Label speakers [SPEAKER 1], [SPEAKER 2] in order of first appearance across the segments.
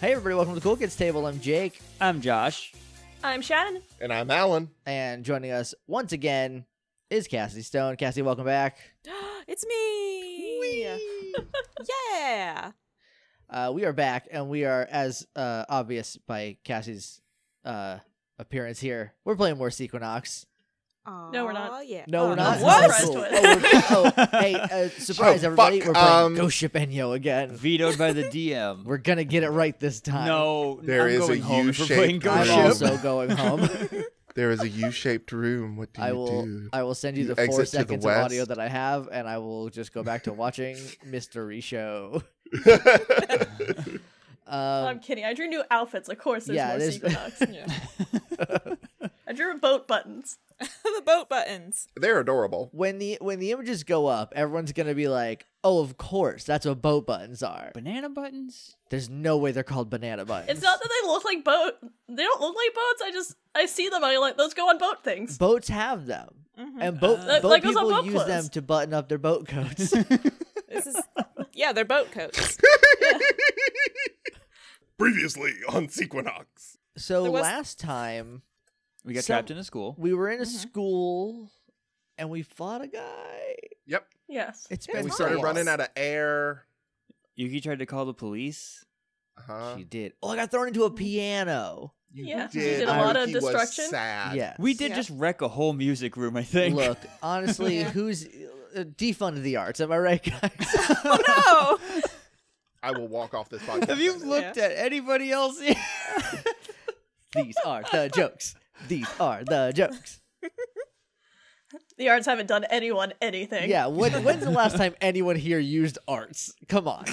[SPEAKER 1] Hey, everybody, welcome to the Cool Kids Table. I'm Jake,
[SPEAKER 2] I'm Josh.
[SPEAKER 3] I'm Shannon.
[SPEAKER 4] And I'm Alan.
[SPEAKER 1] and joining us once again is Cassie Stone. Cassie, welcome back.
[SPEAKER 3] it's me. Yeah.
[SPEAKER 1] Uh, we are back, and we are, as uh, obvious by Cassie's uh, appearance here, we're playing more Sequinox.
[SPEAKER 3] No, we're not.
[SPEAKER 5] Aw, Yeah.
[SPEAKER 1] No,
[SPEAKER 3] Oh,
[SPEAKER 1] we're not.
[SPEAKER 3] no. What?
[SPEAKER 1] Oh, cool.
[SPEAKER 3] Surprised
[SPEAKER 1] oh, we're- oh, hey, uh, surprise,
[SPEAKER 4] Oh,
[SPEAKER 1] everybody.
[SPEAKER 4] fuck,
[SPEAKER 1] We're playing
[SPEAKER 4] um,
[SPEAKER 1] Ghost Ship Enyo again.
[SPEAKER 2] Vetoed by the DM.
[SPEAKER 1] We're going to get it right this time.
[SPEAKER 2] no,
[SPEAKER 4] There
[SPEAKER 2] I'm
[SPEAKER 4] is a
[SPEAKER 2] going home if we're playing
[SPEAKER 4] U-shaped
[SPEAKER 2] Ghost
[SPEAKER 1] I'm
[SPEAKER 2] Ship.
[SPEAKER 1] also going home.
[SPEAKER 4] There is a U-shaped room. What do you
[SPEAKER 1] I will.
[SPEAKER 4] do?
[SPEAKER 1] I will send you,
[SPEAKER 4] You
[SPEAKER 1] the four
[SPEAKER 4] exit to the
[SPEAKER 1] seconds of audio
[SPEAKER 4] west.
[SPEAKER 1] that I have, and I will just go back to watching Mystery Show.
[SPEAKER 3] I'm
[SPEAKER 1] Um,
[SPEAKER 3] kidding. I drew new outfits. Of course, there's
[SPEAKER 1] yeah,
[SPEAKER 3] more
[SPEAKER 1] there's-
[SPEAKER 3] secret dogs. I drew boat buttons.
[SPEAKER 5] the boat buttons.
[SPEAKER 4] They're adorable.
[SPEAKER 1] when the when the images go up, everyone's gonna be like, "Oh, of course, that's what boat buttons are."
[SPEAKER 2] Banana buttons?
[SPEAKER 1] There's no way they're called banana buttons.
[SPEAKER 3] It's not that they look like boat. They don't look like boats. I just I see them. I'm like, let's go on boat things.
[SPEAKER 1] boats have them,
[SPEAKER 5] Mhm.
[SPEAKER 1] and boat
[SPEAKER 3] That-
[SPEAKER 1] boat
[SPEAKER 3] that goes on
[SPEAKER 1] people
[SPEAKER 3] boat
[SPEAKER 1] use
[SPEAKER 3] clothes.
[SPEAKER 1] them to button up their boat coats.
[SPEAKER 5] This is yeah, they're boat coats.
[SPEAKER 4] Previously on Sequinox.
[SPEAKER 1] so
[SPEAKER 5] There was-
[SPEAKER 1] last time
[SPEAKER 2] We got
[SPEAKER 1] Some-
[SPEAKER 2] trapped in a school.
[SPEAKER 1] we were in a
[SPEAKER 3] Mm-hmm.
[SPEAKER 1] school, and we fought a guy.
[SPEAKER 4] Yep.
[SPEAKER 3] Yes.
[SPEAKER 1] It's
[SPEAKER 5] Yeah,
[SPEAKER 1] been
[SPEAKER 4] we started
[SPEAKER 1] a while.
[SPEAKER 4] running out of air.
[SPEAKER 2] Yuki tried to call the police.
[SPEAKER 4] Uh-huh.
[SPEAKER 1] She did. Oh, I got thrown
[SPEAKER 3] Mm-hmm.
[SPEAKER 1] into a piano.
[SPEAKER 3] Yeah,
[SPEAKER 4] You
[SPEAKER 3] we did
[SPEAKER 1] a lot
[SPEAKER 3] of
[SPEAKER 4] Ricky was
[SPEAKER 3] destruction.
[SPEAKER 4] sad.
[SPEAKER 1] Yeah.
[SPEAKER 2] We did
[SPEAKER 5] Yeah.
[SPEAKER 2] just wreck a whole music room, I think.
[SPEAKER 1] Look, honestly,
[SPEAKER 5] Yeah.
[SPEAKER 1] who's uh, defund the arts? Am I right, guys?
[SPEAKER 5] Oh, no.
[SPEAKER 4] I will walk off this podcast.
[SPEAKER 2] Have you
[SPEAKER 4] then.
[SPEAKER 2] looked at anybody else here?
[SPEAKER 1] These are the jokes. These are the jokes.
[SPEAKER 3] the arts haven't done anyone anything.
[SPEAKER 1] Yeah. When, when's the last time anyone here used arts? Come on.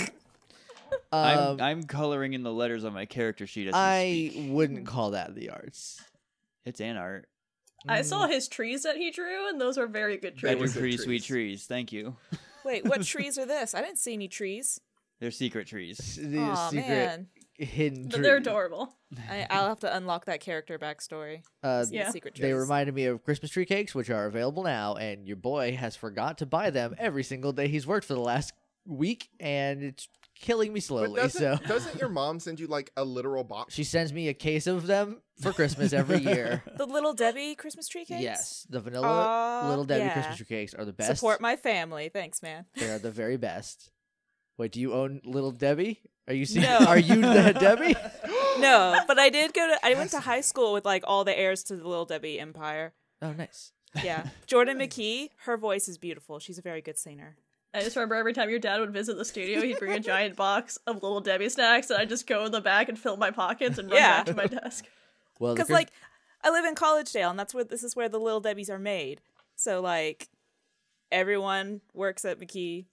[SPEAKER 1] Um,
[SPEAKER 2] I'm, I'm coloring in the letters on my character sheet as we
[SPEAKER 1] I
[SPEAKER 2] speak.
[SPEAKER 1] wouldn't call that the arts.
[SPEAKER 2] It's an art.
[SPEAKER 3] I saw his trees that he drew, and those were very good
[SPEAKER 4] They
[SPEAKER 2] I
[SPEAKER 3] trees.
[SPEAKER 4] were
[SPEAKER 2] drew
[SPEAKER 4] good
[SPEAKER 2] pretty sweet
[SPEAKER 4] trees.
[SPEAKER 2] trees. Thank you.
[SPEAKER 5] Wait, what trees are this? I didn't see any trees.
[SPEAKER 2] They're secret trees.
[SPEAKER 1] The
[SPEAKER 5] Aw,
[SPEAKER 1] secret
[SPEAKER 5] man.
[SPEAKER 1] hidden.
[SPEAKER 3] But they're
[SPEAKER 1] tree.
[SPEAKER 3] adorable.
[SPEAKER 5] I, I'll have to unlock that character backstory.
[SPEAKER 1] Uh,
[SPEAKER 3] Yeah.
[SPEAKER 5] Secret trees.
[SPEAKER 1] They reminded me of Christmas tree cakes, which are available now, and your boy has forgot to buy them every single day he's worked for the last week, and it's killing me
[SPEAKER 4] But
[SPEAKER 1] slowly.
[SPEAKER 4] doesn't,
[SPEAKER 1] So
[SPEAKER 4] doesn't your mom send you like a literal box?
[SPEAKER 1] She sends me a case of them for Christmas every year.
[SPEAKER 5] the little Debbie Christmas tree cakes.
[SPEAKER 1] yes, the vanilla
[SPEAKER 5] Aw,
[SPEAKER 1] little Debbie
[SPEAKER 5] yeah.
[SPEAKER 1] Christmas tree cakes are the best.
[SPEAKER 5] Support my family. Thanks, man.
[SPEAKER 1] they are the very best. Wait, do you own little Debbie? Are you seeing?
[SPEAKER 5] No.
[SPEAKER 1] Are you the Debbie?
[SPEAKER 5] No, but I did go to. I went to high school with like all the heirs to the Little Debbie Empire.
[SPEAKER 1] Oh, nice.
[SPEAKER 5] Yeah, Jordan McKee. Her voice is beautiful. She's a very good singer.
[SPEAKER 3] I just remember every time your dad would visit the studio, he'd bring a giant box of little Debbie snacks, and I'd just go in the back and fill my pockets and run
[SPEAKER 5] Yeah.
[SPEAKER 3] back to my desk.
[SPEAKER 1] Well, the
[SPEAKER 5] because
[SPEAKER 1] Christ-
[SPEAKER 5] like I live in Collegedale, and that's where this is where the little debbies are made. So like everyone works at McKee,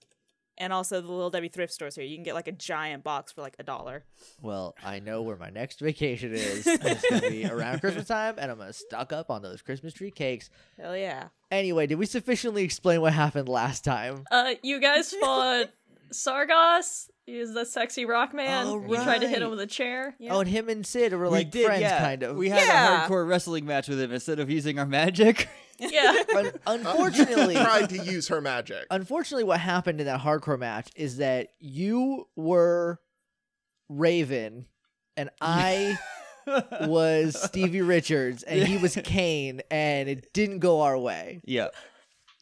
[SPEAKER 5] and also the little Debbie thrift stores here. You can get like a giant box for like a dollar.
[SPEAKER 1] well, I know where my next vacation is. it's gonna be around Christmas time, and I'm gonna stock up on those Christmas tree cakes.
[SPEAKER 5] Hell yeah!
[SPEAKER 1] Anyway, did we sufficiently explain what happened last time?
[SPEAKER 3] Uh, you guys fought Sargos. He's the sexy rock man.
[SPEAKER 1] Oh,
[SPEAKER 3] You tried to hit
[SPEAKER 1] right.
[SPEAKER 3] him with a chair.
[SPEAKER 5] Yeah.
[SPEAKER 1] Oh, and him and Sid were
[SPEAKER 2] we
[SPEAKER 1] like
[SPEAKER 2] did,
[SPEAKER 1] friends,
[SPEAKER 2] yeah.
[SPEAKER 1] kind of.
[SPEAKER 2] We had
[SPEAKER 5] Yeah.
[SPEAKER 2] a hardcore wrestling match with him instead of using our magic.
[SPEAKER 3] Yeah.
[SPEAKER 1] Un-
[SPEAKER 4] Uh,
[SPEAKER 1] unfortunately,
[SPEAKER 4] you tried to use her magic.
[SPEAKER 1] unfortunately what happened in that hardcore match is that you were raven and i was stevie richards and he was kane and it didn't go our way
[SPEAKER 2] Yeah.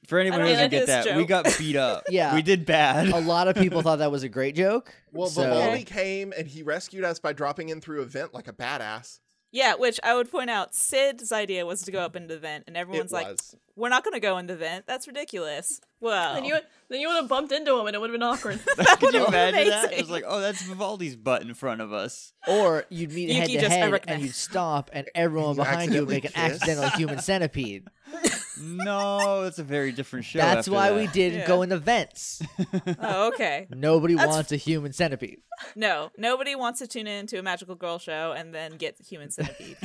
[SPEAKER 2] For anyone who
[SPEAKER 3] don't
[SPEAKER 2] doesn't
[SPEAKER 5] get
[SPEAKER 2] get that,
[SPEAKER 5] this
[SPEAKER 2] we
[SPEAKER 5] joke.
[SPEAKER 2] got beat up.
[SPEAKER 1] Yeah.
[SPEAKER 2] We did
[SPEAKER 1] a
[SPEAKER 2] bad.
[SPEAKER 1] lot of people thought that was a great joke
[SPEAKER 4] well,
[SPEAKER 1] so
[SPEAKER 4] Vivaldi came and he rescued us by dropping in through a vent like a badass.
[SPEAKER 5] Yeah, which I would point out, Sid's idea was to go up into the vent, and everyone's
[SPEAKER 4] it
[SPEAKER 5] like,
[SPEAKER 4] was.
[SPEAKER 5] "We're not going to go in the vent. That's ridiculous." Well,
[SPEAKER 3] Then you then you would have bumped into him, and it would have been awkward.
[SPEAKER 2] Could you imagine that?
[SPEAKER 5] amazing.
[SPEAKER 2] It was like, oh, that's Vivaldi's butt in front of us.
[SPEAKER 1] or you'd meet
[SPEAKER 5] Yuki
[SPEAKER 1] head to
[SPEAKER 5] just
[SPEAKER 1] head
[SPEAKER 5] Eric
[SPEAKER 1] and
[SPEAKER 5] Knight.
[SPEAKER 1] you'd stomp and everyone
[SPEAKER 4] You
[SPEAKER 1] behind you would
[SPEAKER 4] accidentally
[SPEAKER 1] make an
[SPEAKER 4] kiss?
[SPEAKER 1] accidental human centipede
[SPEAKER 2] No, it's a very different show.
[SPEAKER 1] that's
[SPEAKER 2] after
[SPEAKER 1] why
[SPEAKER 2] that.
[SPEAKER 1] we didn't
[SPEAKER 5] Yeah.
[SPEAKER 1] go in the vents
[SPEAKER 5] oh, okay.
[SPEAKER 1] nobody
[SPEAKER 5] That's-
[SPEAKER 1] wants a human centipede
[SPEAKER 5] No, nobody wants to tune in to a magical girl show and then get human centipede.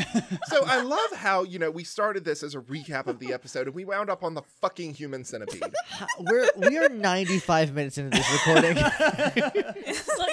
[SPEAKER 4] So I love how, you know, we started this as a recap of the episode and we wound up on the fucking human centipede.
[SPEAKER 1] we're we are 95 minutes into this recording
[SPEAKER 3] Look,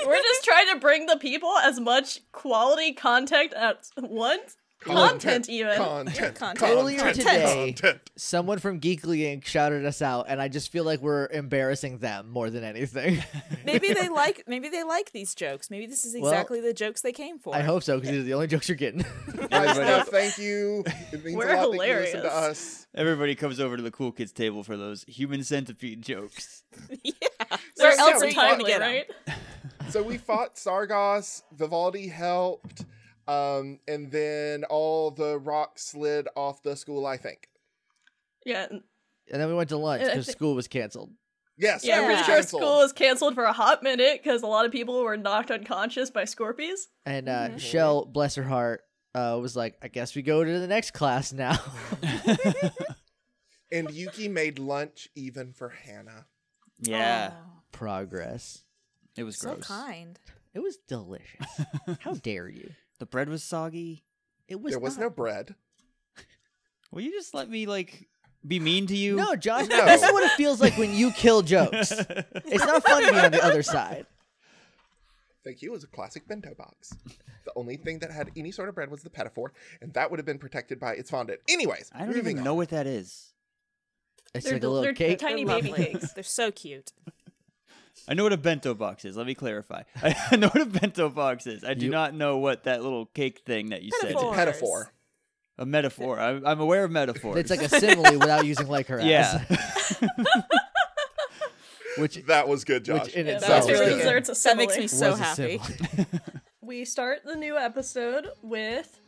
[SPEAKER 3] we're just trying to bring the people as much quality content at once Content, even.
[SPEAKER 4] Content.
[SPEAKER 5] Content.
[SPEAKER 1] Earlier today-
[SPEAKER 4] Content.
[SPEAKER 1] Someone from Geekly Inc. shouted us out, and I just feel like we're embarrassing them more than anything.
[SPEAKER 5] Maybe they like maybe they like these jokes. Maybe this is
[SPEAKER 1] Well,
[SPEAKER 5] exactly the jokes they came for.
[SPEAKER 1] I hope so, because these are the only jokes you're getting.
[SPEAKER 4] Guys,
[SPEAKER 2] Everybody-
[SPEAKER 4] no, thank you. It means
[SPEAKER 3] We're
[SPEAKER 4] a lot that you listen to
[SPEAKER 3] hilarious.
[SPEAKER 4] us.
[SPEAKER 2] Everybody comes over to the cool kids table for those human centipede jokes.
[SPEAKER 5] yeah.
[SPEAKER 3] They're
[SPEAKER 5] Where else
[SPEAKER 4] so
[SPEAKER 5] are you going to
[SPEAKER 3] timely,
[SPEAKER 5] get 'em?
[SPEAKER 3] right?
[SPEAKER 4] So we fought Sargos. Vivaldi helped, um, and then all the rocks slid off the school. I think.
[SPEAKER 3] Yeah, and-
[SPEAKER 1] and then we went to lunch
[SPEAKER 3] And I
[SPEAKER 1] because
[SPEAKER 3] think-
[SPEAKER 1] school was canceled.
[SPEAKER 4] Yes,
[SPEAKER 3] yeah. I'm
[SPEAKER 5] Yeah.
[SPEAKER 4] it was
[SPEAKER 3] pretty sure
[SPEAKER 4] canceled.
[SPEAKER 3] school was canceled for a hot minute because a lot of people were knocked unconscious by scorpies.
[SPEAKER 1] And uh,
[SPEAKER 3] Mm-hmm.
[SPEAKER 1] Shell, bless her heart, uh, was like, I guess we go to the next class now.
[SPEAKER 4] And Yuki made lunch even for Hannah.
[SPEAKER 2] yeah,
[SPEAKER 5] Oh,
[SPEAKER 1] Progress.
[SPEAKER 2] it was
[SPEAKER 5] so
[SPEAKER 2] gross.
[SPEAKER 5] kind.
[SPEAKER 1] It was delicious. How dare you?
[SPEAKER 2] The bread was soggy.
[SPEAKER 1] It was
[SPEAKER 4] there was no
[SPEAKER 1] not-
[SPEAKER 4] bread.
[SPEAKER 2] Will you just let me like be mean to you?
[SPEAKER 1] No, Josh,
[SPEAKER 4] No.
[SPEAKER 1] this is what it feels like when you kill jokes. it's not fun to be on the other side.
[SPEAKER 4] Thank you. It was a classic bento box. The only thing that had any sort of bread was the pedophore, and that would have been protected by its fondant. Anyways,
[SPEAKER 2] I don't
[SPEAKER 4] moving
[SPEAKER 2] even
[SPEAKER 4] on.
[SPEAKER 2] know what that is.
[SPEAKER 1] It's
[SPEAKER 3] They're
[SPEAKER 1] like a
[SPEAKER 3] del-
[SPEAKER 1] little
[SPEAKER 3] they're
[SPEAKER 1] cake.
[SPEAKER 5] They're
[SPEAKER 3] Tiny baby
[SPEAKER 5] lovely.
[SPEAKER 3] cakes.
[SPEAKER 5] They're so cute.
[SPEAKER 2] I know what a bento box is. Let me clarify. I know what a bento box is. I do
[SPEAKER 1] You-
[SPEAKER 2] not know what that little cake thing that you said.
[SPEAKER 4] It's a
[SPEAKER 2] is.
[SPEAKER 5] Metaphor.
[SPEAKER 4] pedophore.
[SPEAKER 2] A metaphor. I'm, I'm aware of metaphors.
[SPEAKER 1] It's like a simile without using like her ass.
[SPEAKER 2] yeah.
[SPEAKER 1] Which,
[SPEAKER 4] That was good, Josh.
[SPEAKER 1] which in
[SPEAKER 3] Yeah,
[SPEAKER 1] itself
[SPEAKER 3] that
[SPEAKER 4] sounds
[SPEAKER 3] was
[SPEAKER 4] really
[SPEAKER 3] really
[SPEAKER 4] good.
[SPEAKER 3] desserts a
[SPEAKER 5] That makes
[SPEAKER 3] simile.
[SPEAKER 5] me so
[SPEAKER 1] was a
[SPEAKER 5] happy.
[SPEAKER 1] simile.
[SPEAKER 3] we start the new episode with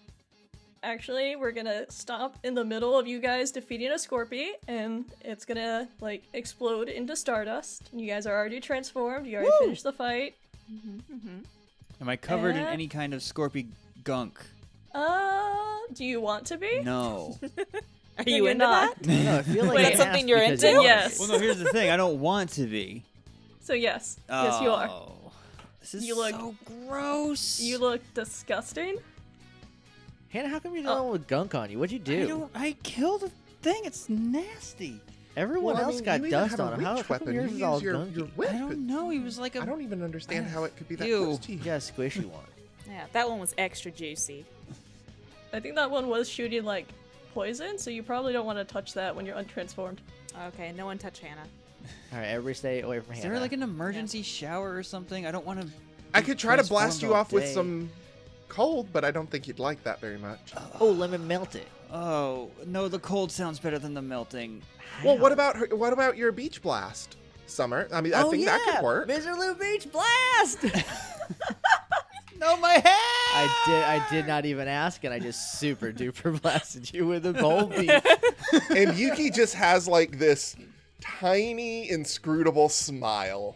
[SPEAKER 3] actually we're gonna stop in the middle of you guys defeating a scorpion and it's gonna like explode into stardust you guys are already transformed you already finished the fight
[SPEAKER 2] Am I covered in
[SPEAKER 3] Uh,
[SPEAKER 2] any kind of scorpion gunk?
[SPEAKER 3] uh do you want to be
[SPEAKER 2] No.
[SPEAKER 5] Are
[SPEAKER 3] Then
[SPEAKER 5] you
[SPEAKER 3] you're
[SPEAKER 5] into
[SPEAKER 3] not.
[SPEAKER 1] I don't know, I feel like
[SPEAKER 3] Wait,
[SPEAKER 1] I
[SPEAKER 3] that's
[SPEAKER 5] something
[SPEAKER 1] asked
[SPEAKER 5] you're
[SPEAKER 1] because
[SPEAKER 5] into?
[SPEAKER 1] I wanted
[SPEAKER 3] Yes.
[SPEAKER 1] it.
[SPEAKER 2] Well, no. Here's the thing. I don't want to be.
[SPEAKER 3] so yes
[SPEAKER 2] Oh,
[SPEAKER 3] yes you are
[SPEAKER 2] This is
[SPEAKER 3] You look-
[SPEAKER 2] so gross.
[SPEAKER 3] you look disgusting
[SPEAKER 1] Hannah, how come you're the only one with gunk on you? What'd you
[SPEAKER 2] I,
[SPEAKER 1] do?
[SPEAKER 2] don't- I killed a thing. It's nasty.
[SPEAKER 1] Everyone
[SPEAKER 4] Well, I
[SPEAKER 1] else
[SPEAKER 4] mean,
[SPEAKER 1] got
[SPEAKER 4] you even
[SPEAKER 1] dust
[SPEAKER 4] have a
[SPEAKER 1] on him. How
[SPEAKER 4] reach
[SPEAKER 1] how come
[SPEAKER 4] weapon.
[SPEAKER 1] yours
[SPEAKER 4] You
[SPEAKER 1] is all
[SPEAKER 4] use your-
[SPEAKER 1] gunky?
[SPEAKER 4] your whip.
[SPEAKER 2] I don't know. He was like a.
[SPEAKER 4] I don't even understand how it could be that
[SPEAKER 2] Ew.
[SPEAKER 4] close to you.
[SPEAKER 1] You got a squishy one.
[SPEAKER 5] Yeah, that one was extra juicy.
[SPEAKER 3] i think that one was shooting like poison so you probably don't want to touch that when you're untransformed
[SPEAKER 5] Okay, no one touch Hannah.
[SPEAKER 1] All right, everybody stay away from
[SPEAKER 2] Is
[SPEAKER 1] Hannah.
[SPEAKER 2] there like an emergency shower or something? I don't want to.
[SPEAKER 4] I could try to blast you off with
[SPEAKER 2] day.
[SPEAKER 4] some cold, but I don't think you'd like that very much.
[SPEAKER 1] oh, lemon melted.
[SPEAKER 2] Oh no, the cold sounds better than the melting.
[SPEAKER 4] Well, what about her, what about your beach blast, Summer? I mean,
[SPEAKER 2] Oh,
[SPEAKER 4] I think that could work.
[SPEAKER 1] Mr. Lou Beach blast.
[SPEAKER 2] No, my head.
[SPEAKER 1] I did. I did not even ask, and I just super duper blasted you with a bowl beat.
[SPEAKER 4] and Yuki just has like this tiny inscrutable smile.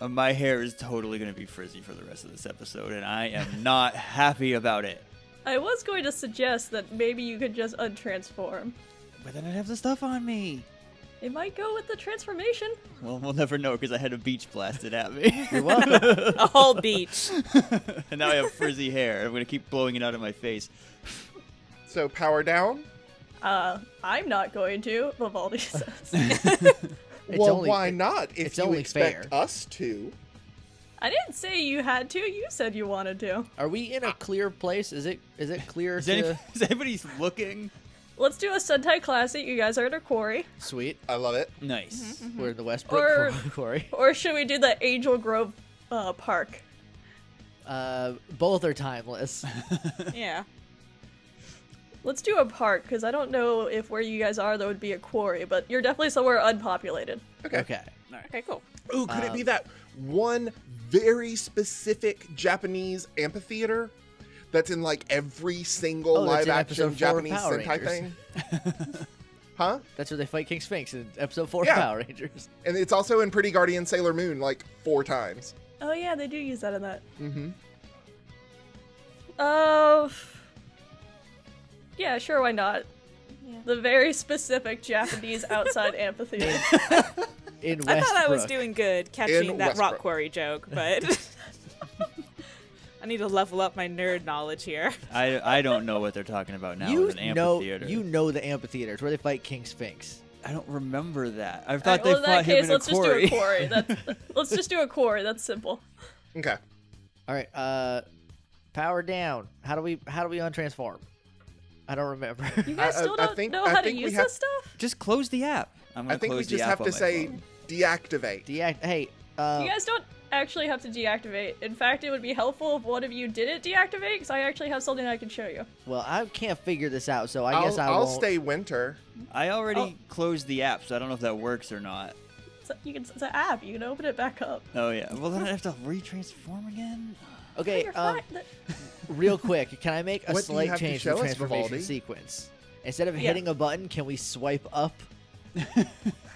[SPEAKER 2] Uh, my hair is totally going to be frizzy for the rest of this episode, and I am not happy about it.
[SPEAKER 3] i was going to suggest that maybe you could just untransform
[SPEAKER 2] But then I'd have the stuff on me.
[SPEAKER 3] it might go with the transformation
[SPEAKER 2] Well, we'll never know because I had a beach blasted at me.
[SPEAKER 1] You're welcome.
[SPEAKER 5] A whole beach.
[SPEAKER 2] and now I have frizzy hair. I'm going to keep blowing it out of my face.
[SPEAKER 4] So power down.
[SPEAKER 3] Uh, I'm not going to, Vivaldi says.
[SPEAKER 1] It's
[SPEAKER 4] well,
[SPEAKER 1] only-
[SPEAKER 4] why not? If
[SPEAKER 1] it's
[SPEAKER 4] you
[SPEAKER 1] only
[SPEAKER 4] expect
[SPEAKER 1] fair.
[SPEAKER 4] us to,
[SPEAKER 3] I didn't say you had to, you said you wanted to.
[SPEAKER 1] Are we in a clear place? Is it? Is it clear?
[SPEAKER 2] Is,
[SPEAKER 1] to...
[SPEAKER 2] any- is anybody looking?
[SPEAKER 3] Let's do a Sentai classic, you guys are in a quarry.
[SPEAKER 1] Sweet.
[SPEAKER 4] I love it.
[SPEAKER 2] Nice.
[SPEAKER 1] We're in the Westbrook
[SPEAKER 3] Or-
[SPEAKER 1] quar- quarry.
[SPEAKER 3] Or should we do the Angel Grove uh, Park?
[SPEAKER 1] Uh, both are timeless.
[SPEAKER 5] yeah.
[SPEAKER 3] Let's do a park, because I don't know if where you guys are there would be a quarry, but you're definitely somewhere unpopulated.
[SPEAKER 4] Okay.
[SPEAKER 1] Okay. um,
[SPEAKER 5] Okay, cool.
[SPEAKER 4] Ooh, could it be that one very specific Japanese amphitheater that's in like every single
[SPEAKER 1] Oh, that's
[SPEAKER 4] live
[SPEAKER 1] in episode
[SPEAKER 4] action
[SPEAKER 1] four of
[SPEAKER 4] Japanese
[SPEAKER 1] Power
[SPEAKER 4] Sentai
[SPEAKER 1] Rangers.
[SPEAKER 4] thing? huh?
[SPEAKER 1] That's where they fight King Sphinx in episode four
[SPEAKER 4] Yeah.
[SPEAKER 1] of Power Rangers.
[SPEAKER 4] And it's also in Pretty Guardian Sailor Moon like four times.
[SPEAKER 3] Oh yeah, they do use that in that.
[SPEAKER 4] Mm-hmm.
[SPEAKER 3] Oh. yeah, sure, why not? The very specific Japanese outside amphitheater.
[SPEAKER 1] In Westbrook.
[SPEAKER 5] I thought I was doing good catching
[SPEAKER 4] In
[SPEAKER 5] that rock
[SPEAKER 4] Westbrook.
[SPEAKER 5] quarry joke, but I need to level up my nerd knowledge here.
[SPEAKER 2] I, I don't know what they're talking about now
[SPEAKER 1] You
[SPEAKER 2] with an
[SPEAKER 1] know,
[SPEAKER 2] amphitheater.
[SPEAKER 1] you know the amphitheater. It's where they fight King Sphinx.
[SPEAKER 2] I don't remember that. I
[SPEAKER 3] All right,
[SPEAKER 2] thought they
[SPEAKER 3] well, in
[SPEAKER 2] fought
[SPEAKER 3] that
[SPEAKER 2] him
[SPEAKER 3] case,
[SPEAKER 2] in
[SPEAKER 3] let's
[SPEAKER 2] a quarry.
[SPEAKER 3] just do a quarry. That's, let's just do a quarry. That's simple.
[SPEAKER 4] Okay.
[SPEAKER 1] All right. Uh, power down. How do we? How do we untransform? I don't remember.
[SPEAKER 3] You guys
[SPEAKER 4] I-
[SPEAKER 3] still
[SPEAKER 4] I
[SPEAKER 3] don't
[SPEAKER 4] think-
[SPEAKER 3] know
[SPEAKER 4] I
[SPEAKER 3] how to
[SPEAKER 4] think we
[SPEAKER 3] use
[SPEAKER 4] have-
[SPEAKER 3] this stuff?
[SPEAKER 2] Just close the app. I'm gonna
[SPEAKER 4] I think we
[SPEAKER 2] close the
[SPEAKER 4] just
[SPEAKER 2] app
[SPEAKER 4] have
[SPEAKER 2] on
[SPEAKER 4] to
[SPEAKER 2] my
[SPEAKER 4] say
[SPEAKER 2] phone.
[SPEAKER 4] deactivate.
[SPEAKER 1] Deact. Hey, uh,
[SPEAKER 3] You guys don't actually have to deactivate. In fact, it would be helpful if one of you didn't deactivate, because I actually have something I can show you.
[SPEAKER 1] well, I can't figure this out, so I
[SPEAKER 4] I'll,
[SPEAKER 1] guess I
[SPEAKER 4] will
[SPEAKER 1] won't.
[SPEAKER 4] stay winter.
[SPEAKER 2] I already
[SPEAKER 3] Oh.
[SPEAKER 2] closed the app, so I don't know if that works or not.
[SPEAKER 3] It's, you can, it's an app. You can open it back up.
[SPEAKER 2] Oh yeah. Well, then I have to retransform again.
[SPEAKER 1] Okay,
[SPEAKER 3] You're
[SPEAKER 1] um,
[SPEAKER 3] fine. Th-
[SPEAKER 1] real quick, can I make a
[SPEAKER 4] What do you
[SPEAKER 1] slight
[SPEAKER 4] have to
[SPEAKER 1] change to the
[SPEAKER 4] show us,
[SPEAKER 1] transformation
[SPEAKER 4] Vivaldi?
[SPEAKER 1] sequence? Instead of
[SPEAKER 3] Yeah.
[SPEAKER 1] hitting a button, can we swipe up?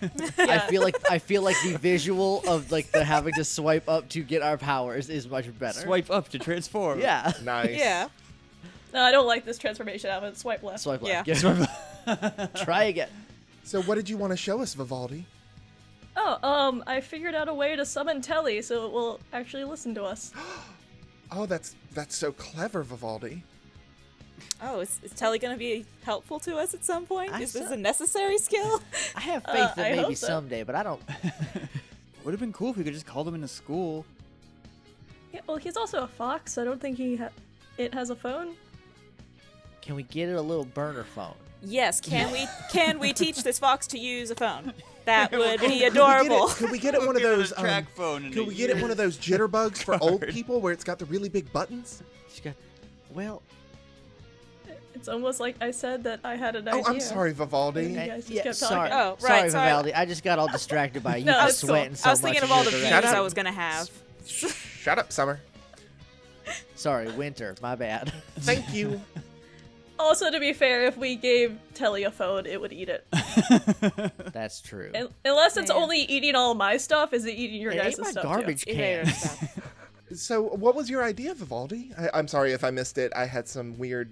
[SPEAKER 1] I
[SPEAKER 3] yeah.
[SPEAKER 1] feel like I feel like the visual of like the having to swipe up to get our powers is much better.
[SPEAKER 2] Swipe up to transform.
[SPEAKER 1] Yeah.
[SPEAKER 4] Nice.
[SPEAKER 5] Yeah.
[SPEAKER 3] no, I don't like this transformation app. It's swipe left.
[SPEAKER 1] Swipe
[SPEAKER 5] Yeah.
[SPEAKER 1] left. Try again.
[SPEAKER 4] So what did you want to show us, Vivaldi?
[SPEAKER 3] Oh, um, I figured out a way to summon Telly so it will actually listen to us.
[SPEAKER 4] Oh, that's that's so clever, Vivaldi.
[SPEAKER 5] Oh, is, is Telly going to be helpful to us at some point?
[SPEAKER 1] I
[SPEAKER 5] is this
[SPEAKER 1] saw-
[SPEAKER 5] a necessary skill?
[SPEAKER 1] I have faith
[SPEAKER 3] Uh,
[SPEAKER 1] that
[SPEAKER 3] I
[SPEAKER 1] maybe
[SPEAKER 3] hope so.
[SPEAKER 1] someday, but I don't.
[SPEAKER 2] Would have been cool if we could just call them into school.
[SPEAKER 3] Yeah, well, he's also a fox. so I don't think he ha- it has a phone.
[SPEAKER 1] Can we get it a little burner phone?
[SPEAKER 5] yes. Can we can we teach this fox to use a phone? That would
[SPEAKER 4] Could we
[SPEAKER 5] be
[SPEAKER 4] get it-
[SPEAKER 5] adorable.
[SPEAKER 4] Could we get it one of
[SPEAKER 2] Give it a
[SPEAKER 4] those um,
[SPEAKER 2] track phone in
[SPEAKER 4] Could
[SPEAKER 2] a
[SPEAKER 4] we get it
[SPEAKER 2] year.
[SPEAKER 4] one of those jitterbugs for old
[SPEAKER 2] Card.
[SPEAKER 4] people where it's got the really big buttons?
[SPEAKER 1] She's got. Well,
[SPEAKER 3] It's almost like I said that I had an
[SPEAKER 4] Oh,
[SPEAKER 3] idea.
[SPEAKER 4] I'm sorry, Vivaldi.
[SPEAKER 3] Yeah.
[SPEAKER 1] eh,
[SPEAKER 3] guys just
[SPEAKER 1] yeah,
[SPEAKER 3] kept
[SPEAKER 1] sorry,
[SPEAKER 3] talking.
[SPEAKER 5] Oh,
[SPEAKER 1] sorry,
[SPEAKER 5] right, sorry.
[SPEAKER 1] Vivaldi. I just got all distracted by you
[SPEAKER 3] No,
[SPEAKER 1] just
[SPEAKER 3] it's
[SPEAKER 5] cool.
[SPEAKER 1] sweating so
[SPEAKER 5] I was
[SPEAKER 1] much
[SPEAKER 5] thinking of
[SPEAKER 1] in
[SPEAKER 5] all the
[SPEAKER 1] your
[SPEAKER 5] views
[SPEAKER 1] direction.
[SPEAKER 4] Shut up.
[SPEAKER 5] I was going to have.
[SPEAKER 4] Shut up, Summer.
[SPEAKER 1] Sorry, winter. My bad.
[SPEAKER 4] Thank you.
[SPEAKER 3] Also, to be fair, if we gave Telly a phone, it would eat it.
[SPEAKER 1] That's true.
[SPEAKER 3] Un- Unless it's
[SPEAKER 5] Man.
[SPEAKER 3] only eating all my stuff, is it eating your
[SPEAKER 1] It
[SPEAKER 3] guys'
[SPEAKER 1] ate my
[SPEAKER 3] stuff? too?
[SPEAKER 1] garbage
[SPEAKER 5] Yeah,
[SPEAKER 1] can.
[SPEAKER 5] stuff.
[SPEAKER 4] So, what was your idea, Vivaldi? I, I'm sorry if I missed it. I had some weird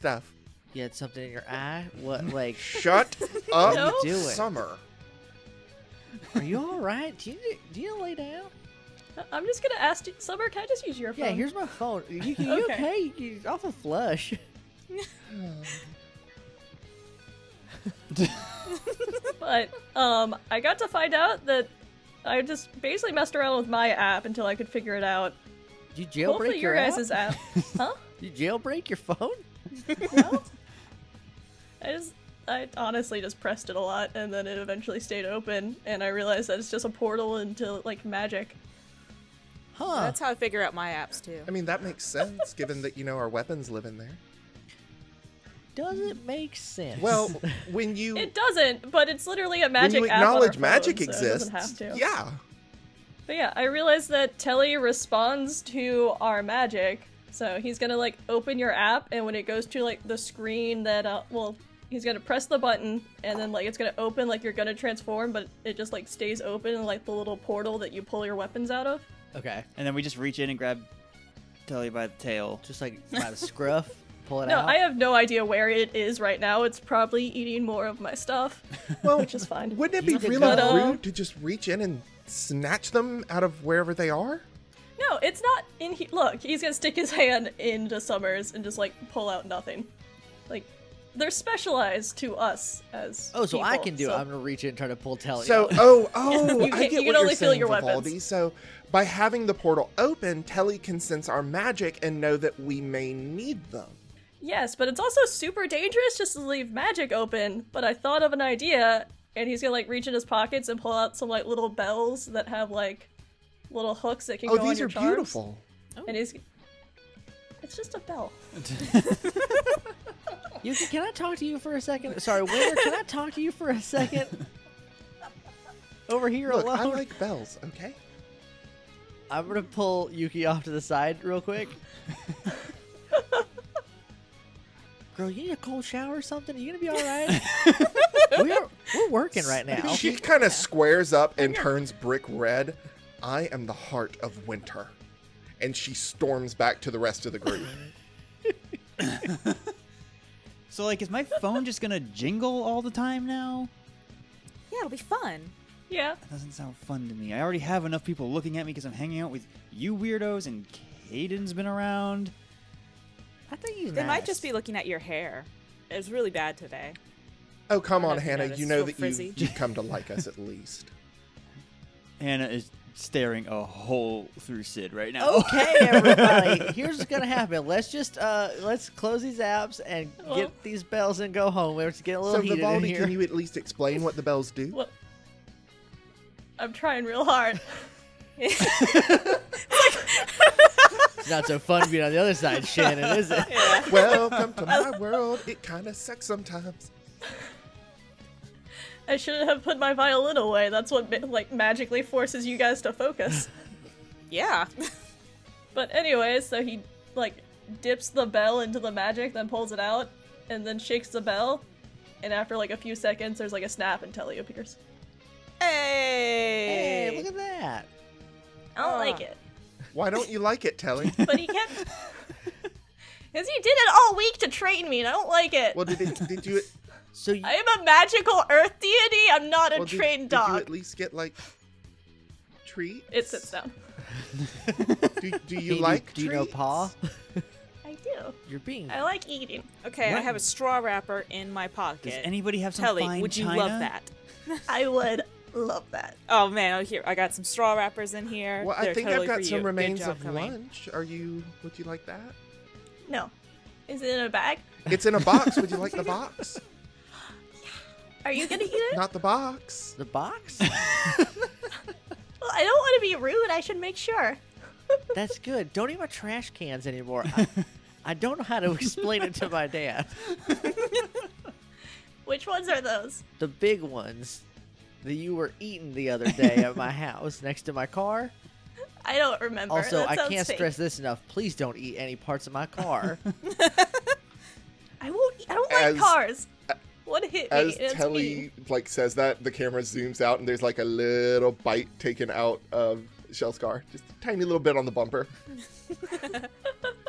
[SPEAKER 4] stuff.
[SPEAKER 1] You had something in your eye. What? Like,
[SPEAKER 4] Shut up,
[SPEAKER 3] No.
[SPEAKER 1] Do it.
[SPEAKER 4] Summer.
[SPEAKER 1] are you all right? Do you do you lay down?
[SPEAKER 3] I- I'm just gonna ask you, Summer, can I just use your phone?
[SPEAKER 1] Yeah. Here's my phone. You, you, you
[SPEAKER 5] Okay.
[SPEAKER 1] okay? You off a flush?
[SPEAKER 3] But um, I got to find out that I just basically messed around with my app until I could figure it out.
[SPEAKER 1] You jailbreak
[SPEAKER 3] Hopefully, your
[SPEAKER 1] your
[SPEAKER 3] guys'
[SPEAKER 1] app?
[SPEAKER 3] app, huh?
[SPEAKER 1] You jailbreak your phone?
[SPEAKER 3] I just, I honestly just pressed it a lot, and then it eventually stayed open, and I realized that it's just a portal into like magic.
[SPEAKER 1] Huh?
[SPEAKER 5] That's how I figure out my apps too.
[SPEAKER 4] I mean, that makes sense, given that, you know, our weapons live in there.
[SPEAKER 1] Doesn't make sense.
[SPEAKER 4] Well, when you,
[SPEAKER 3] It doesn't, but it's literally a
[SPEAKER 4] when
[SPEAKER 3] magic
[SPEAKER 4] you
[SPEAKER 3] app. on our
[SPEAKER 4] acknowledge
[SPEAKER 3] phone,
[SPEAKER 4] magic
[SPEAKER 3] so it doesn't
[SPEAKER 4] exists,
[SPEAKER 3] have to.
[SPEAKER 4] yeah.
[SPEAKER 3] But yeah, I realized that Telly responds to our magic. So he's gonna like open your app, and when it goes to like the screen that, uh, well, he's gonna press the button, and then like it's gonna open like you're gonna transform, but it just like stays open in like the little portal that you pull your weapons out of.
[SPEAKER 1] okay.
[SPEAKER 2] And then we just reach in and grab Telly by the tail.
[SPEAKER 1] Just like by the scruff, pull it
[SPEAKER 3] No,
[SPEAKER 1] out.
[SPEAKER 3] I have no idea where it is right now. It's probably eating more of my stuff,
[SPEAKER 4] Well,
[SPEAKER 3] which is fine.
[SPEAKER 4] wouldn't it be
[SPEAKER 1] You could
[SPEAKER 4] really
[SPEAKER 1] cut
[SPEAKER 3] off-
[SPEAKER 4] rude to just reach in and snatch them out of wherever they are?
[SPEAKER 3] No, it's not in he- Look, he's gonna stick his hand into Summers and just like pull out nothing. Like, they're specialized to us as.
[SPEAKER 1] Oh, so I
[SPEAKER 3] people,
[SPEAKER 1] can do
[SPEAKER 3] so-
[SPEAKER 1] it. I'm gonna reach in and try to pull Telly.
[SPEAKER 4] So,
[SPEAKER 1] out.
[SPEAKER 4] oh, oh,
[SPEAKER 3] You
[SPEAKER 4] I
[SPEAKER 3] can't-
[SPEAKER 4] get
[SPEAKER 3] you
[SPEAKER 4] what
[SPEAKER 3] can only feel
[SPEAKER 4] you're saying,
[SPEAKER 3] your
[SPEAKER 4] Vivaldi.
[SPEAKER 3] weapons.
[SPEAKER 4] So, by having the portal open, Telly can sense our magic and know that we may need them.
[SPEAKER 3] Yes, but it's also super dangerous just to leave magic open. But I thought of an idea, and he's gonna like reach in his pockets and pull out some like little bells that have like little hooks that can
[SPEAKER 4] Oh,
[SPEAKER 3] go on
[SPEAKER 4] these
[SPEAKER 3] your
[SPEAKER 4] are
[SPEAKER 3] charms.
[SPEAKER 4] beautiful.
[SPEAKER 3] And he's. It's just a bell.
[SPEAKER 1] Yuki, can I talk to you for a second? Sorry, Winter, can I talk to you for a second? Over here
[SPEAKER 4] Look, I
[SPEAKER 1] alone.
[SPEAKER 4] like bells, okay?
[SPEAKER 1] I'm gonna pull Yuki off to the side real quick. Girl, you need a cold shower or something? Are you gonna be all right? we're we're working right now.
[SPEAKER 4] She kind of squares up and turns brick red. I am the heart of winter. And she storms back to the rest of the group.
[SPEAKER 2] So like, is my phone just gonna jingle all the time now?
[SPEAKER 5] Yeah, it'll be fun.
[SPEAKER 3] Yeah.
[SPEAKER 2] That doesn't sound fun to me. I already have enough people looking at me because I'm hanging out with you weirdos and Caden's been around.
[SPEAKER 1] I think he's
[SPEAKER 5] They might
[SPEAKER 1] nice.
[SPEAKER 5] just be looking at your hair. It was really bad today.
[SPEAKER 4] oh, come
[SPEAKER 5] I
[SPEAKER 4] on,
[SPEAKER 5] don't
[SPEAKER 4] Hannah.
[SPEAKER 5] notice.
[SPEAKER 4] You know
[SPEAKER 5] Still
[SPEAKER 4] that
[SPEAKER 5] frizzy.
[SPEAKER 4] you, you've come to like us at least.
[SPEAKER 2] Hannah is staring a hole through Sid right now.
[SPEAKER 5] Oh,
[SPEAKER 1] Okay, everybody. Here's what's gonna happen. Let's just uh let's close these apps and
[SPEAKER 3] Well-
[SPEAKER 1] get these bells and go home. We're just getting a little
[SPEAKER 4] So
[SPEAKER 1] heated in
[SPEAKER 4] Vivaldi,
[SPEAKER 1] here.
[SPEAKER 4] can you at least explain what the bells do?
[SPEAKER 3] What? I'm trying real hard.
[SPEAKER 1] It's not so fun being on the other side, Shannon, is it?
[SPEAKER 5] Yeah.
[SPEAKER 4] Welcome to my world. It kind of sucks sometimes.
[SPEAKER 3] I shouldn't have put my violin away. That's what ma- like magically forces you guys to focus.
[SPEAKER 5] yeah.
[SPEAKER 3] But anyway, so he like dips the bell into the magic, then pulls it out, and then shakes the bell. And after like a few seconds, there's like a snap and Telly appears.
[SPEAKER 5] Hey.
[SPEAKER 1] Hey, look at that.
[SPEAKER 3] I don't
[SPEAKER 5] Ah.
[SPEAKER 3] like it,
[SPEAKER 4] Why don't you like it, Telly?
[SPEAKER 3] but he kept because he did it all week to train me, and I don't like it.
[SPEAKER 4] Well, did, it, did you?
[SPEAKER 1] So you,
[SPEAKER 3] I am a magical earth deity. I'm not a
[SPEAKER 4] well, did-
[SPEAKER 3] trained
[SPEAKER 4] did, you
[SPEAKER 3] dog.
[SPEAKER 4] at least get like treat?
[SPEAKER 3] It sits down.
[SPEAKER 4] Do, do
[SPEAKER 1] do
[SPEAKER 4] you like?
[SPEAKER 1] do you know
[SPEAKER 4] treats?
[SPEAKER 1] Paul?
[SPEAKER 3] I do.
[SPEAKER 1] You're being
[SPEAKER 3] I like eating.
[SPEAKER 5] Okay, I
[SPEAKER 2] What?
[SPEAKER 5] have a straw wrapper in my
[SPEAKER 2] Does
[SPEAKER 5] pocket.
[SPEAKER 2] anybody have some
[SPEAKER 5] Telly,
[SPEAKER 2] fine
[SPEAKER 5] would you
[SPEAKER 2] china?
[SPEAKER 5] love that?
[SPEAKER 3] I would love that.
[SPEAKER 5] Oh man, oh, here I got some straw wrappers in here.
[SPEAKER 4] Well, I
[SPEAKER 5] They're
[SPEAKER 4] think
[SPEAKER 5] totally
[SPEAKER 4] I've
[SPEAKER 5] for
[SPEAKER 4] got
[SPEAKER 5] you.
[SPEAKER 4] some
[SPEAKER 5] Good
[SPEAKER 4] remains
[SPEAKER 5] job
[SPEAKER 4] of
[SPEAKER 5] coming.
[SPEAKER 4] lunch. Are you? Would you like that?
[SPEAKER 3] No. Is it in a bag?
[SPEAKER 4] It's in a box. Would you like the box?
[SPEAKER 3] Are you gonna eat it?
[SPEAKER 4] Not the box.
[SPEAKER 1] the box?
[SPEAKER 3] Well, I don't want to be rude. I should make sure.
[SPEAKER 1] That's good. Don't eat my trash cans anymore. I, I don't know how to explain it to my dad.
[SPEAKER 3] Which ones are those?
[SPEAKER 1] The big ones that you were eating the other day at my house next to my car.
[SPEAKER 3] I don't remember.
[SPEAKER 1] Also,
[SPEAKER 3] That
[SPEAKER 1] I
[SPEAKER 3] sounds
[SPEAKER 1] can't
[SPEAKER 3] fake.
[SPEAKER 1] stress this enough. Please don't eat any parts of my car.
[SPEAKER 3] I won't. e, I don't
[SPEAKER 4] As- uh,
[SPEAKER 3] like cars. One hit me.
[SPEAKER 4] As
[SPEAKER 3] and it's
[SPEAKER 4] Telly
[SPEAKER 3] mean.
[SPEAKER 4] like says that, the camera zooms out and there's like a little bite taken out of Shell's car, just a tiny little bit on the bumper.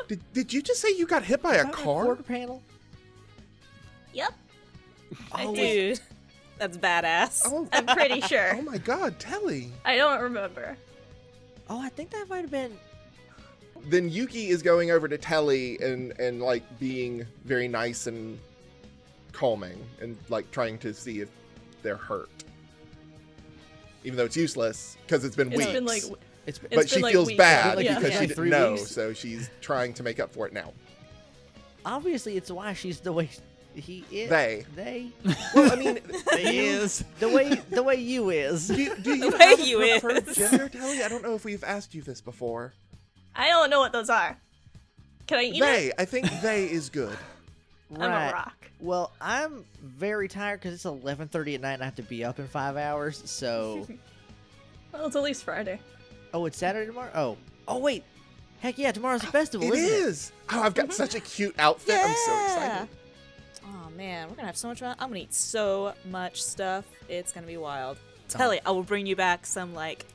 [SPEAKER 4] did, did you just say you got hit by a
[SPEAKER 1] Is that my
[SPEAKER 4] car?
[SPEAKER 1] quarter panel?
[SPEAKER 3] Yep, I
[SPEAKER 1] Oh,
[SPEAKER 3] did.
[SPEAKER 5] Dude, that's badass.
[SPEAKER 4] Oh,
[SPEAKER 3] I'm pretty
[SPEAKER 4] oh
[SPEAKER 3] sure.
[SPEAKER 4] my God, Telly!
[SPEAKER 3] I don't remember.
[SPEAKER 1] oh, I think that might have been.
[SPEAKER 4] Then Yuki is going over to Telly and and like being very nice and calming and like trying to see if they're hurt, even though it's useless because it's been
[SPEAKER 3] It's
[SPEAKER 4] weeks.
[SPEAKER 3] been like w-
[SPEAKER 1] It's been,
[SPEAKER 3] It's
[SPEAKER 4] but she
[SPEAKER 3] been, like,
[SPEAKER 4] feels
[SPEAKER 3] weeks.
[SPEAKER 4] bad
[SPEAKER 1] Like,
[SPEAKER 4] because
[SPEAKER 1] yeah.
[SPEAKER 4] she
[SPEAKER 1] Three
[SPEAKER 4] didn't know,
[SPEAKER 1] weeks.
[SPEAKER 4] so she's trying to make up for it now.
[SPEAKER 1] obviously it's why she's the way he is.
[SPEAKER 4] They.
[SPEAKER 1] They.
[SPEAKER 4] Well, I mean,
[SPEAKER 2] Yes.
[SPEAKER 1] The way the way you is.
[SPEAKER 4] do, do you
[SPEAKER 5] way
[SPEAKER 4] have a
[SPEAKER 5] you
[SPEAKER 4] preferred
[SPEAKER 5] is.
[SPEAKER 4] gender, Telly? I don't know if we've asked you this before.
[SPEAKER 3] I don't know what those are. Can I eat it?
[SPEAKER 4] they, I think they is good.
[SPEAKER 3] I'm
[SPEAKER 1] right.
[SPEAKER 3] a rock.
[SPEAKER 1] Well, I'm very tired because it's 11:30 at night and I have to be up in five hours. So,
[SPEAKER 3] Well, it's at least Friday.
[SPEAKER 1] oh, it's Saturday tomorrow. Oh, oh wait, heck yeah, tomorrow's the festival.
[SPEAKER 4] it
[SPEAKER 1] isn't
[SPEAKER 4] is. Oh, I've got such a cute outfit. I'm so excited.
[SPEAKER 5] Oh man, we're gonna have so much fun. I'm gonna eat so much stuff. It's gonna be wild. Telly, I will bring you back some like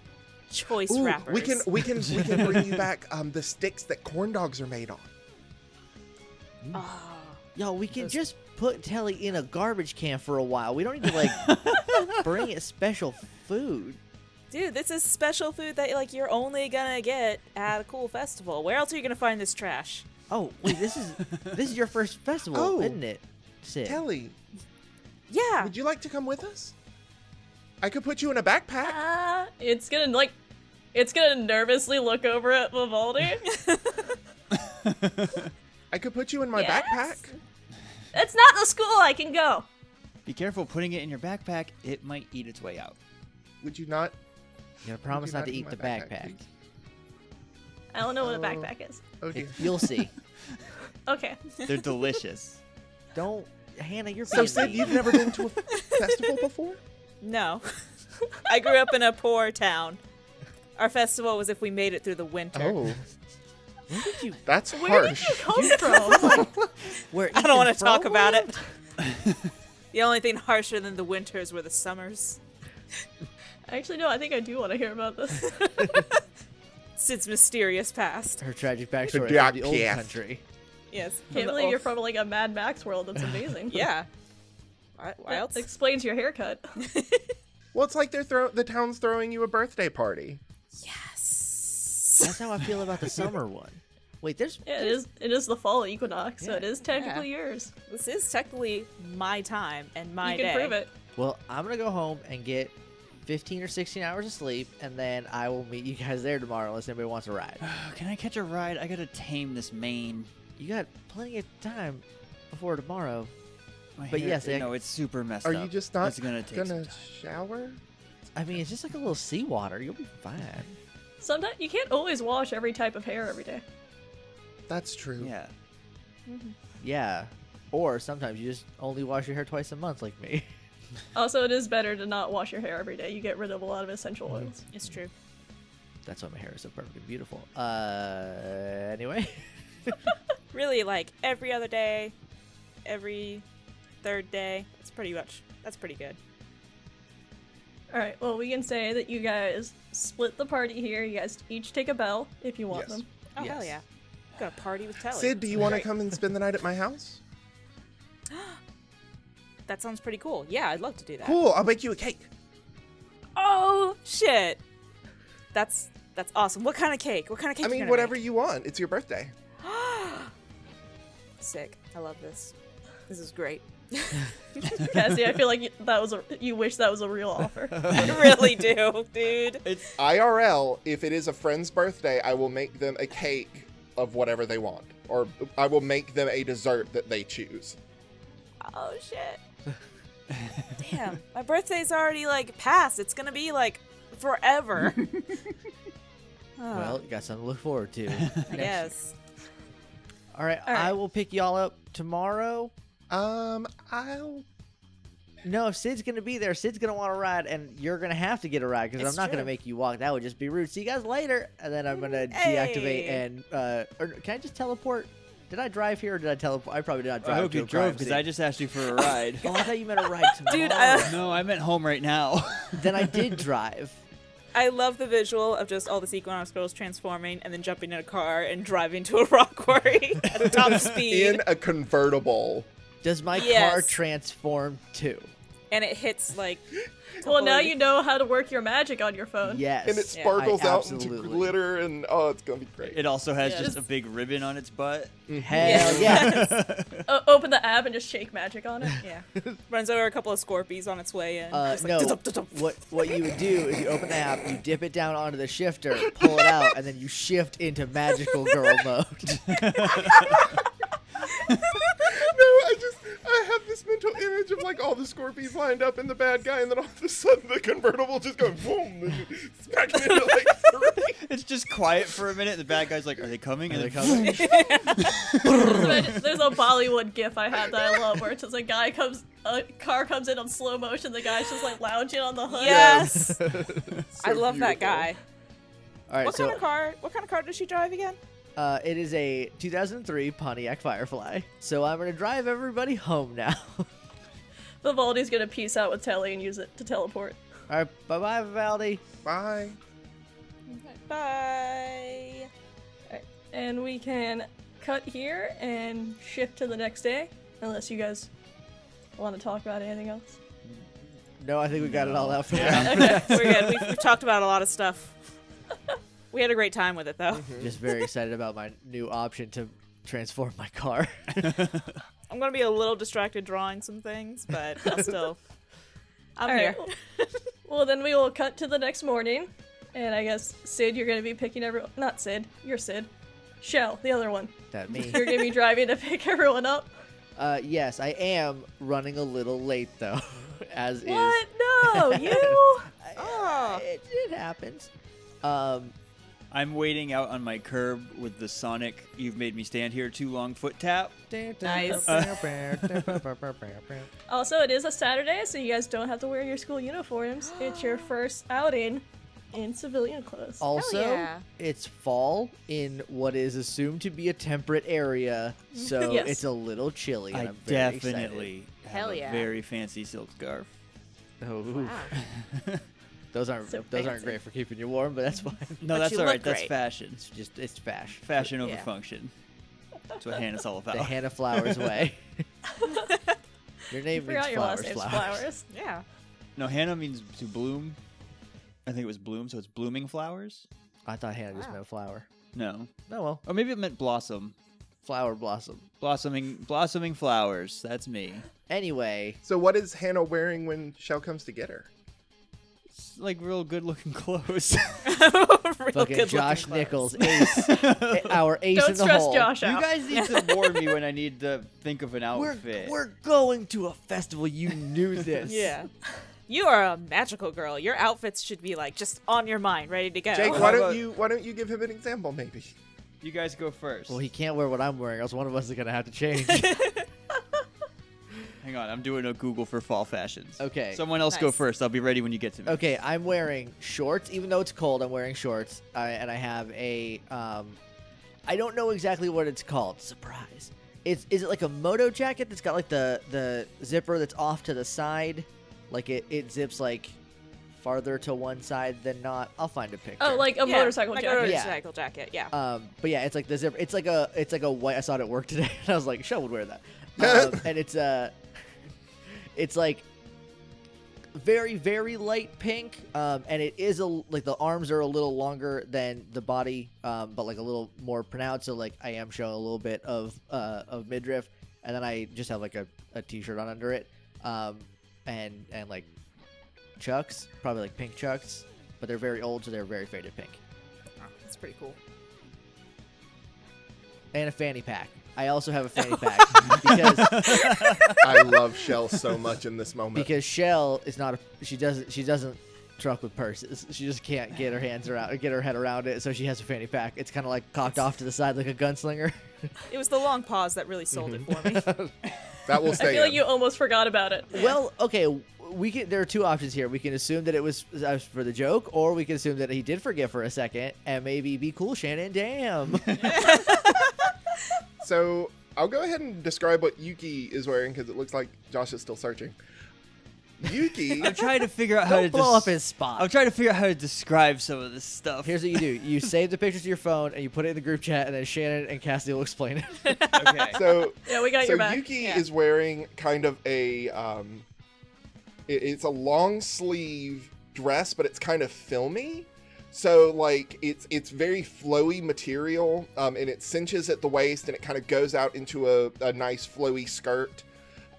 [SPEAKER 5] choice
[SPEAKER 4] Ooh,
[SPEAKER 5] wrappers.
[SPEAKER 4] we can we can we can bring you back um, the sticks that corn dogs are made on.
[SPEAKER 5] Oh,
[SPEAKER 1] Yo, we can just put Telly in a garbage can for a while. We don't need to like bring it special food.
[SPEAKER 5] dude, this is special food that like you're only gonna get at a cool festival. Where else are you gonna find this trash?
[SPEAKER 1] Oh wait, this is this is your first festival,
[SPEAKER 4] Oh.
[SPEAKER 1] isn't it? Sid?
[SPEAKER 4] Telly,
[SPEAKER 5] Yeah.
[SPEAKER 4] would you like to come with us? I could put you in a backpack.
[SPEAKER 3] Uh, it's gonna like, it's gonna nervously look over at Vivaldi.
[SPEAKER 4] I could put you in my
[SPEAKER 3] Yes?
[SPEAKER 4] backpack.
[SPEAKER 3] That's not the school I can go.
[SPEAKER 2] Be careful putting it in your backpack. It might eat its way out.
[SPEAKER 4] Would you not?
[SPEAKER 1] You know, promise
[SPEAKER 4] you
[SPEAKER 1] not
[SPEAKER 4] not
[SPEAKER 1] to
[SPEAKER 4] eat
[SPEAKER 1] eat
[SPEAKER 4] my
[SPEAKER 1] the
[SPEAKER 4] backpack,
[SPEAKER 1] backpack.
[SPEAKER 4] please?
[SPEAKER 3] I don't know what a
[SPEAKER 4] Oh.
[SPEAKER 3] backpack is.
[SPEAKER 4] Oh dear.
[SPEAKER 1] It- you'll see.
[SPEAKER 3] Okay.
[SPEAKER 2] They're delicious.
[SPEAKER 1] Don't, Hannah. You're
[SPEAKER 4] So
[SPEAKER 1] being
[SPEAKER 4] Sid,
[SPEAKER 1] mean.
[SPEAKER 4] you've never been to a festival before?
[SPEAKER 5] No. I grew up in a poor town. Our festival was if we made it through the winter.
[SPEAKER 4] Oh.
[SPEAKER 1] Where did you?
[SPEAKER 4] that's
[SPEAKER 3] Where did you come from?
[SPEAKER 1] Where
[SPEAKER 5] I don't
[SPEAKER 1] want to
[SPEAKER 5] talk about it. the only thing harsher than the winters were the summers.
[SPEAKER 3] Actually, no. I think I do want to hear about this.
[SPEAKER 5] Sid's mysterious past.
[SPEAKER 1] Her tragic backstory
[SPEAKER 4] dark
[SPEAKER 1] from the old
[SPEAKER 4] cast.
[SPEAKER 1] country.
[SPEAKER 5] Yes. from
[SPEAKER 3] Can't
[SPEAKER 5] the
[SPEAKER 3] believe you're
[SPEAKER 5] old-
[SPEAKER 3] from like a Mad Max world. That's amazing.
[SPEAKER 5] Yeah. Why, why
[SPEAKER 3] That
[SPEAKER 5] else?
[SPEAKER 3] explains your haircut.
[SPEAKER 4] Well, it's like they're throw- the town's throwing you a birthday party.
[SPEAKER 5] Yes.
[SPEAKER 1] That's how I feel about the summer one. Wait, there's
[SPEAKER 3] Yeah, it is. It is the fall equinox, so it
[SPEAKER 1] Yeah.
[SPEAKER 3] is technically yours.
[SPEAKER 5] This is technically my time and my
[SPEAKER 3] you can
[SPEAKER 5] day.
[SPEAKER 3] prove it.
[SPEAKER 1] Well, I'm gonna go home and get 15 or 16 hours of sleep, and then I will meet you guys there tomorrow unless anybody wants a ride.
[SPEAKER 2] Can I catch a ride? I gotta tame this mane.
[SPEAKER 1] You got plenty of time before tomorrow.
[SPEAKER 2] My
[SPEAKER 1] But
[SPEAKER 2] hair-
[SPEAKER 1] yes, I-
[SPEAKER 2] no, it's super messed
[SPEAKER 4] Are
[SPEAKER 2] up.
[SPEAKER 4] you just not
[SPEAKER 2] It's gonna take some
[SPEAKER 4] gonna
[SPEAKER 2] time.
[SPEAKER 4] shower?
[SPEAKER 1] I mean, it's just like a little seawater. You'll be fine.
[SPEAKER 3] Sometimes you can't always wash every type of hair every day.
[SPEAKER 4] That's true.
[SPEAKER 2] Yeah.
[SPEAKER 1] Yeah. Or sometimes you just only wash your hair twice a month, like me.
[SPEAKER 3] Also, it is better to not wash your hair every day. You get rid of a lot of essential oils.
[SPEAKER 5] It's true.
[SPEAKER 1] That's why my hair is so perfect and beautiful. Uh, anyway.
[SPEAKER 5] Really, like every other day, every third day. That's pretty much. That's pretty good.
[SPEAKER 3] All right. Well, we can say that you guys split the party here. You guys each take a bell if you want
[SPEAKER 4] Yes.
[SPEAKER 3] them.
[SPEAKER 5] Oh hell yeah!
[SPEAKER 1] Yes.
[SPEAKER 5] Got a party with Telly.
[SPEAKER 4] Sid, do you want to come and spend the night at my house?
[SPEAKER 5] That sounds pretty cool. Yeah, I'd love to do that.
[SPEAKER 4] Cool. I'll make you a cake.
[SPEAKER 5] Oh shit! That's that's awesome. What kind of cake? What kind of cake?
[SPEAKER 4] I
[SPEAKER 5] you
[SPEAKER 4] mean,
[SPEAKER 5] gonna
[SPEAKER 4] whatever
[SPEAKER 5] make?
[SPEAKER 4] you want. It's your birthday.
[SPEAKER 5] Sick. I love this. This is great.
[SPEAKER 3] Cassie, I feel like you- that was a, you wish that was a real offer.
[SPEAKER 5] I really do, dude.
[SPEAKER 4] IRL, if it is a friend's birthday, I will make them a cake of whatever they want, or I will make them a dessert that they choose.
[SPEAKER 5] Oh shit. Damn, my birthday's already like past. It's gonna be like forever. Oh,
[SPEAKER 1] Well, you got something to look forward to.
[SPEAKER 5] I guess.
[SPEAKER 1] All right,
[SPEAKER 3] All right.
[SPEAKER 1] I will pick y'all up tomorrow.
[SPEAKER 4] Um, I'll.
[SPEAKER 1] No, Sid's gonna be there. Sid's gonna want to ride, and you're gonna have to get a ride because I'm
[SPEAKER 5] It's
[SPEAKER 1] not
[SPEAKER 5] true.
[SPEAKER 1] gonna make you walk. That would just be rude. See you guys later, and then I'm gonna deactivate
[SPEAKER 5] Hey.
[SPEAKER 1] and uh, or can I just teleport? Did I drive here or did I teleport? I probably did not
[SPEAKER 2] I
[SPEAKER 1] drive.
[SPEAKER 2] hope
[SPEAKER 1] to
[SPEAKER 2] you
[SPEAKER 1] a crime
[SPEAKER 2] drove because I
[SPEAKER 1] scene.
[SPEAKER 2] just asked you for a ride.
[SPEAKER 1] Oh, I thought you meant a ride tomorrow.
[SPEAKER 5] Dude, I-
[SPEAKER 2] no, I'm at home right now.
[SPEAKER 1] then I did drive.
[SPEAKER 5] I love the visual of just all the Equinox girls transforming and then jumping in a car and driving to a rock quarry at top speed.
[SPEAKER 4] In a convertible.
[SPEAKER 1] Does my car
[SPEAKER 5] Yes.
[SPEAKER 1] transform too?
[SPEAKER 5] and it hits like.
[SPEAKER 3] well, now
[SPEAKER 5] Totally.
[SPEAKER 3] you know how to work your magic on your phone.
[SPEAKER 1] Yes.
[SPEAKER 4] And it
[SPEAKER 5] Yeah, I
[SPEAKER 4] sparkles out into
[SPEAKER 1] absolutely-
[SPEAKER 4] glitter, and oh, it's gonna be great.
[SPEAKER 2] it also has
[SPEAKER 5] Yes.
[SPEAKER 2] just a big ribbon on its butt.
[SPEAKER 4] Mm-hmm.
[SPEAKER 1] Hell yeah!
[SPEAKER 3] O- open the app and just shake magic on it.
[SPEAKER 5] Yeah. Runs over a couple of Scorpies on its way in.
[SPEAKER 1] Uh,
[SPEAKER 5] Just
[SPEAKER 1] no.
[SPEAKER 5] like, "Tutup, tutup."
[SPEAKER 1] What what you would do is you open the app, you dip it down onto the shifter, pull it out, and then you shift into magical girl mode.
[SPEAKER 4] No, I just I have this mental image of like all the Scorpies lined up and the bad guy, and then all of a sudden the convertible just going boom, and smacking into like three.
[SPEAKER 2] It's just quiet for a minute. and The bad guy's like, "Are they coming? Are they
[SPEAKER 1] coming?"
[SPEAKER 2] coming?"
[SPEAKER 3] There's a Bollywood gif I have that I love where it's just a guy comes, a car comes in on slow motion, the guy's just like lounging on the hood.
[SPEAKER 5] Yes. I
[SPEAKER 4] So
[SPEAKER 5] love that
[SPEAKER 4] beautiful.
[SPEAKER 5] guy.
[SPEAKER 1] All right,
[SPEAKER 5] What
[SPEAKER 1] so
[SPEAKER 5] kind of car? What kind of car does she drive again?
[SPEAKER 1] uh, it is a 2003 Pontiac Firefly. So I'm gonna drive everybody home now.
[SPEAKER 3] Vivaldi's gonna peace out with Telly and use it to teleport.
[SPEAKER 1] All right, bye bye, Vivaldi.
[SPEAKER 4] Bye.
[SPEAKER 5] Bye.
[SPEAKER 3] And we can cut here and shift to the next day, unless you guys want to talk about anything else.
[SPEAKER 1] No, I think we got it all out for now.
[SPEAKER 5] Okay, we're good. We've, we've talked about a lot of stuff. We had a great time with it, though.
[SPEAKER 4] Mm-hmm.
[SPEAKER 1] Just very excited about my new option to transform my car.
[SPEAKER 5] I'm gonna be a little distracted drawing some things, but I'll still. I'm
[SPEAKER 3] All
[SPEAKER 5] here.
[SPEAKER 3] right. well, then we will cut to the next morning, and I guess Sid, you're gonna be picking everyone. Not Sid, you're Sid. Shell, the other one.
[SPEAKER 1] that me.
[SPEAKER 3] You're gonna be driving to pick everyone up.
[SPEAKER 1] Uh, yes, I am running a little late though, as is.
[SPEAKER 3] What? No, you.
[SPEAKER 5] Oh,
[SPEAKER 1] It, it happens. Um,
[SPEAKER 2] I'm waiting out on my curb with the Sonic "You've made me stand here too long" foot tap.
[SPEAKER 5] Nice.
[SPEAKER 3] Also, it is a Saturday, so you guys don't have to wear your school uniforms. it's your first outing in civilian clothes.
[SPEAKER 1] Also,
[SPEAKER 5] yeah.
[SPEAKER 1] it's fall in what is assumed to be a temperate area, so
[SPEAKER 3] Yes.
[SPEAKER 1] it's a little chilly. And
[SPEAKER 2] I
[SPEAKER 1] am very
[SPEAKER 2] definitely have
[SPEAKER 5] Hell
[SPEAKER 2] a
[SPEAKER 5] yeah.
[SPEAKER 2] very fancy silk scarf.
[SPEAKER 1] excited. Oh, ooh.
[SPEAKER 3] Uh,
[SPEAKER 1] those aren't
[SPEAKER 3] So
[SPEAKER 1] those aren't
[SPEAKER 3] fancy.
[SPEAKER 1] great for keeping you warm, but that's fine.
[SPEAKER 2] No,
[SPEAKER 5] But
[SPEAKER 2] that's
[SPEAKER 5] you
[SPEAKER 2] all right.
[SPEAKER 5] look
[SPEAKER 2] That's
[SPEAKER 5] great.
[SPEAKER 2] fashion.
[SPEAKER 1] It's just it's bash.
[SPEAKER 2] Fashion over
[SPEAKER 5] Yeah.
[SPEAKER 2] function. That's what Hannah's all about.
[SPEAKER 1] The Hannah Flowers way. your name means
[SPEAKER 3] Forgot your
[SPEAKER 1] flowers.
[SPEAKER 3] last name's
[SPEAKER 1] flowers.
[SPEAKER 3] Flowers.
[SPEAKER 5] yeah.
[SPEAKER 2] no, Hannah means to bloom. I think it was bloom, so it's blooming flowers.
[SPEAKER 1] I thought Hannah just
[SPEAKER 5] Wow.
[SPEAKER 1] meant flower.
[SPEAKER 2] No,
[SPEAKER 1] Oh well,
[SPEAKER 2] or maybe it meant blossom.
[SPEAKER 1] flower blossom.
[SPEAKER 2] Blossoming, blossoming flowers. That's me.
[SPEAKER 1] Anyway,
[SPEAKER 4] So what is Hannah wearing when Shell comes to get her?
[SPEAKER 2] It's like real good looking clothes.
[SPEAKER 5] Real
[SPEAKER 3] Oh,
[SPEAKER 1] Fucking
[SPEAKER 5] good-looking
[SPEAKER 1] Josh
[SPEAKER 5] clothes.
[SPEAKER 1] Nichols, ace, our ace
[SPEAKER 3] Don't
[SPEAKER 1] in the
[SPEAKER 3] stress
[SPEAKER 1] hole.
[SPEAKER 3] Josh out.
[SPEAKER 2] You guys need to warn me when I need to think of an
[SPEAKER 1] We're
[SPEAKER 2] outfit.
[SPEAKER 1] we're going to a festival. You knew this.
[SPEAKER 5] Yeah. You are a magical girl. Your outfits should be like just on your mind, ready to go.
[SPEAKER 4] Jake,
[SPEAKER 2] How
[SPEAKER 4] why
[SPEAKER 2] about-
[SPEAKER 4] don't you why don't you give him an example maybe?
[SPEAKER 2] You guys go first.
[SPEAKER 1] Well, he can't wear what I'm wearing, else one of us is gonna have to change.
[SPEAKER 2] Hang on, I'm doing a Google for fall fashions.
[SPEAKER 1] Okay.
[SPEAKER 2] Someone else go
[SPEAKER 5] Nice.
[SPEAKER 2] first. I'll be ready when you get to me.
[SPEAKER 1] okay, I'm wearing shorts, even though it's cold. I'm wearing shorts, I, and I have a. Um, I don't know exactly what it's called. Surprise! It's is it like a moto jacket that's got like the the zipper that's off to the side, like it it zips like farther to one side than not. I'll find a picture.
[SPEAKER 3] Oh, like a
[SPEAKER 5] Yeah,
[SPEAKER 3] motorcycle
[SPEAKER 5] like
[SPEAKER 3] jacket.
[SPEAKER 5] a
[SPEAKER 1] Yeah.
[SPEAKER 5] motorcycle jacket, yeah.
[SPEAKER 4] Uh,
[SPEAKER 1] Um, but yeah, it's like the zipper. It's like a it's like a white. I saw it at work today, and I was like, "Shell would wear that." Um, and it's uh, it's like very very light pink, um, and it is a like the arms are a little longer than the body, um, but like a little more pronounced. So like I am showing a little bit of uh of midriff, and then I just have like a, a t shirt on under it, um, and and like chucks, probably like pink chucks, but they're very old, so they're very faded pink.
[SPEAKER 5] That's pretty cool.
[SPEAKER 1] and a fanny pack. I also have a fanny pack because
[SPEAKER 4] I love Shell so much in this moment.
[SPEAKER 1] because Shell is not a she doesn't she doesn't truck with purses. She just can't get her hands around get her head around it, so she has a fanny pack. It's kind of like cocked off to the side like a gunslinger.
[SPEAKER 5] It was the long pause that really sold it for
[SPEAKER 4] Mm-hmm.
[SPEAKER 5] me.
[SPEAKER 4] that will
[SPEAKER 3] I
[SPEAKER 4] stay.
[SPEAKER 3] feel like
[SPEAKER 4] in.
[SPEAKER 3] you almost forgot about it.
[SPEAKER 1] Well, okay, we can there are two options here. We can assume that it was that was for the joke or we can assume that he did forget for a second and maybe be cool Shannon. Damn.
[SPEAKER 4] So I'll go ahead and describe what Yuki is wearing because it looks like Josh is still searching. Yuki,
[SPEAKER 2] I'm trying to figure out how to
[SPEAKER 1] Don't blow
[SPEAKER 2] des-
[SPEAKER 1] up his spot.
[SPEAKER 2] I'm trying to figure out how to describe some of this stuff.
[SPEAKER 1] Here's what you do. You save the pictures to your phone and you put it in the group chat and then Shannon and Cassidy will explain it.
[SPEAKER 2] okay.
[SPEAKER 4] so
[SPEAKER 3] Yeah, we got
[SPEAKER 4] so
[SPEAKER 3] your back.
[SPEAKER 4] Yuki
[SPEAKER 5] Yeah.
[SPEAKER 4] is wearing kind of a um, it- it's a long sleeve dress, but it's kind of filmy. So like it's it's very flowy material, um, and it cinches at the waist, and it kind of goes out into a, a nice flowy skirt.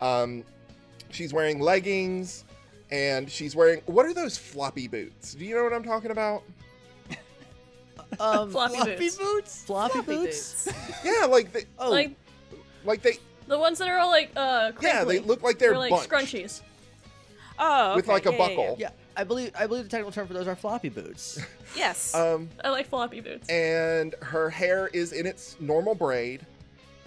[SPEAKER 4] Um, she's wearing leggings, and she's wearing what are those floppy boots? Do you know what I'm talking about?
[SPEAKER 1] Um
[SPEAKER 3] Floppy
[SPEAKER 2] Floppy
[SPEAKER 3] boots.
[SPEAKER 2] boots.
[SPEAKER 1] floppy,
[SPEAKER 5] Happy
[SPEAKER 1] boots.
[SPEAKER 5] boots.
[SPEAKER 4] Yeah, like the,
[SPEAKER 1] Oh,
[SPEAKER 3] Like
[SPEAKER 4] like they
[SPEAKER 3] the ones that are all like uh crinkly.
[SPEAKER 4] yeah they look like they're
[SPEAKER 3] Or, like
[SPEAKER 4] bunched
[SPEAKER 3] scrunchies.
[SPEAKER 5] Oh,
[SPEAKER 4] with
[SPEAKER 5] okay,
[SPEAKER 4] like a
[SPEAKER 5] yeah, yeah,
[SPEAKER 4] buckle.
[SPEAKER 1] Yeah, I believe I believe the technical term for those are floppy boots.
[SPEAKER 5] yeah. Yes.
[SPEAKER 4] Um,
[SPEAKER 3] I like floppy boots.
[SPEAKER 4] and her hair is in its normal braid,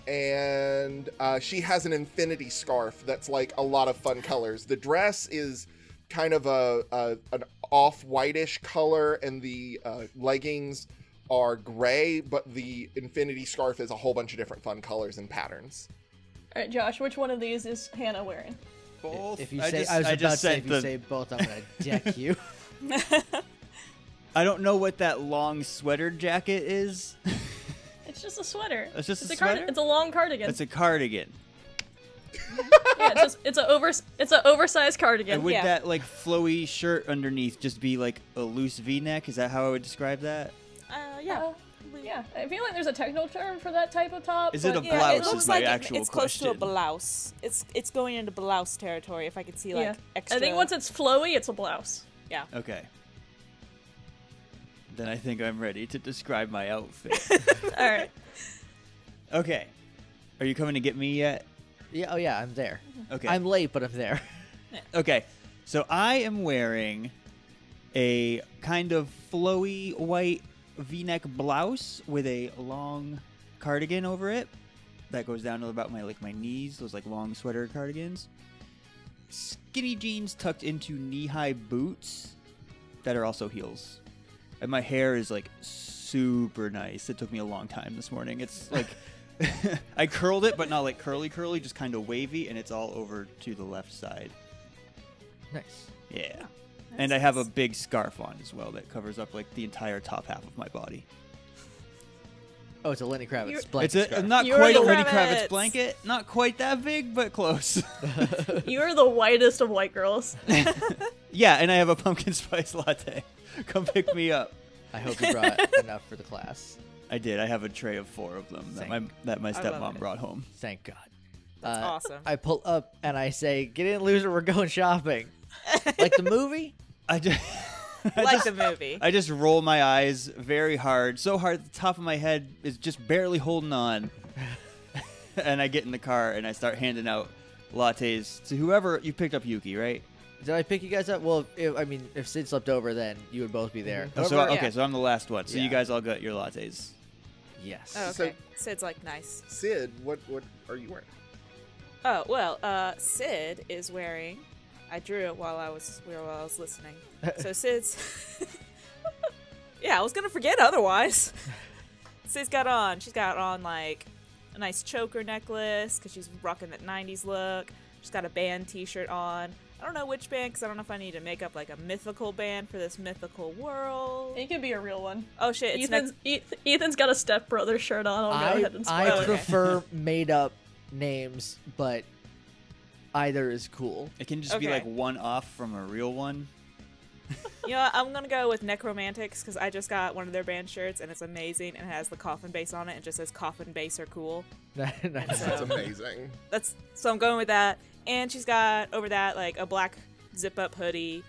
[SPEAKER 4] and uh, she has an infinity scarf that's like a lot of fun colors. The dress is kind of a, a an off whitish color, and the uh, leggings are gray, but the infinity scarf is a whole bunch of different fun colors and patterns.
[SPEAKER 3] All right, Josh, which one of these is Hannah wearing?
[SPEAKER 2] Both.
[SPEAKER 1] If you
[SPEAKER 2] I
[SPEAKER 1] say, I,
[SPEAKER 2] just,
[SPEAKER 1] was
[SPEAKER 2] I
[SPEAKER 1] about to
[SPEAKER 2] just
[SPEAKER 1] say,
[SPEAKER 2] said
[SPEAKER 1] if you
[SPEAKER 2] the-
[SPEAKER 1] say both, I'm gonna deck you.
[SPEAKER 2] I don't know what that long sweater jacket is.
[SPEAKER 3] It's just a sweater.
[SPEAKER 2] It's just a
[SPEAKER 3] a card-
[SPEAKER 2] sweater?
[SPEAKER 3] It's a long cardigan.
[SPEAKER 2] It's a cardigan.
[SPEAKER 3] yeah, it's just it's a over it's a oversized
[SPEAKER 2] And
[SPEAKER 3] cardigan.
[SPEAKER 2] would
[SPEAKER 5] Yeah.
[SPEAKER 2] that like flowy shirt underneath just be like a loose V-neck? Is that how I would describe that?
[SPEAKER 5] uh, yeah.
[SPEAKER 3] Yeah. Yeah, I feel like there's a technical term for that type of top.
[SPEAKER 2] Is it
[SPEAKER 3] but-
[SPEAKER 2] a
[SPEAKER 5] Yeah,
[SPEAKER 2] blouse
[SPEAKER 5] it
[SPEAKER 2] is
[SPEAKER 5] looks
[SPEAKER 2] my
[SPEAKER 5] like it-
[SPEAKER 2] actual
[SPEAKER 5] it's close to a
[SPEAKER 2] question.
[SPEAKER 5] blouse. It's it's going into blouse territory. If I could see like
[SPEAKER 3] yeah.
[SPEAKER 5] extra.
[SPEAKER 3] I think once it's flowy, it's a blouse.
[SPEAKER 5] yeah.
[SPEAKER 2] Okay. Then I think I'm ready to describe my outfit.
[SPEAKER 3] All right.
[SPEAKER 2] okay. Are you coming to get me yet?
[SPEAKER 1] yeah, oh yeah, I'm there.
[SPEAKER 2] Okay.
[SPEAKER 1] I'm late, but I'm there.
[SPEAKER 2] Okay, so I am wearing a kind of flowy white V-neck blouse with a long cardigan over it that goes down to about my like my knees. Those like long sweater cardigans. Skinny jeans tucked into knee-high boots that are also heels. And my hair is like super nice. It took me a long time this morning. It's like I curled it, but not like curly curly, just kind of wavy, and it's all over to the left side.
[SPEAKER 1] Nice.
[SPEAKER 2] Yeah. and I have a big scarf on as well that covers up like the entire top half of my body.
[SPEAKER 1] Oh, it's a Lenny Kravitz
[SPEAKER 3] You're-
[SPEAKER 1] blanket
[SPEAKER 2] it's a,
[SPEAKER 1] scarf.
[SPEAKER 2] not
[SPEAKER 5] You're
[SPEAKER 2] quite a
[SPEAKER 5] the
[SPEAKER 2] Lenny
[SPEAKER 5] Kravitz.
[SPEAKER 2] Kravitz blanket, not quite that big, but close.
[SPEAKER 3] You're the whitest of white girls.
[SPEAKER 2] yeah, and I have a pumpkin spice latte. Come pick me up.
[SPEAKER 1] I hope you brought enough for the class.
[SPEAKER 2] I did. I have a tray of four of them that my
[SPEAKER 1] Thank-
[SPEAKER 2] that my
[SPEAKER 5] love
[SPEAKER 2] stepmom
[SPEAKER 5] it.
[SPEAKER 2] brought home.
[SPEAKER 1] Thank God. That's
[SPEAKER 2] Uh,
[SPEAKER 5] awesome.
[SPEAKER 1] I pull up and I say, "Get in, loser. We're going shopping." like the movie.
[SPEAKER 2] I just
[SPEAKER 5] like the movie.
[SPEAKER 2] I just roll my eyes very hard, so hard the top of my head is just barely holding on. and I get in the car and I start handing out lattes to whoever you picked up Yuki, right?
[SPEAKER 1] Did I pick you guys up? Well, if, I mean, if Sid slept over, then you would both be there.
[SPEAKER 2] Oh, so
[SPEAKER 1] However-
[SPEAKER 2] okay,
[SPEAKER 5] Yeah.
[SPEAKER 2] so I'm the last one. So
[SPEAKER 1] Yeah.
[SPEAKER 2] you guys all got your lattes.
[SPEAKER 1] yes.
[SPEAKER 5] oh,
[SPEAKER 4] So-
[SPEAKER 5] okay. Sid's like nice.
[SPEAKER 4] Sid, what what are you wearing?
[SPEAKER 5] Oh well, uh, Sid is wearing. I drew it while I was while I was listening. So Sid's. yeah, I was gonna forget otherwise. Sid's got on. She's got on like a nice choker necklace because she's rocking that '90s look. She's got a band T-shirt on. I don't know which band because I don't know if I need to make up like a mythical band for this mythical world.
[SPEAKER 3] It can be a real one.
[SPEAKER 5] Oh shit! It's
[SPEAKER 3] Ethan's, Eth- Ethan's got a stepbrother shirt on. I'll go
[SPEAKER 1] I,
[SPEAKER 3] ahead and spoil
[SPEAKER 1] I
[SPEAKER 5] spoil it.
[SPEAKER 1] prefer made up names, but either is cool.
[SPEAKER 2] It can just be
[SPEAKER 5] Okay.
[SPEAKER 2] like one off from a real one.
[SPEAKER 5] next- you know what? I'm gonna go with Necromantics because I just got one of their band shirts and it's amazing and it has the coffin base on it and just says coffin base are cool.
[SPEAKER 1] Nice.
[SPEAKER 4] That's
[SPEAKER 5] So-
[SPEAKER 4] amazing.
[SPEAKER 5] That's so I'm going with that. And she's got over that like a black zip up hoodie,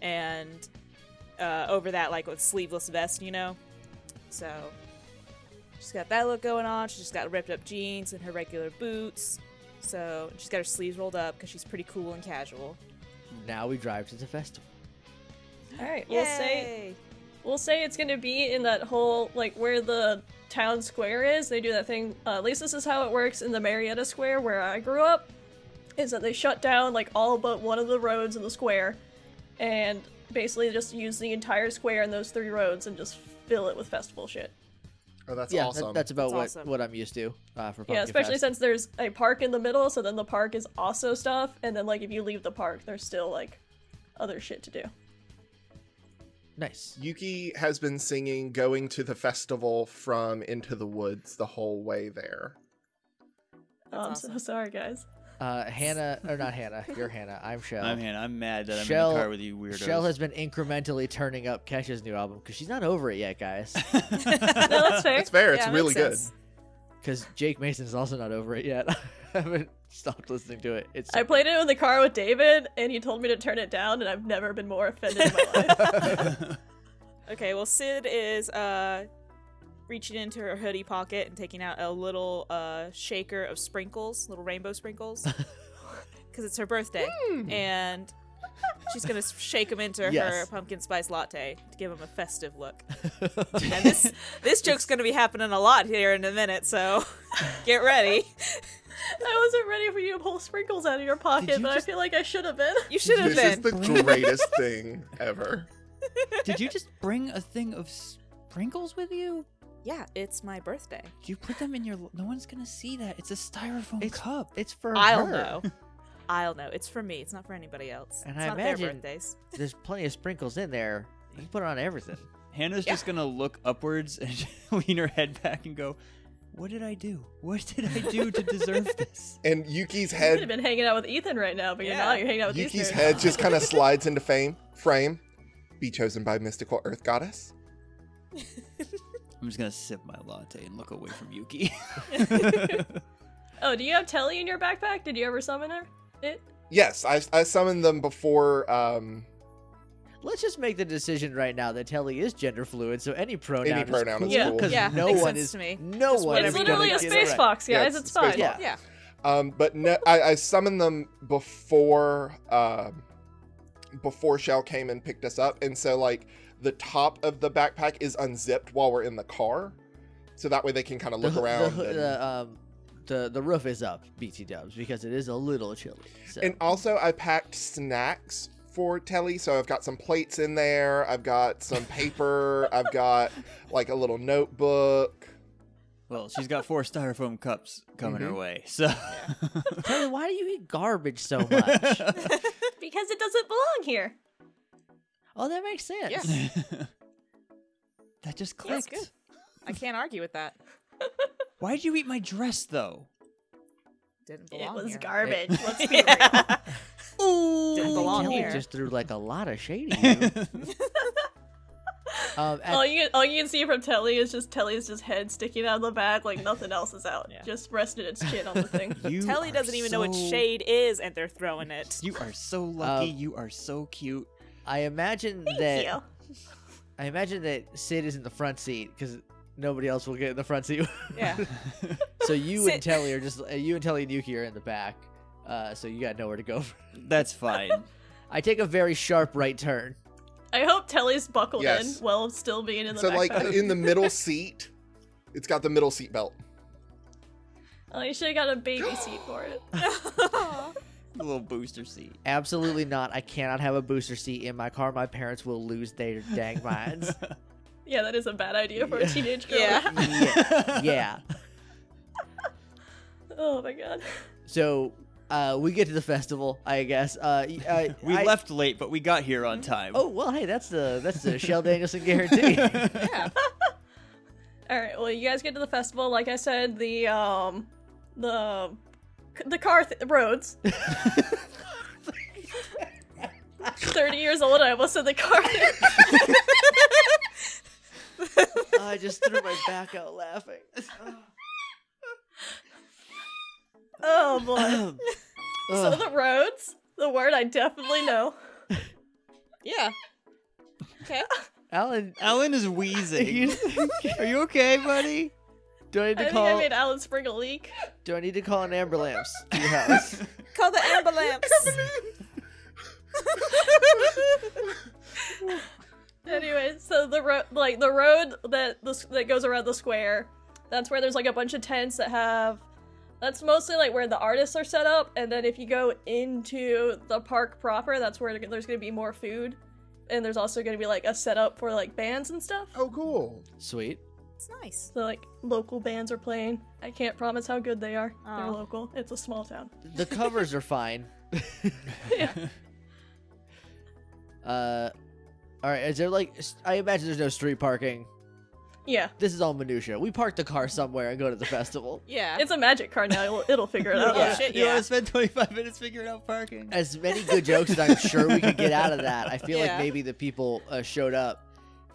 [SPEAKER 5] and uh, over that like with sleeveless vest, you know. So she's got that look going on. She's just got ripped up jeans and her regular boots. So she's got her sleeves rolled up because she's pretty cool and casual.
[SPEAKER 1] now we drive to the festival.
[SPEAKER 3] All right, we'll say
[SPEAKER 5] Yay!
[SPEAKER 3] we'll say it's gonna be in that whole like where the town square is. They do that thing. Uh, at least this is how it works in the Marietta Square where I grew up. Is that they shut down like all but one of the roads in the square, and basically just use the entire square and those three roads and just fill it with festival shit.
[SPEAKER 4] Oh, that's
[SPEAKER 1] yeah, that-
[SPEAKER 4] awesome.
[SPEAKER 1] that's about
[SPEAKER 5] That's
[SPEAKER 1] what,
[SPEAKER 5] awesome.
[SPEAKER 1] what I'm used to uh, for Pumpkin
[SPEAKER 3] yeah, especially
[SPEAKER 1] Fest.
[SPEAKER 3] since there's a park in the middle, so then the park is also stuff, and then like if you leave the park, there's still like other shit to do.
[SPEAKER 1] nice.
[SPEAKER 4] Yuki has been singing "Going to the Festival" from "Into the Woods" the whole way there.
[SPEAKER 3] Oh, I'm
[SPEAKER 5] That's
[SPEAKER 3] so
[SPEAKER 5] awesome.
[SPEAKER 3] sorry, guys.
[SPEAKER 1] Uh, Hannah, or not Hannah, you're Hannah. I'm Shell.
[SPEAKER 2] I'm Hannah. Oh, I'm mad that I'm
[SPEAKER 1] Shell-
[SPEAKER 2] in the car with you weirdos.
[SPEAKER 1] Shell has been incrementally turning up Kesha's new album because she's not over it yet, guys.
[SPEAKER 3] No, that's fair.
[SPEAKER 4] It's fair. It's
[SPEAKER 5] Yeah, makes
[SPEAKER 4] really good.
[SPEAKER 5] sense.
[SPEAKER 1] Because Jake Mason is also not over it yet. I haven't stopped listening to it. It's
[SPEAKER 3] I played it in the car with David, and he told me to turn it down, and I've never been more offended in my life.
[SPEAKER 5] Okay, well Sid is uh reaching into her hoodie pocket and taking out a little uh shaker of sprinkles, little rainbow sprinkles. Cuz it's her birthday. And she's going to shake them into
[SPEAKER 1] Hmm. Yes.
[SPEAKER 5] her pumpkin spice latte to give them a festive look. and this this joke's going to be happening a lot here in a minute, so get ready.
[SPEAKER 3] I wasn't ready for you to pull sprinkles out of your pocket,
[SPEAKER 1] you
[SPEAKER 3] but
[SPEAKER 1] just-
[SPEAKER 3] I feel like I should have been.
[SPEAKER 5] You should have
[SPEAKER 4] This is
[SPEAKER 5] been.
[SPEAKER 4] the greatest thing ever.
[SPEAKER 2] Did you just bring a thing of sprinkles with you?
[SPEAKER 5] yeah, it's my birthday.
[SPEAKER 2] You put them in your. No one's gonna see that. It's a styrofoam
[SPEAKER 1] It's-
[SPEAKER 2] cup.
[SPEAKER 1] it's for
[SPEAKER 5] I'll
[SPEAKER 1] her.
[SPEAKER 5] know. I'll know. It's for me. It's not for anybody else.
[SPEAKER 1] And
[SPEAKER 5] it's
[SPEAKER 1] I
[SPEAKER 5] not their
[SPEAKER 1] imagine-
[SPEAKER 5] birthdays.
[SPEAKER 1] There's plenty of sprinkles in there. You can put it on everything.
[SPEAKER 2] Hannah's just gonna look upwards and lean her head back and go, "What did I do? What did I do to deserve this?"
[SPEAKER 4] And Yuki's
[SPEAKER 3] You could have
[SPEAKER 4] head,
[SPEAKER 3] been hanging out with Ethan right now, but you're
[SPEAKER 5] Yeah.
[SPEAKER 3] not. You're hanging out with
[SPEAKER 4] Yuki's
[SPEAKER 3] Ethan.
[SPEAKER 4] head just kind of slides into fame frame. Be chosen by mystical earth goddess.
[SPEAKER 2] I'm just gonna sip my latte and look away from Yuki.
[SPEAKER 3] Oh, do you have Telly in your backpack? Did you ever summon her? It.
[SPEAKER 4] Yes, I, I summoned them before. Um,
[SPEAKER 1] Let's just make the decision right now that Telly is gender fluid, so any pronoun
[SPEAKER 4] Any pronoun is
[SPEAKER 1] is
[SPEAKER 3] Yeah.
[SPEAKER 1] cool
[SPEAKER 4] cool.
[SPEAKER 1] because
[SPEAKER 5] Yeah,
[SPEAKER 1] no
[SPEAKER 5] makes
[SPEAKER 1] one
[SPEAKER 5] sense
[SPEAKER 1] is
[SPEAKER 5] to me.
[SPEAKER 1] no
[SPEAKER 5] Just
[SPEAKER 1] one.
[SPEAKER 5] But
[SPEAKER 1] is gonna
[SPEAKER 3] It's
[SPEAKER 5] whatever you
[SPEAKER 3] literally a
[SPEAKER 5] gotta
[SPEAKER 1] get
[SPEAKER 5] do
[SPEAKER 1] it
[SPEAKER 5] is
[SPEAKER 3] space
[SPEAKER 1] right.
[SPEAKER 3] fox,
[SPEAKER 4] Yeah,
[SPEAKER 3] guys.
[SPEAKER 4] it's
[SPEAKER 3] it's
[SPEAKER 4] a space
[SPEAKER 3] fine.
[SPEAKER 4] fox.
[SPEAKER 1] Yeah.
[SPEAKER 5] Yeah.
[SPEAKER 4] um, but no, I, I summoned them before um, before Shell came and picked us up, and so like the top of the backpack is unzipped while we're in the car, so that way they can kind of look
[SPEAKER 1] the,
[SPEAKER 4] around.
[SPEAKER 1] The,
[SPEAKER 4] and-
[SPEAKER 1] the, um, the the roof is up, BT Dubs, because it is a little chilly. So.
[SPEAKER 4] And also, I packed snacks for Telly. So I've got some plates in there. I've got some paper. I've got like a little notebook.
[SPEAKER 2] well, she's got four styrofoam cups coming
[SPEAKER 1] Mm-hmm.
[SPEAKER 2] her
[SPEAKER 4] Mhm.
[SPEAKER 2] way, so
[SPEAKER 1] Telly, why do you eat garbage so much?
[SPEAKER 3] Because it doesn't belong here.
[SPEAKER 1] oh, that makes sense.
[SPEAKER 5] Yeah.
[SPEAKER 2] that just
[SPEAKER 5] Yeah,
[SPEAKER 2] clicked.
[SPEAKER 5] it's good. I can't argue with that.
[SPEAKER 2] Why'd you eat my dress though?
[SPEAKER 5] Didn't
[SPEAKER 3] It
[SPEAKER 5] belong
[SPEAKER 3] was
[SPEAKER 5] here.
[SPEAKER 3] garbage. Let's be real.
[SPEAKER 5] Yeah.
[SPEAKER 1] I
[SPEAKER 5] Didn't
[SPEAKER 1] think
[SPEAKER 5] belong
[SPEAKER 1] Telly
[SPEAKER 5] here.
[SPEAKER 1] just threw like a lot of shade. at you. um, at
[SPEAKER 5] Oh,
[SPEAKER 3] All you can, all you can see from Telly is just Telly's just head sticking out of the bag, like nothing else is out.
[SPEAKER 5] Yeah.
[SPEAKER 3] Just rested its chin on the thing.
[SPEAKER 2] You
[SPEAKER 5] Telly
[SPEAKER 2] are
[SPEAKER 5] doesn't even know what
[SPEAKER 2] so-
[SPEAKER 5] shade is, and they're throwing it.
[SPEAKER 2] You are so lucky.
[SPEAKER 1] Um,
[SPEAKER 2] you are so cute.
[SPEAKER 1] I imagine
[SPEAKER 3] Thank
[SPEAKER 1] that
[SPEAKER 3] you.
[SPEAKER 1] I imagine that Sid is in the front seat because nobody else will get in the front seat.
[SPEAKER 5] Yeah.
[SPEAKER 1] so you and
[SPEAKER 5] Sid-
[SPEAKER 1] Telly are just uh, you and Telly and Yuki are in the back. Uh, so you got nowhere to go.
[SPEAKER 2] That's fine.
[SPEAKER 1] I take a very sharp right turn.
[SPEAKER 3] I hope Telly's buckled
[SPEAKER 4] Yes.
[SPEAKER 3] in while still being in the
[SPEAKER 4] so
[SPEAKER 3] backpack.
[SPEAKER 4] like uh, in the middle seat, it's got the middle seat belt.
[SPEAKER 3] oh, you should have got a baby seat for it.
[SPEAKER 2] a little booster seat.
[SPEAKER 1] Absolutely not. I cannot have a booster seat in my car. My parents will lose their dang minds.
[SPEAKER 3] Yeah, that is a bad idea for
[SPEAKER 1] Yeah.
[SPEAKER 3] a teenage girl.
[SPEAKER 5] yeah.
[SPEAKER 1] yeah.
[SPEAKER 3] Oh my god.
[SPEAKER 1] So uh, we get to the festival, I guess. Uh, y- uh,
[SPEAKER 2] We
[SPEAKER 1] I-
[SPEAKER 2] left late, but we got here on
[SPEAKER 5] Mm-hmm.
[SPEAKER 2] time.
[SPEAKER 1] Oh well, hey, that's the that's the Shell Danielson guarantee.
[SPEAKER 3] All right. Well, you guys get to the festival. Like I said, the um, the the car th- roads. Thirty years old. I almost said the car.
[SPEAKER 1] I just threw my back out laughing.
[SPEAKER 3] oh boy. So
[SPEAKER 1] Ugh.
[SPEAKER 3] the roads. The word I definitely know.
[SPEAKER 5] Yeah. Okay.
[SPEAKER 1] Alan,
[SPEAKER 2] Alan is wheezing. Are you okay, buddy?
[SPEAKER 1] do I need to
[SPEAKER 3] I think
[SPEAKER 1] call?
[SPEAKER 3] I made Alan spring a leak.
[SPEAKER 1] Do I need to call an ambulance to your house?
[SPEAKER 5] Call the ambulance.
[SPEAKER 3] Anyway, so the road, like the road that the, s- that goes around the square, that's where there's like a bunch of tents that have. That's mostly like where the artists are set up, and then if you go into the park proper, that's where there's gonna be more food, and there's also gonna be like a setup for like bands and stuff.
[SPEAKER 4] Oh, cool.
[SPEAKER 1] Sweet.
[SPEAKER 5] it's nice.
[SPEAKER 3] So like local bands are playing. I can't promise how good they are. They're
[SPEAKER 1] Oh.
[SPEAKER 5] Aw.
[SPEAKER 3] local. It's a small town.
[SPEAKER 1] The covers are fine.
[SPEAKER 3] yeah.
[SPEAKER 1] Uh, all right. Is there like? s- I imagine there's no street parking.
[SPEAKER 3] Yeah.
[SPEAKER 1] This is all minutia. We park the car somewhere and go to the festival.
[SPEAKER 5] Yeah.
[SPEAKER 3] It's a magic car now. It'll, it'll figure it out.
[SPEAKER 5] Oh, shit,
[SPEAKER 2] You want
[SPEAKER 5] yeah.
[SPEAKER 2] to spend 25 minutes figuring out parking?
[SPEAKER 1] As many good jokes as I'm sure we could get out of that. I feel like
[SPEAKER 5] Yeah.
[SPEAKER 1] maybe the people uh, showed up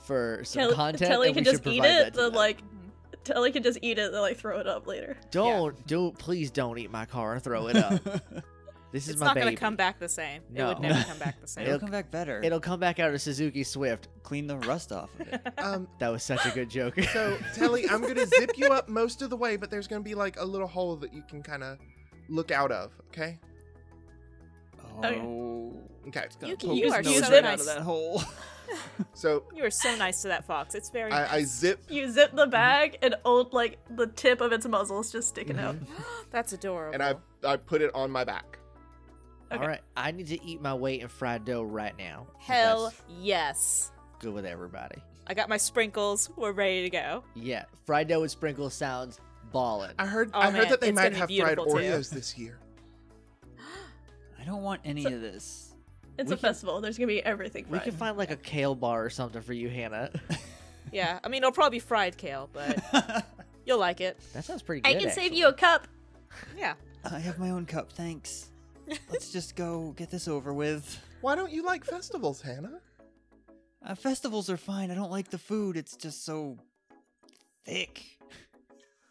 [SPEAKER 1] for some
[SPEAKER 3] Tel-
[SPEAKER 1] content.
[SPEAKER 3] Telly
[SPEAKER 1] and we
[SPEAKER 3] can
[SPEAKER 1] should
[SPEAKER 3] just eat
[SPEAKER 1] provide that to
[SPEAKER 3] it. Then
[SPEAKER 1] them. Mm-hmm.
[SPEAKER 3] like, Telly can just eat it. Then like throw it up later.
[SPEAKER 1] don't don't please don't eat my car. Throw it up. This is
[SPEAKER 5] It's
[SPEAKER 1] my
[SPEAKER 5] not
[SPEAKER 1] baby.
[SPEAKER 5] gonna come back the same. It would
[SPEAKER 1] No.
[SPEAKER 5] never come back the
[SPEAKER 2] It'll
[SPEAKER 5] same.
[SPEAKER 2] come back better.
[SPEAKER 1] It'll come back out of Suzuki Swift.
[SPEAKER 2] clean the rust off of it.
[SPEAKER 4] Um,
[SPEAKER 1] That was such a good joke.
[SPEAKER 4] so Telly, I'm gonna zip you up most of the way, but there's gonna be like a little hole that you can kind of look out of. Okay.
[SPEAKER 2] Oh.
[SPEAKER 4] Okay.
[SPEAKER 5] You can-
[SPEAKER 2] Poke
[SPEAKER 5] you
[SPEAKER 2] his
[SPEAKER 5] are
[SPEAKER 2] nose
[SPEAKER 3] so
[SPEAKER 2] right out
[SPEAKER 5] nice.
[SPEAKER 2] of that hole.
[SPEAKER 4] So
[SPEAKER 5] you are so nice to that fox. It's very.
[SPEAKER 4] I, I zip.
[SPEAKER 3] You zip
[SPEAKER 1] Mm-hmm.
[SPEAKER 3] the bag, and old like the tip of its muzzle is just sticking out.
[SPEAKER 1] Mm-hmm.
[SPEAKER 5] That's adorable.
[SPEAKER 4] and I I put it on my back.
[SPEAKER 1] All right, I need to eat my weight in fried dough right now. if
[SPEAKER 5] Hell
[SPEAKER 1] that's
[SPEAKER 5] yes.
[SPEAKER 1] good with everybody.
[SPEAKER 5] I got my sprinkles. We're ready to go.
[SPEAKER 1] Yeah, fried dough with sprinkles sounds ballin'.
[SPEAKER 4] I heard
[SPEAKER 5] Oh,
[SPEAKER 4] I
[SPEAKER 5] man,
[SPEAKER 4] heard that they
[SPEAKER 5] it's
[SPEAKER 4] might
[SPEAKER 5] gonna be
[SPEAKER 4] have fried
[SPEAKER 5] beautiful, too.
[SPEAKER 4] Oreos this year.
[SPEAKER 2] I don't want any of this.
[SPEAKER 3] It's
[SPEAKER 1] We
[SPEAKER 3] a
[SPEAKER 1] can-
[SPEAKER 3] festival. There's gonna be everything.
[SPEAKER 1] We
[SPEAKER 3] fried.
[SPEAKER 1] can find like a kale bar or something for you, Hannah.
[SPEAKER 5] Yeah. I mean, it'll probably be fried kale, but you'll like it.
[SPEAKER 1] That sounds pretty good. actually.
[SPEAKER 3] a cup.
[SPEAKER 5] Yeah.
[SPEAKER 2] I have my own cup, thanks. Let's just go get this over with.
[SPEAKER 4] Why don't you like festivals, Hannah?
[SPEAKER 2] Uh, festivals are fine. I don't like the food. It's just so thick.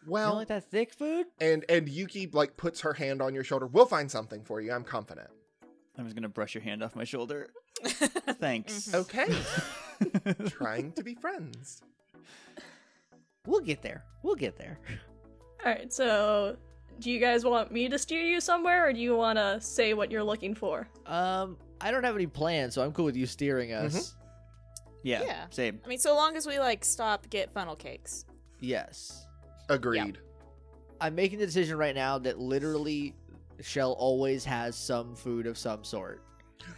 [SPEAKER 1] You
[SPEAKER 4] Well,
[SPEAKER 1] don't like that thick food?
[SPEAKER 4] and and Yuki like puts her hand on your shoulder. We'll find something for you. I'm confident.
[SPEAKER 2] I'm just gonna brush your hand off my shoulder. Thanks.
[SPEAKER 4] Okay. Trying to be friends.
[SPEAKER 1] We'll get there. We'll get there.
[SPEAKER 3] All right. So, do you guys want me to steer you somewhere, or do you want to say what you're looking for?
[SPEAKER 1] Um, I don't have any plans, so I'm cool with you steering
[SPEAKER 5] Mm-hmm.
[SPEAKER 1] us.
[SPEAKER 2] yeah,
[SPEAKER 5] Yeah.
[SPEAKER 2] Same.
[SPEAKER 5] I mean, so long as we like stop, get funnel cakes.
[SPEAKER 1] Yes.
[SPEAKER 4] Agreed.
[SPEAKER 1] I'm making the decision right now that literally Shell always has some food of some sort.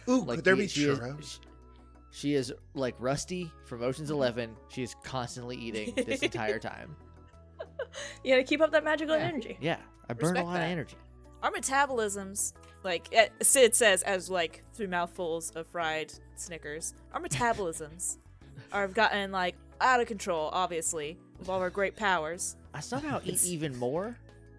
[SPEAKER 4] Ooh, could there
[SPEAKER 1] he-
[SPEAKER 4] be
[SPEAKER 1] she is-
[SPEAKER 4] churros?
[SPEAKER 1] sh- she is like Rusty from Ocean's
[SPEAKER 5] Mm-hmm.
[SPEAKER 1] Eleven. She is constantly eating this entire time.
[SPEAKER 3] You gotta keep up that magical
[SPEAKER 5] Yeah.
[SPEAKER 3] energy.
[SPEAKER 1] Yeah, I burn a
[SPEAKER 5] Respect
[SPEAKER 1] lot
[SPEAKER 5] that.
[SPEAKER 1] of energy.
[SPEAKER 5] Our metabolisms, like eh, Sid says, as like through mouthfuls of fried Snickers, our metabolisms are have gotten like out of control. Obviously, with all our great powers.
[SPEAKER 1] I somehow eat even more,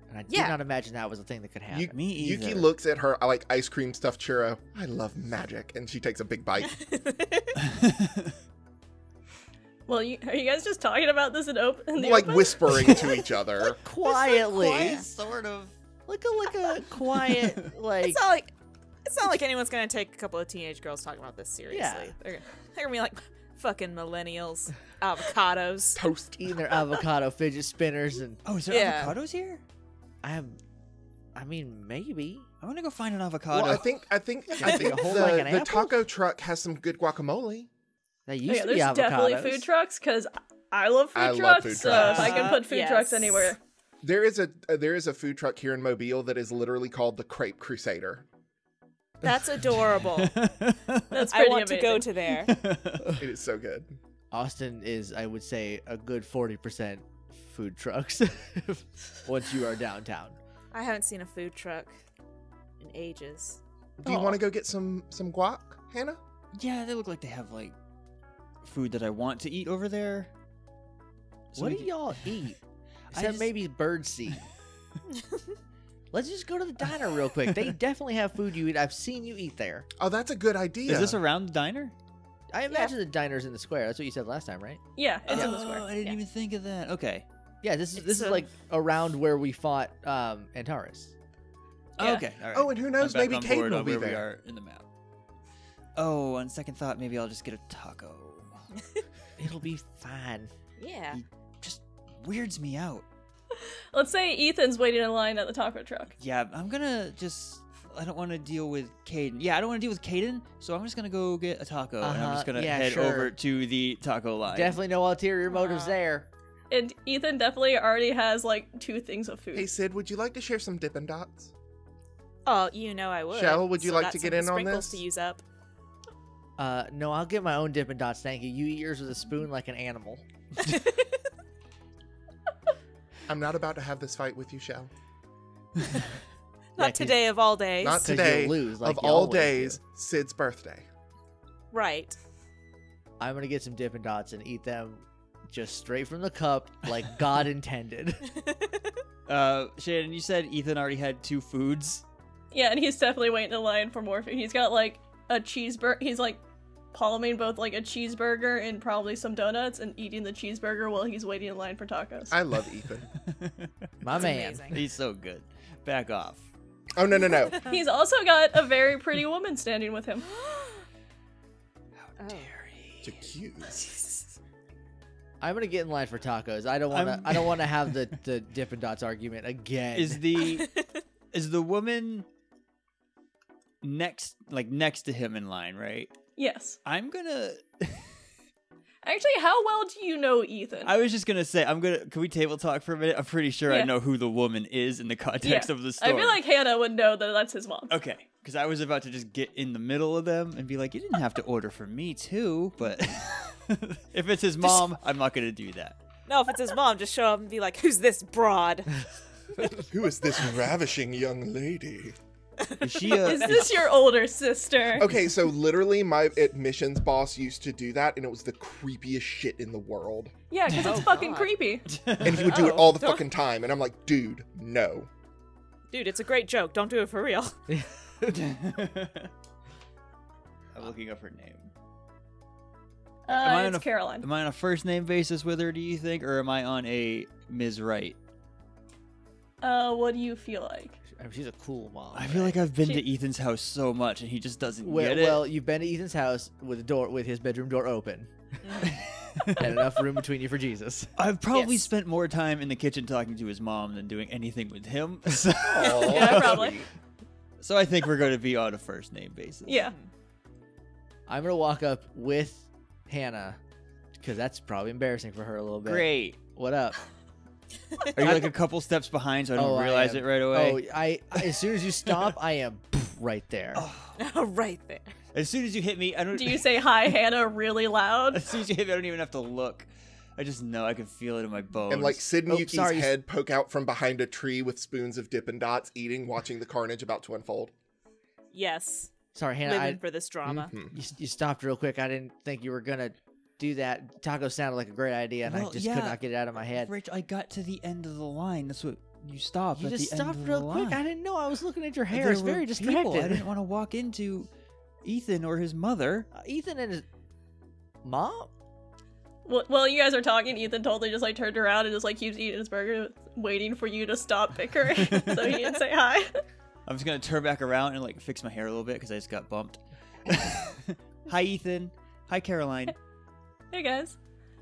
[SPEAKER 1] and I
[SPEAKER 5] Yeah.
[SPEAKER 1] did not imagine that was a thing that could happen.
[SPEAKER 4] Yu-
[SPEAKER 2] Me
[SPEAKER 4] Yuki
[SPEAKER 2] either.
[SPEAKER 4] looks at her like ice cream stuffed churro. I love magic, and she takes a big bite.
[SPEAKER 3] Well, you, are you guys just talking about this in, op- in the
[SPEAKER 4] like
[SPEAKER 3] open?
[SPEAKER 4] whispering to each other.
[SPEAKER 1] quietly,
[SPEAKER 2] sort of.
[SPEAKER 1] like a like a quiet like
[SPEAKER 5] It's not like It's not like anyone's gonna take a couple of teenage girls talking about this seriously.
[SPEAKER 1] Yeah.
[SPEAKER 5] They're, they're gonna be like, fucking millennials, avocados.
[SPEAKER 4] Toast.
[SPEAKER 1] eating their avocado fidget spinners, and
[SPEAKER 2] Oh, is there
[SPEAKER 5] Yeah.
[SPEAKER 2] avocados here?
[SPEAKER 1] I have, I mean, maybe.
[SPEAKER 2] I want to go find an avocado.
[SPEAKER 4] Well, I think I think I
[SPEAKER 1] Like
[SPEAKER 4] think
[SPEAKER 1] a whole-
[SPEAKER 4] the,
[SPEAKER 1] like an
[SPEAKER 4] the
[SPEAKER 1] apple?
[SPEAKER 4] taco truck has some good guacamole.
[SPEAKER 1] That used
[SPEAKER 3] Oh, Yeah,
[SPEAKER 1] to be
[SPEAKER 3] there's
[SPEAKER 1] avocados.
[SPEAKER 3] definitely food trucks because I love food
[SPEAKER 4] I love
[SPEAKER 3] trucks.
[SPEAKER 4] food
[SPEAKER 3] so
[SPEAKER 4] trucks.
[SPEAKER 3] I can
[SPEAKER 5] Uh,
[SPEAKER 3] put food
[SPEAKER 5] yes.
[SPEAKER 3] trucks anywhere.
[SPEAKER 4] There is a uh, there is a food truck here in Mobile that is literally called the Crepe Crusader.
[SPEAKER 5] That's adorable.
[SPEAKER 3] That's
[SPEAKER 5] I
[SPEAKER 3] pretty
[SPEAKER 5] want to go
[SPEAKER 3] amazing.
[SPEAKER 5] to there.
[SPEAKER 4] It is so good.
[SPEAKER 1] Austin is, I would say, a good forty percent food trucks. once you are downtown,
[SPEAKER 5] I haven't seen a food truck in ages.
[SPEAKER 4] Do you
[SPEAKER 3] Aw.
[SPEAKER 4] want to go get some some guac, Hannah?
[SPEAKER 2] yeah, they look like they have like food that I want to eat over there. So
[SPEAKER 1] what
[SPEAKER 2] we
[SPEAKER 1] do
[SPEAKER 2] could-
[SPEAKER 1] y'all eat?
[SPEAKER 2] I
[SPEAKER 1] Except
[SPEAKER 2] just-
[SPEAKER 1] maybe bird seed. Let's just go to the diner real quick. They definitely have food you eat. I've seen you eat there.
[SPEAKER 4] Oh, that's a good idea.
[SPEAKER 2] Is this around the diner?
[SPEAKER 1] I imagine the diner's in the square. That's what you said last time, right?
[SPEAKER 3] Yeah, it's in
[SPEAKER 2] Oh,
[SPEAKER 3] the square.
[SPEAKER 2] I didn't
[SPEAKER 3] Yeah.
[SPEAKER 2] even think of that. Okay.
[SPEAKER 1] Yeah, this is
[SPEAKER 5] It's,
[SPEAKER 1] this is
[SPEAKER 5] um,
[SPEAKER 1] like around where we fought um Antares.
[SPEAKER 2] Oh,
[SPEAKER 3] Yeah.
[SPEAKER 2] Okay. All right.
[SPEAKER 4] Oh, and who
[SPEAKER 2] I'm
[SPEAKER 4] knows?
[SPEAKER 2] back
[SPEAKER 4] Maybe
[SPEAKER 2] on
[SPEAKER 4] Caden
[SPEAKER 2] board
[SPEAKER 4] will
[SPEAKER 2] on
[SPEAKER 4] be
[SPEAKER 2] where We
[SPEAKER 4] there.
[SPEAKER 2] are in the map. Oh, on second thought, maybe I'll just get a taco.
[SPEAKER 1] It'll be fine.
[SPEAKER 4] Mm.
[SPEAKER 5] Yeah.
[SPEAKER 2] Just weirds me out.
[SPEAKER 3] Let's say Ethan's waiting in line at the taco truck.
[SPEAKER 2] Yeah, I'm gonna just. I don't want to deal with Caden. Yeah, I don't want to deal with Caden, so I'm just gonna go get a taco, and I'm
[SPEAKER 1] Uh-huh,
[SPEAKER 2] just gonna
[SPEAKER 1] yeah,
[SPEAKER 2] head
[SPEAKER 1] sure.
[SPEAKER 2] over to the taco line.
[SPEAKER 1] Definitely no ulterior motives
[SPEAKER 5] Wow.
[SPEAKER 1] there.
[SPEAKER 3] And Ethan definitely already has like two things of food.
[SPEAKER 4] Hey Sid, would you like to share some Dippin' Dots?
[SPEAKER 5] Oh, you know I would.
[SPEAKER 4] Shell, would you
[SPEAKER 5] So
[SPEAKER 4] like
[SPEAKER 5] that's
[SPEAKER 4] to get
[SPEAKER 5] some
[SPEAKER 4] in on
[SPEAKER 5] sprinkles
[SPEAKER 4] this?
[SPEAKER 5] To use up.
[SPEAKER 1] Uh no, I'll get my own dippin' dots, thank you. You eat yours with a spoon like an animal.
[SPEAKER 4] I'm not about to have this fight with you, Shell.
[SPEAKER 5] Not
[SPEAKER 1] 'cause-
[SPEAKER 5] today of all days.
[SPEAKER 4] Not
[SPEAKER 1] 'cause you'll
[SPEAKER 4] today.
[SPEAKER 1] lose, like
[SPEAKER 4] of
[SPEAKER 1] you
[SPEAKER 4] all
[SPEAKER 1] always do.
[SPEAKER 4] days, Sid's birthday.
[SPEAKER 5] right.
[SPEAKER 1] I'm gonna get some dippin' dots and eat them just straight from the cup, like God intended.
[SPEAKER 2] Uh, Shannon, you said Ethan already had two foods.
[SPEAKER 3] Yeah, and he's definitely waiting in line for more food. He's got like a cheeseburger. He's like palming both like a cheeseburger and probably some donuts and eating the cheeseburger while he's waiting in line for tacos.
[SPEAKER 4] I love Ethan.
[SPEAKER 1] My
[SPEAKER 5] It's
[SPEAKER 1] man.
[SPEAKER 5] amazing.
[SPEAKER 2] He's so good. Back off.
[SPEAKER 4] oh no no no.
[SPEAKER 3] he's also got a very pretty woman standing with him.
[SPEAKER 5] Oh.
[SPEAKER 4] It's accused.
[SPEAKER 1] I'm gonna get in line for tacos. I don't wanna
[SPEAKER 2] I'm-
[SPEAKER 1] I don't wanna have the, the dippin' dots argument again.
[SPEAKER 2] Is the is the woman next like next to him in line? Right.
[SPEAKER 3] Yes.
[SPEAKER 2] I'm gonna.
[SPEAKER 3] Actually, how well do you know Ethan?
[SPEAKER 2] I was just gonna say I'm gonna. Can we table talk for a minute? I'm pretty sure I
[SPEAKER 3] Yeah.
[SPEAKER 2] know who the woman is in the context of the
[SPEAKER 3] I
[SPEAKER 2] story.
[SPEAKER 3] feel like Hannah would know that that's his mom.
[SPEAKER 2] Okay, because I was about to just get in the middle of them and be like, "You didn't have to order for me too," but if it's his mom, I'm not gonna do that.
[SPEAKER 5] No, if it's his mom, just show up and be like, "Who's this broad?"
[SPEAKER 4] Who is this ravishing young lady?
[SPEAKER 2] Is she a?
[SPEAKER 3] Is this your older sister?
[SPEAKER 4] Okay, so literally my admissions boss used to do that and it was the creepiest shit in the world.
[SPEAKER 3] Yeah, because it's
[SPEAKER 5] Oh,
[SPEAKER 3] fucking
[SPEAKER 5] God.
[SPEAKER 3] creepy. Uh,
[SPEAKER 4] And he would do it all the
[SPEAKER 3] Oh.
[SPEAKER 4] fucking time and I'm like, "Dude, no."
[SPEAKER 5] Dude, it's a great joke. Don't do it for real.
[SPEAKER 2] I'm looking up her name.
[SPEAKER 3] Uh,
[SPEAKER 2] Am I on
[SPEAKER 3] it's
[SPEAKER 2] a-
[SPEAKER 3] Caroline.
[SPEAKER 2] Am I on a first name basis with her? Do you think, or am I on a Ms. Right?
[SPEAKER 3] Uh, what do you feel like?
[SPEAKER 1] I mean, she's a cool mom.
[SPEAKER 2] I feel like I've been to
[SPEAKER 3] She-
[SPEAKER 2] Ethan's house so much, and he just doesn't
[SPEAKER 1] well,
[SPEAKER 2] get it.
[SPEAKER 1] well, you've been to Ethan's house with the door with his bedroom door open.
[SPEAKER 2] Mm.
[SPEAKER 1] and enough room between you for Jesus.
[SPEAKER 2] I've probably
[SPEAKER 5] Yes.
[SPEAKER 2] spent more time in the kitchen talking to his mom than doing anything with him. So,
[SPEAKER 3] yeah, probably.
[SPEAKER 2] Oh. so I think we're going to be on a first name basis.
[SPEAKER 3] Yeah.
[SPEAKER 1] I'm gonna walk up with Hannah because that's probably embarrassing for her a little bit.
[SPEAKER 2] Great.
[SPEAKER 1] What up?
[SPEAKER 2] Are you like a couple steps behind, so I don't
[SPEAKER 1] Oh, I
[SPEAKER 2] realize
[SPEAKER 1] am.
[SPEAKER 2] it right
[SPEAKER 1] Oh,
[SPEAKER 2] away? Oh,
[SPEAKER 1] I as soon as you stop, I am right there.
[SPEAKER 5] right there.
[SPEAKER 2] As soon as you hit me, I don't.
[SPEAKER 3] Do you say hi, Hannah, really loud?
[SPEAKER 2] as soon as you hit me, I don't even have to look. I just know I can feel it in my bones.
[SPEAKER 4] And like Sid and
[SPEAKER 1] Oh,
[SPEAKER 4] Yuki's
[SPEAKER 1] sorry.
[SPEAKER 4] head poke out from behind a tree with spoons of Dippin' Dots, eating, watching the carnage about to unfold.
[SPEAKER 5] Yes,
[SPEAKER 1] Sorry, Hannah.
[SPEAKER 5] living
[SPEAKER 1] I,
[SPEAKER 5] for this drama.
[SPEAKER 4] Mhm.
[SPEAKER 1] you, you stopped real quick. I didn't think you were gonna do that. Taco sounded like a great idea, and I
[SPEAKER 2] Well,
[SPEAKER 1] just
[SPEAKER 2] yeah.
[SPEAKER 1] could not get it out of my head.
[SPEAKER 2] Rich, I got to the end of the line. That's what you stopped.
[SPEAKER 1] You
[SPEAKER 2] at
[SPEAKER 1] just
[SPEAKER 2] the end
[SPEAKER 1] stopped
[SPEAKER 2] of the
[SPEAKER 1] real quick. I
[SPEAKER 2] line.
[SPEAKER 1] didn't know. I was looking at your hair.
[SPEAKER 2] There
[SPEAKER 1] It's
[SPEAKER 2] were
[SPEAKER 1] very
[SPEAKER 2] people. I
[SPEAKER 1] distracted.
[SPEAKER 2] didn't want to walk into Ethan or his mother.
[SPEAKER 1] Uh, Ethan and his mom.
[SPEAKER 3] Wh- While you guys are talking, Ethan totally just like turned around and just like keeps eating his burger, waiting for you to stop bickering. so he didn't say hi.
[SPEAKER 2] I'm just gonna turn back around and like fix my hair a little bit because I just got bumped. Hi, Ethan. Hi, Caroline.
[SPEAKER 3] Hey guys.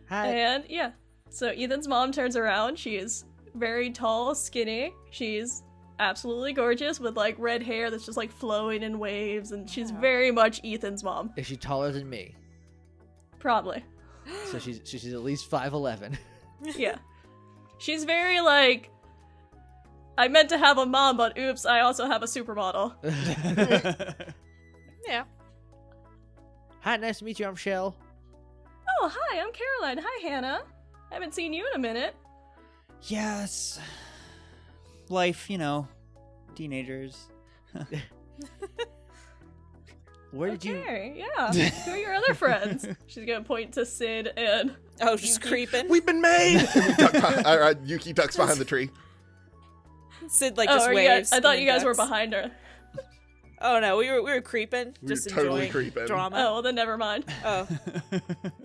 [SPEAKER 3] And yeah. So Ethan's mom turns around. She is very tall, skinny. She's absolutely gorgeous with like red hair that's just like flowing in waves and she's
[SPEAKER 5] Wow.
[SPEAKER 3] very much Ethan's mom.
[SPEAKER 1] Is she taller than me?
[SPEAKER 3] Probably.
[SPEAKER 1] So she's so she's at least five eleven.
[SPEAKER 3] Yeah. she's very like I meant to have a mom, but oops, I also have a supermodel.
[SPEAKER 5] Yeah.
[SPEAKER 1] Hi, nice to meet you. I'm Shell.
[SPEAKER 3] Oh, hi, I'm Caroline. Hi, Hannah. I haven't seen you in a minute.
[SPEAKER 2] yes. Life, you know, teenagers.
[SPEAKER 1] Where did you?
[SPEAKER 3] okay, yeah. Who are your other friends? She's gonna point to Sid and
[SPEAKER 5] Oh, she's creeping.
[SPEAKER 4] We've been made. And we duck behind, all right, Yuki ducks behind the tree.
[SPEAKER 5] Sid like
[SPEAKER 3] oh,
[SPEAKER 5] just
[SPEAKER 3] are you guys-
[SPEAKER 5] waves.
[SPEAKER 3] I
[SPEAKER 5] and
[SPEAKER 3] thought
[SPEAKER 5] then
[SPEAKER 3] you guys were
[SPEAKER 5] ducks.
[SPEAKER 3] behind her.
[SPEAKER 5] Oh no, we were we were creeping,
[SPEAKER 4] We were
[SPEAKER 5] just
[SPEAKER 4] totally
[SPEAKER 5] enjoying
[SPEAKER 4] creeping.
[SPEAKER 3] Oh,
[SPEAKER 5] drama.
[SPEAKER 3] well, then never mind.
[SPEAKER 5] Oh,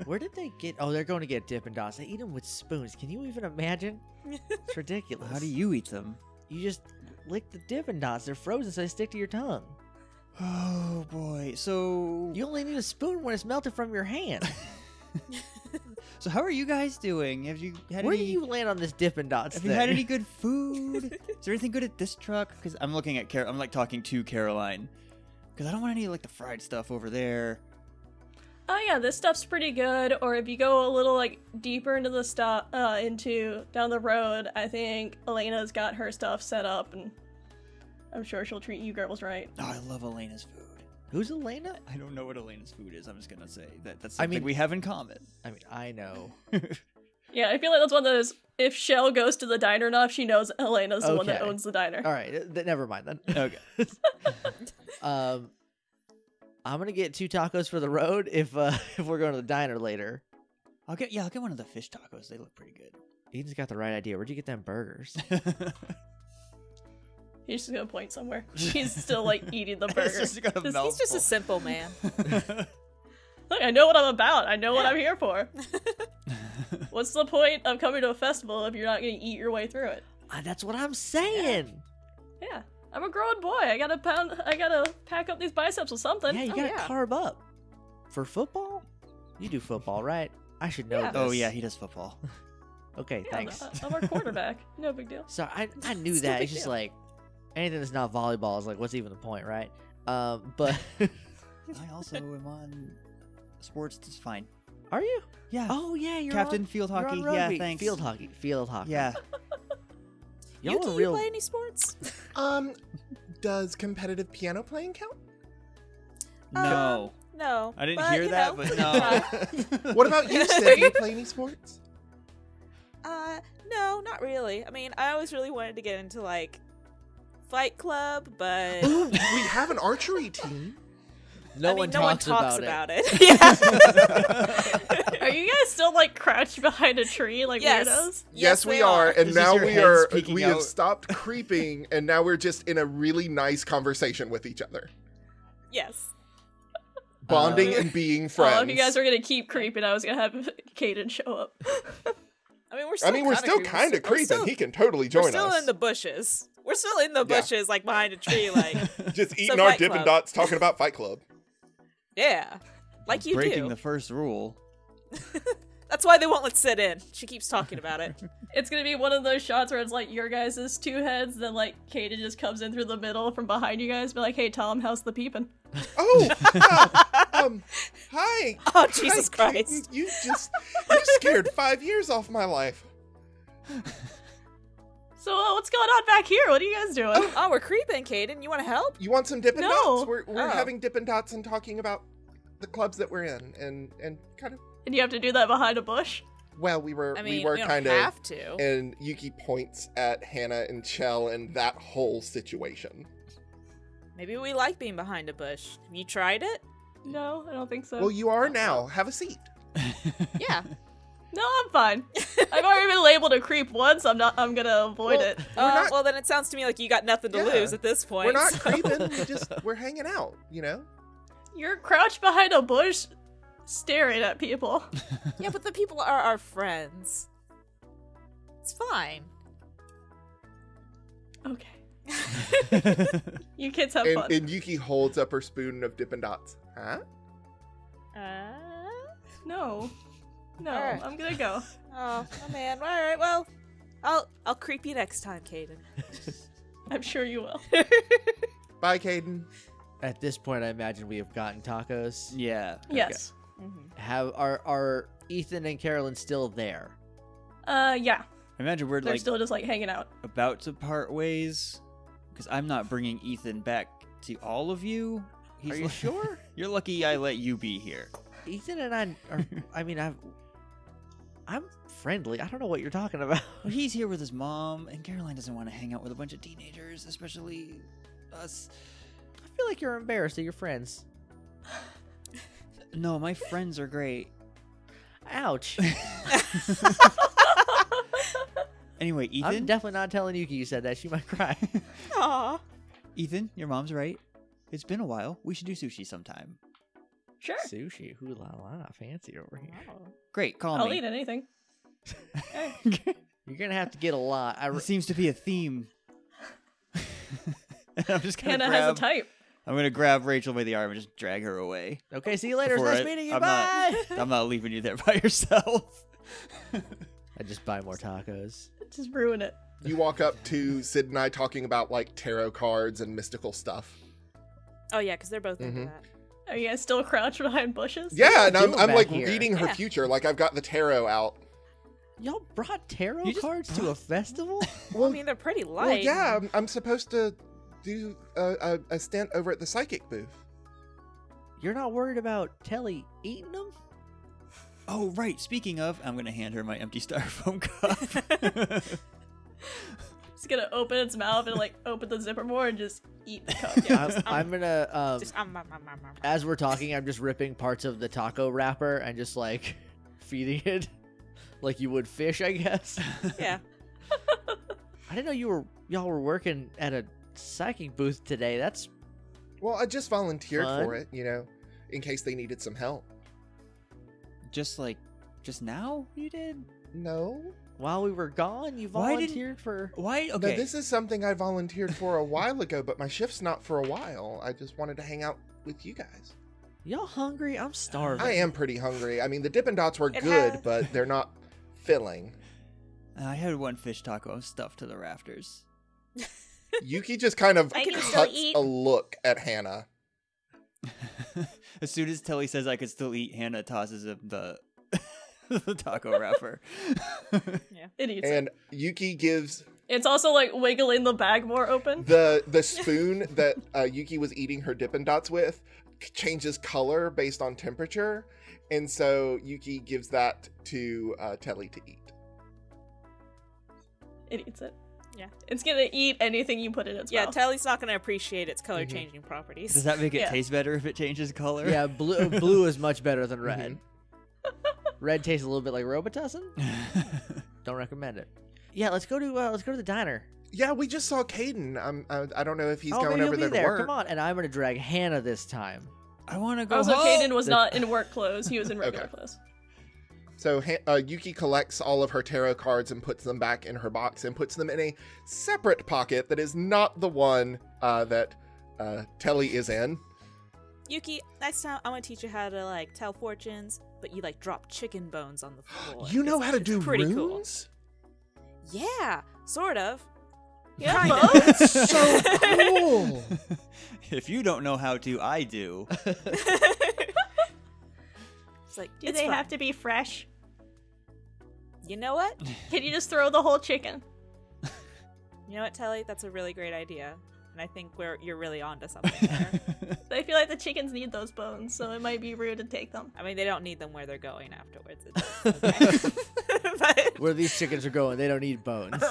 [SPEAKER 1] Where did they get? Oh, they're going to get Dippin' Dots. They eat them with spoons. Can you even imagine? It's ridiculous.
[SPEAKER 2] How do you eat them?
[SPEAKER 1] You just lick the Dippin' Dots. They're frozen, so they stick to your tongue.
[SPEAKER 2] Oh boy. So
[SPEAKER 1] You only need a spoon when it's melted from your hand.
[SPEAKER 2] so how are you guys doing? Have you had
[SPEAKER 1] Where do
[SPEAKER 2] any
[SPEAKER 1] you land on this Dippin' Dots
[SPEAKER 2] Have
[SPEAKER 1] thing?
[SPEAKER 2] you had any good food? Is there anything good at this truck? Because I'm looking at Car- I'm like talking to Caroline because I don't want any like the fried stuff over there.
[SPEAKER 3] Oh yeah, this stuff's pretty good. Or if you go a little like deeper into the stop, uh, into down the road, I think Elena's got her stuff set up, and I'm sure she'll treat you girls right.
[SPEAKER 2] Oh, I love Elena's food.
[SPEAKER 1] Who's Elena?
[SPEAKER 2] I don't know what Elena's food is. I'm just gonna say that that's
[SPEAKER 1] I
[SPEAKER 2] something
[SPEAKER 1] mean-
[SPEAKER 2] we have in common.
[SPEAKER 1] I mean, I know.
[SPEAKER 3] Yeah, I feel like that's one of those. If Shell goes to the diner enough, she knows Elena's the one that
[SPEAKER 1] Okay.
[SPEAKER 3] owns the diner.
[SPEAKER 1] All right, th- th- never mind then.
[SPEAKER 2] Okay.
[SPEAKER 1] Um, I'm gonna get two tacos for the road if uh, if we're going to the diner later.
[SPEAKER 2] I'll get yeah, I'll get one of the fish tacos. They look pretty good.
[SPEAKER 1] Eden's got the right idea. Where'd you get them burgers?
[SPEAKER 3] He's just gonna point somewhere. She's still like eating the
[SPEAKER 2] It's
[SPEAKER 3] burger.
[SPEAKER 2] just got a
[SPEAKER 3] He's
[SPEAKER 5] he's just a simple man.
[SPEAKER 2] mouthful.
[SPEAKER 3] Look, I know what I'm about. I know what I'm here for. What's the point of coming to a festival if you're not gonna eat your way through it?
[SPEAKER 1] Ah, that's what I'm saying.
[SPEAKER 3] Yeah, I'm a grown boy. I gotta pound. I gotta pack up these biceps with something.
[SPEAKER 1] yeah, you
[SPEAKER 5] oh,
[SPEAKER 1] gotta
[SPEAKER 5] yeah.
[SPEAKER 1] carb up for football. You do football, right? I should know.
[SPEAKER 3] Yeah.
[SPEAKER 1] This.
[SPEAKER 2] oh yeah, he does football.
[SPEAKER 1] Okay,
[SPEAKER 3] Yeah,
[SPEAKER 1] thanks.
[SPEAKER 3] I- I'm our quarterback. No big deal.
[SPEAKER 1] So I I knew
[SPEAKER 5] It's no
[SPEAKER 1] that.
[SPEAKER 5] big
[SPEAKER 1] It's just
[SPEAKER 5] deal.
[SPEAKER 1] like anything that's not volleyball is like, what's even the point, right? Um, but
[SPEAKER 2] I also am on sports. It's fine.
[SPEAKER 1] are you?
[SPEAKER 2] Yeah.
[SPEAKER 1] Oh yeah, you're
[SPEAKER 2] Captain
[SPEAKER 1] on-
[SPEAKER 2] field
[SPEAKER 1] you're
[SPEAKER 2] hockey.
[SPEAKER 1] on
[SPEAKER 2] Yeah,
[SPEAKER 1] rugby.
[SPEAKER 2] thanks.
[SPEAKER 1] Field hockey. Field hockey.
[SPEAKER 2] Yeah.
[SPEAKER 1] Y'all
[SPEAKER 5] Yuki,
[SPEAKER 1] are
[SPEAKER 5] you
[SPEAKER 1] real.
[SPEAKER 5] play any sports?
[SPEAKER 4] Um, does competitive piano playing count?
[SPEAKER 2] No.
[SPEAKER 5] No,
[SPEAKER 2] I didn't
[SPEAKER 5] but,
[SPEAKER 2] hear
[SPEAKER 5] you
[SPEAKER 2] that,
[SPEAKER 5] know.
[SPEAKER 2] but no.
[SPEAKER 4] What about you, Sid? Do you play any sports?
[SPEAKER 5] Uh, no, not really. I mean, I always really wanted to get into like Fight Club, but
[SPEAKER 4] Ooh, we have an archery team.
[SPEAKER 1] No,
[SPEAKER 5] I mean,
[SPEAKER 1] one,
[SPEAKER 5] no
[SPEAKER 1] talks
[SPEAKER 5] one talks
[SPEAKER 1] about,
[SPEAKER 5] about it. yeah.
[SPEAKER 3] Are you guys still like crouched behind a tree like
[SPEAKER 5] yes.
[SPEAKER 3] weirdos?
[SPEAKER 4] Yes, we are, and
[SPEAKER 2] This is
[SPEAKER 4] now
[SPEAKER 2] your
[SPEAKER 4] we
[SPEAKER 2] hands
[SPEAKER 4] are.
[SPEAKER 2] peeking
[SPEAKER 4] We
[SPEAKER 2] out.
[SPEAKER 4] have stopped creeping, and now we're just in a really nice conversation with each other,
[SPEAKER 5] yes.
[SPEAKER 4] bonding
[SPEAKER 3] Uh,
[SPEAKER 4] and being
[SPEAKER 3] Oh,
[SPEAKER 4] friends.
[SPEAKER 3] if you guys were gonna keep creeping, I was gonna have Caden show up.
[SPEAKER 5] I mean, we're still
[SPEAKER 4] I mean, we're
[SPEAKER 5] kinda
[SPEAKER 4] still
[SPEAKER 5] creepy.
[SPEAKER 4] kind of
[SPEAKER 5] We're
[SPEAKER 4] creeping.
[SPEAKER 5] still-
[SPEAKER 4] he can totally join
[SPEAKER 5] We're still
[SPEAKER 4] us.
[SPEAKER 5] in the bushes. We're still in the
[SPEAKER 4] Yeah.
[SPEAKER 5] bushes, like behind a tree, like
[SPEAKER 4] just eating
[SPEAKER 5] So
[SPEAKER 4] our
[SPEAKER 5] Fight
[SPEAKER 4] dip and
[SPEAKER 5] Club.
[SPEAKER 4] dots, talking about Fight Club.
[SPEAKER 5] yeah, like you
[SPEAKER 2] breaking
[SPEAKER 5] do.
[SPEAKER 2] the first rule.
[SPEAKER 5] That's why they won't let Sid in. She keeps talking about it.
[SPEAKER 3] it's gonna be one of those shots where it's like your guys' is two heads, then like Caden just comes in through the middle from behind you guys, be like, "Hey Tom, how's the peeping?"
[SPEAKER 4] Oh, yeah, um, hi.
[SPEAKER 5] Oh Jesus
[SPEAKER 4] Hi, Keaton.
[SPEAKER 5] Christ!
[SPEAKER 4] You just you scared five years off my life.
[SPEAKER 3] So uh, what's going on back here? What are you guys doing?
[SPEAKER 5] Oh, we're creeping, Caden. You want to help?
[SPEAKER 4] You want some Dippin'
[SPEAKER 3] No.
[SPEAKER 4] Dots? We're, we're
[SPEAKER 5] Oh.
[SPEAKER 4] having Dippin' Dots and talking about the clubs that we're in, and and kind of
[SPEAKER 3] and you have to do that behind a bush.
[SPEAKER 4] well, we were
[SPEAKER 5] I mean,
[SPEAKER 4] we were
[SPEAKER 5] don't
[SPEAKER 4] kind of.
[SPEAKER 5] have to.
[SPEAKER 4] And Yuki points at Hannah and Chell and that whole situation.
[SPEAKER 5] Maybe we like being behind a bush. Have you tried it?
[SPEAKER 3] No, I don't think so.
[SPEAKER 4] Well, you are now. Have a seat.
[SPEAKER 5] Yeah.
[SPEAKER 3] no, I'm fine. I've already been labeled a creep once. I'm not. I'm gonna avoid
[SPEAKER 4] Well,
[SPEAKER 3] it.
[SPEAKER 5] Uh,
[SPEAKER 4] not-
[SPEAKER 5] well, then it sounds to me like you got nothing to
[SPEAKER 4] Yeah.
[SPEAKER 5] lose at this point.
[SPEAKER 4] We're not
[SPEAKER 5] so-
[SPEAKER 4] creeping. We just we're hanging out. You know.
[SPEAKER 3] You're crouched behind a bush, staring at people.
[SPEAKER 5] yeah, but the people are our friends. It's fine.
[SPEAKER 3] Okay. You kids have
[SPEAKER 4] And,
[SPEAKER 3] fun.
[SPEAKER 4] and Yuki holds up her spoon of Dippin' Dots. Huh?
[SPEAKER 5] Uh,
[SPEAKER 3] no. No,
[SPEAKER 5] Alright.
[SPEAKER 3] I'm gonna go.
[SPEAKER 5] oh, oh man. All right. Well, I'll I'll creep you next time, Caden.
[SPEAKER 3] I'm sure you will.
[SPEAKER 4] Bye, Caden.
[SPEAKER 1] At this point, I imagine we have gotten tacos.
[SPEAKER 2] yeah.
[SPEAKER 3] Yes.
[SPEAKER 5] Mm-hmm.
[SPEAKER 1] Have are are Ethan and Carolyn still there?
[SPEAKER 3] Uh, yeah.
[SPEAKER 2] I imagine we're
[SPEAKER 3] They're
[SPEAKER 2] like
[SPEAKER 3] still just like hanging out.
[SPEAKER 2] about to part ways because I'm not bringing Ethan back to all of you. He's
[SPEAKER 1] Are you
[SPEAKER 2] like-
[SPEAKER 1] sure?
[SPEAKER 2] You're lucky I let you be here.
[SPEAKER 1] Ethan and I are. I mean, I've. I'm friendly. I don't know what you're talking about.
[SPEAKER 2] Well, he's here with his mom, and Caroline doesn't want to hang out with a bunch of teenagers, especially us.
[SPEAKER 1] I feel like you're embarrassed of your friends.
[SPEAKER 2] No, my friends are great.
[SPEAKER 1] Ouch.
[SPEAKER 2] Anyway,
[SPEAKER 1] I'm
[SPEAKER 2] Ethan.
[SPEAKER 1] definitely not telling Yuki you said that. She might cry.
[SPEAKER 5] Aw.
[SPEAKER 2] Ethan, your mom's right. It's been a while. We should do sushi sometime.
[SPEAKER 3] Sure.
[SPEAKER 1] Sushi, hoo la la, fancy over here.
[SPEAKER 2] Great, call
[SPEAKER 3] I'll
[SPEAKER 2] me.
[SPEAKER 3] eat anything.
[SPEAKER 1] You're gonna have to get a lot. I re-
[SPEAKER 2] It seems to be a theme. I'm just gonna
[SPEAKER 3] Hannah
[SPEAKER 2] grab,
[SPEAKER 3] has a type.
[SPEAKER 2] I'm gonna grab Rachel by the arm and just drag her away.
[SPEAKER 1] okay, see you later. It's
[SPEAKER 2] Before
[SPEAKER 1] nice
[SPEAKER 2] I-
[SPEAKER 1] meeting you.
[SPEAKER 2] I'm
[SPEAKER 1] bye.
[SPEAKER 2] not- I'm not leaving you there by yourself.
[SPEAKER 1] I just buy more tacos.
[SPEAKER 3] Just ruin it.
[SPEAKER 4] You walk up to Sid and I talking about like tarot cards and mystical stuff.
[SPEAKER 5] Oh yeah, because they're both into
[SPEAKER 4] Mhm.
[SPEAKER 5] that.
[SPEAKER 3] Are you guys still crouched behind bushes?
[SPEAKER 4] Yeah, and
[SPEAKER 1] do
[SPEAKER 4] I'm, I'm
[SPEAKER 1] back
[SPEAKER 4] like
[SPEAKER 1] here?
[SPEAKER 4] reading her
[SPEAKER 5] Yeah.
[SPEAKER 4] future. Like I've got the tarot out.
[SPEAKER 1] Y'all brought tarot
[SPEAKER 2] You just
[SPEAKER 1] cards to a festival?
[SPEAKER 5] Well, I mean, they're pretty light.
[SPEAKER 4] well, yeah, I'm, I'm supposed to do a, a, a stint over at the psychic booth.
[SPEAKER 1] you're not worried about Telly eating them?
[SPEAKER 2] Oh right. Speaking of, I'm gonna hand her my empty styrofoam cup.
[SPEAKER 3] It's gonna open its mouth and like open the zipper more and just eat the cup.
[SPEAKER 1] I'm, I'm gonna. Um,
[SPEAKER 5] Just um, um, um, um, um.
[SPEAKER 1] as we're talking, I'm just ripping parts of the taco wrapper and just like feeding it, like you would fish, I guess.
[SPEAKER 5] Yeah.
[SPEAKER 1] I didn't know you were y'all were working at a psychic booth today. That's
[SPEAKER 4] Well, I just volunteered
[SPEAKER 1] Fun.
[SPEAKER 4] for it, you know, in case they needed some help.
[SPEAKER 2] just like, just now you did.
[SPEAKER 4] No,
[SPEAKER 1] while we were gone. You
[SPEAKER 2] Why didn't-
[SPEAKER 1] volunteered for.
[SPEAKER 2] Why?
[SPEAKER 4] no,
[SPEAKER 2] Okay.
[SPEAKER 4] this is something I volunteered for a while ago, but my shift's not for a while. I just wanted to hang out with you guys.
[SPEAKER 1] Y'all hungry? I'm starving.
[SPEAKER 4] I am pretty hungry. I mean, the Dippin' Dots were
[SPEAKER 5] It
[SPEAKER 4] good,
[SPEAKER 5] has-
[SPEAKER 4] but they're not filling.
[SPEAKER 2] Uh, I had one fish taco. I'm stuffed to the rafters.
[SPEAKER 4] Yuki just kind of
[SPEAKER 5] I can still
[SPEAKER 4] cuts
[SPEAKER 5] eat.
[SPEAKER 4] a look at Hannah.
[SPEAKER 2] as soon as Telly says I could still eat, Hannah tosses him the the taco wrapper.
[SPEAKER 3] It eats it.
[SPEAKER 4] And Yuki gives
[SPEAKER 3] It's also like wiggling the bag more open.
[SPEAKER 4] the the spoon that uh, Yuki was eating her Dippin' Dots with c- changes color based on temperature, and so Yuki gives that to uh, Telly to eat.
[SPEAKER 3] It eats it.
[SPEAKER 5] Yeah.
[SPEAKER 3] It's gonna eat anything you put in its
[SPEAKER 5] Yeah,
[SPEAKER 3] mouth.
[SPEAKER 5] Tally's not going to appreciate its color
[SPEAKER 4] Mhm.
[SPEAKER 5] changing properties.
[SPEAKER 2] Does that make it
[SPEAKER 3] Yeah.
[SPEAKER 2] taste better if it changes color?
[SPEAKER 1] Yeah, blue blue is much better than
[SPEAKER 4] Mm-hmm.
[SPEAKER 1] red. red tastes a little bit like Robitussin. Don't recommend it. Yeah, let's go to uh, let's go to the diner.
[SPEAKER 4] Yeah, we just saw Caden. I'm, I, I don't know if he's
[SPEAKER 1] oh,
[SPEAKER 4] going
[SPEAKER 1] maybe
[SPEAKER 4] over
[SPEAKER 1] you'll
[SPEAKER 4] there
[SPEAKER 1] be
[SPEAKER 4] to
[SPEAKER 1] there.
[SPEAKER 4] work.
[SPEAKER 1] Come on, and I'm gonna drag Hannah this time.
[SPEAKER 2] I want to go
[SPEAKER 3] also,
[SPEAKER 2] home.
[SPEAKER 3] Caden was
[SPEAKER 1] The-
[SPEAKER 3] not in work clothes. He was in regular
[SPEAKER 4] Oh, Okay.
[SPEAKER 3] clothes.
[SPEAKER 4] So Han- uh, Yuki collects all of her tarot cards and puts them back in her box and puts them in a separate pocket that is not the one uh, that uh, Telly is in.
[SPEAKER 5] Yuki, next time I want to teach you how to like tell fortunes, but you like drop chicken bones on the floor.
[SPEAKER 4] you know
[SPEAKER 5] It's-
[SPEAKER 4] how to
[SPEAKER 5] it's
[SPEAKER 4] do
[SPEAKER 5] pretty
[SPEAKER 4] runes?
[SPEAKER 5] cool. Yeah, sort of.
[SPEAKER 3] Yeah,
[SPEAKER 5] Kind
[SPEAKER 3] Mo?
[SPEAKER 5] of.
[SPEAKER 4] So cool.
[SPEAKER 2] if you don't know how to, I do.
[SPEAKER 5] It's like,
[SPEAKER 3] Do
[SPEAKER 5] it's
[SPEAKER 3] they
[SPEAKER 5] fun.
[SPEAKER 3] have to be fresh?
[SPEAKER 5] You know what?
[SPEAKER 3] Can you just throw the whole chicken?
[SPEAKER 5] You know what, Telly? That's a really great idea, and I think we're you're really onto something there.
[SPEAKER 3] I feel like the chickens need those bones, so it might be rude to take them.
[SPEAKER 5] I mean, they don't need them where they're going afterwards. It's okay. but
[SPEAKER 1] Where these chickens are going, they don't need bones.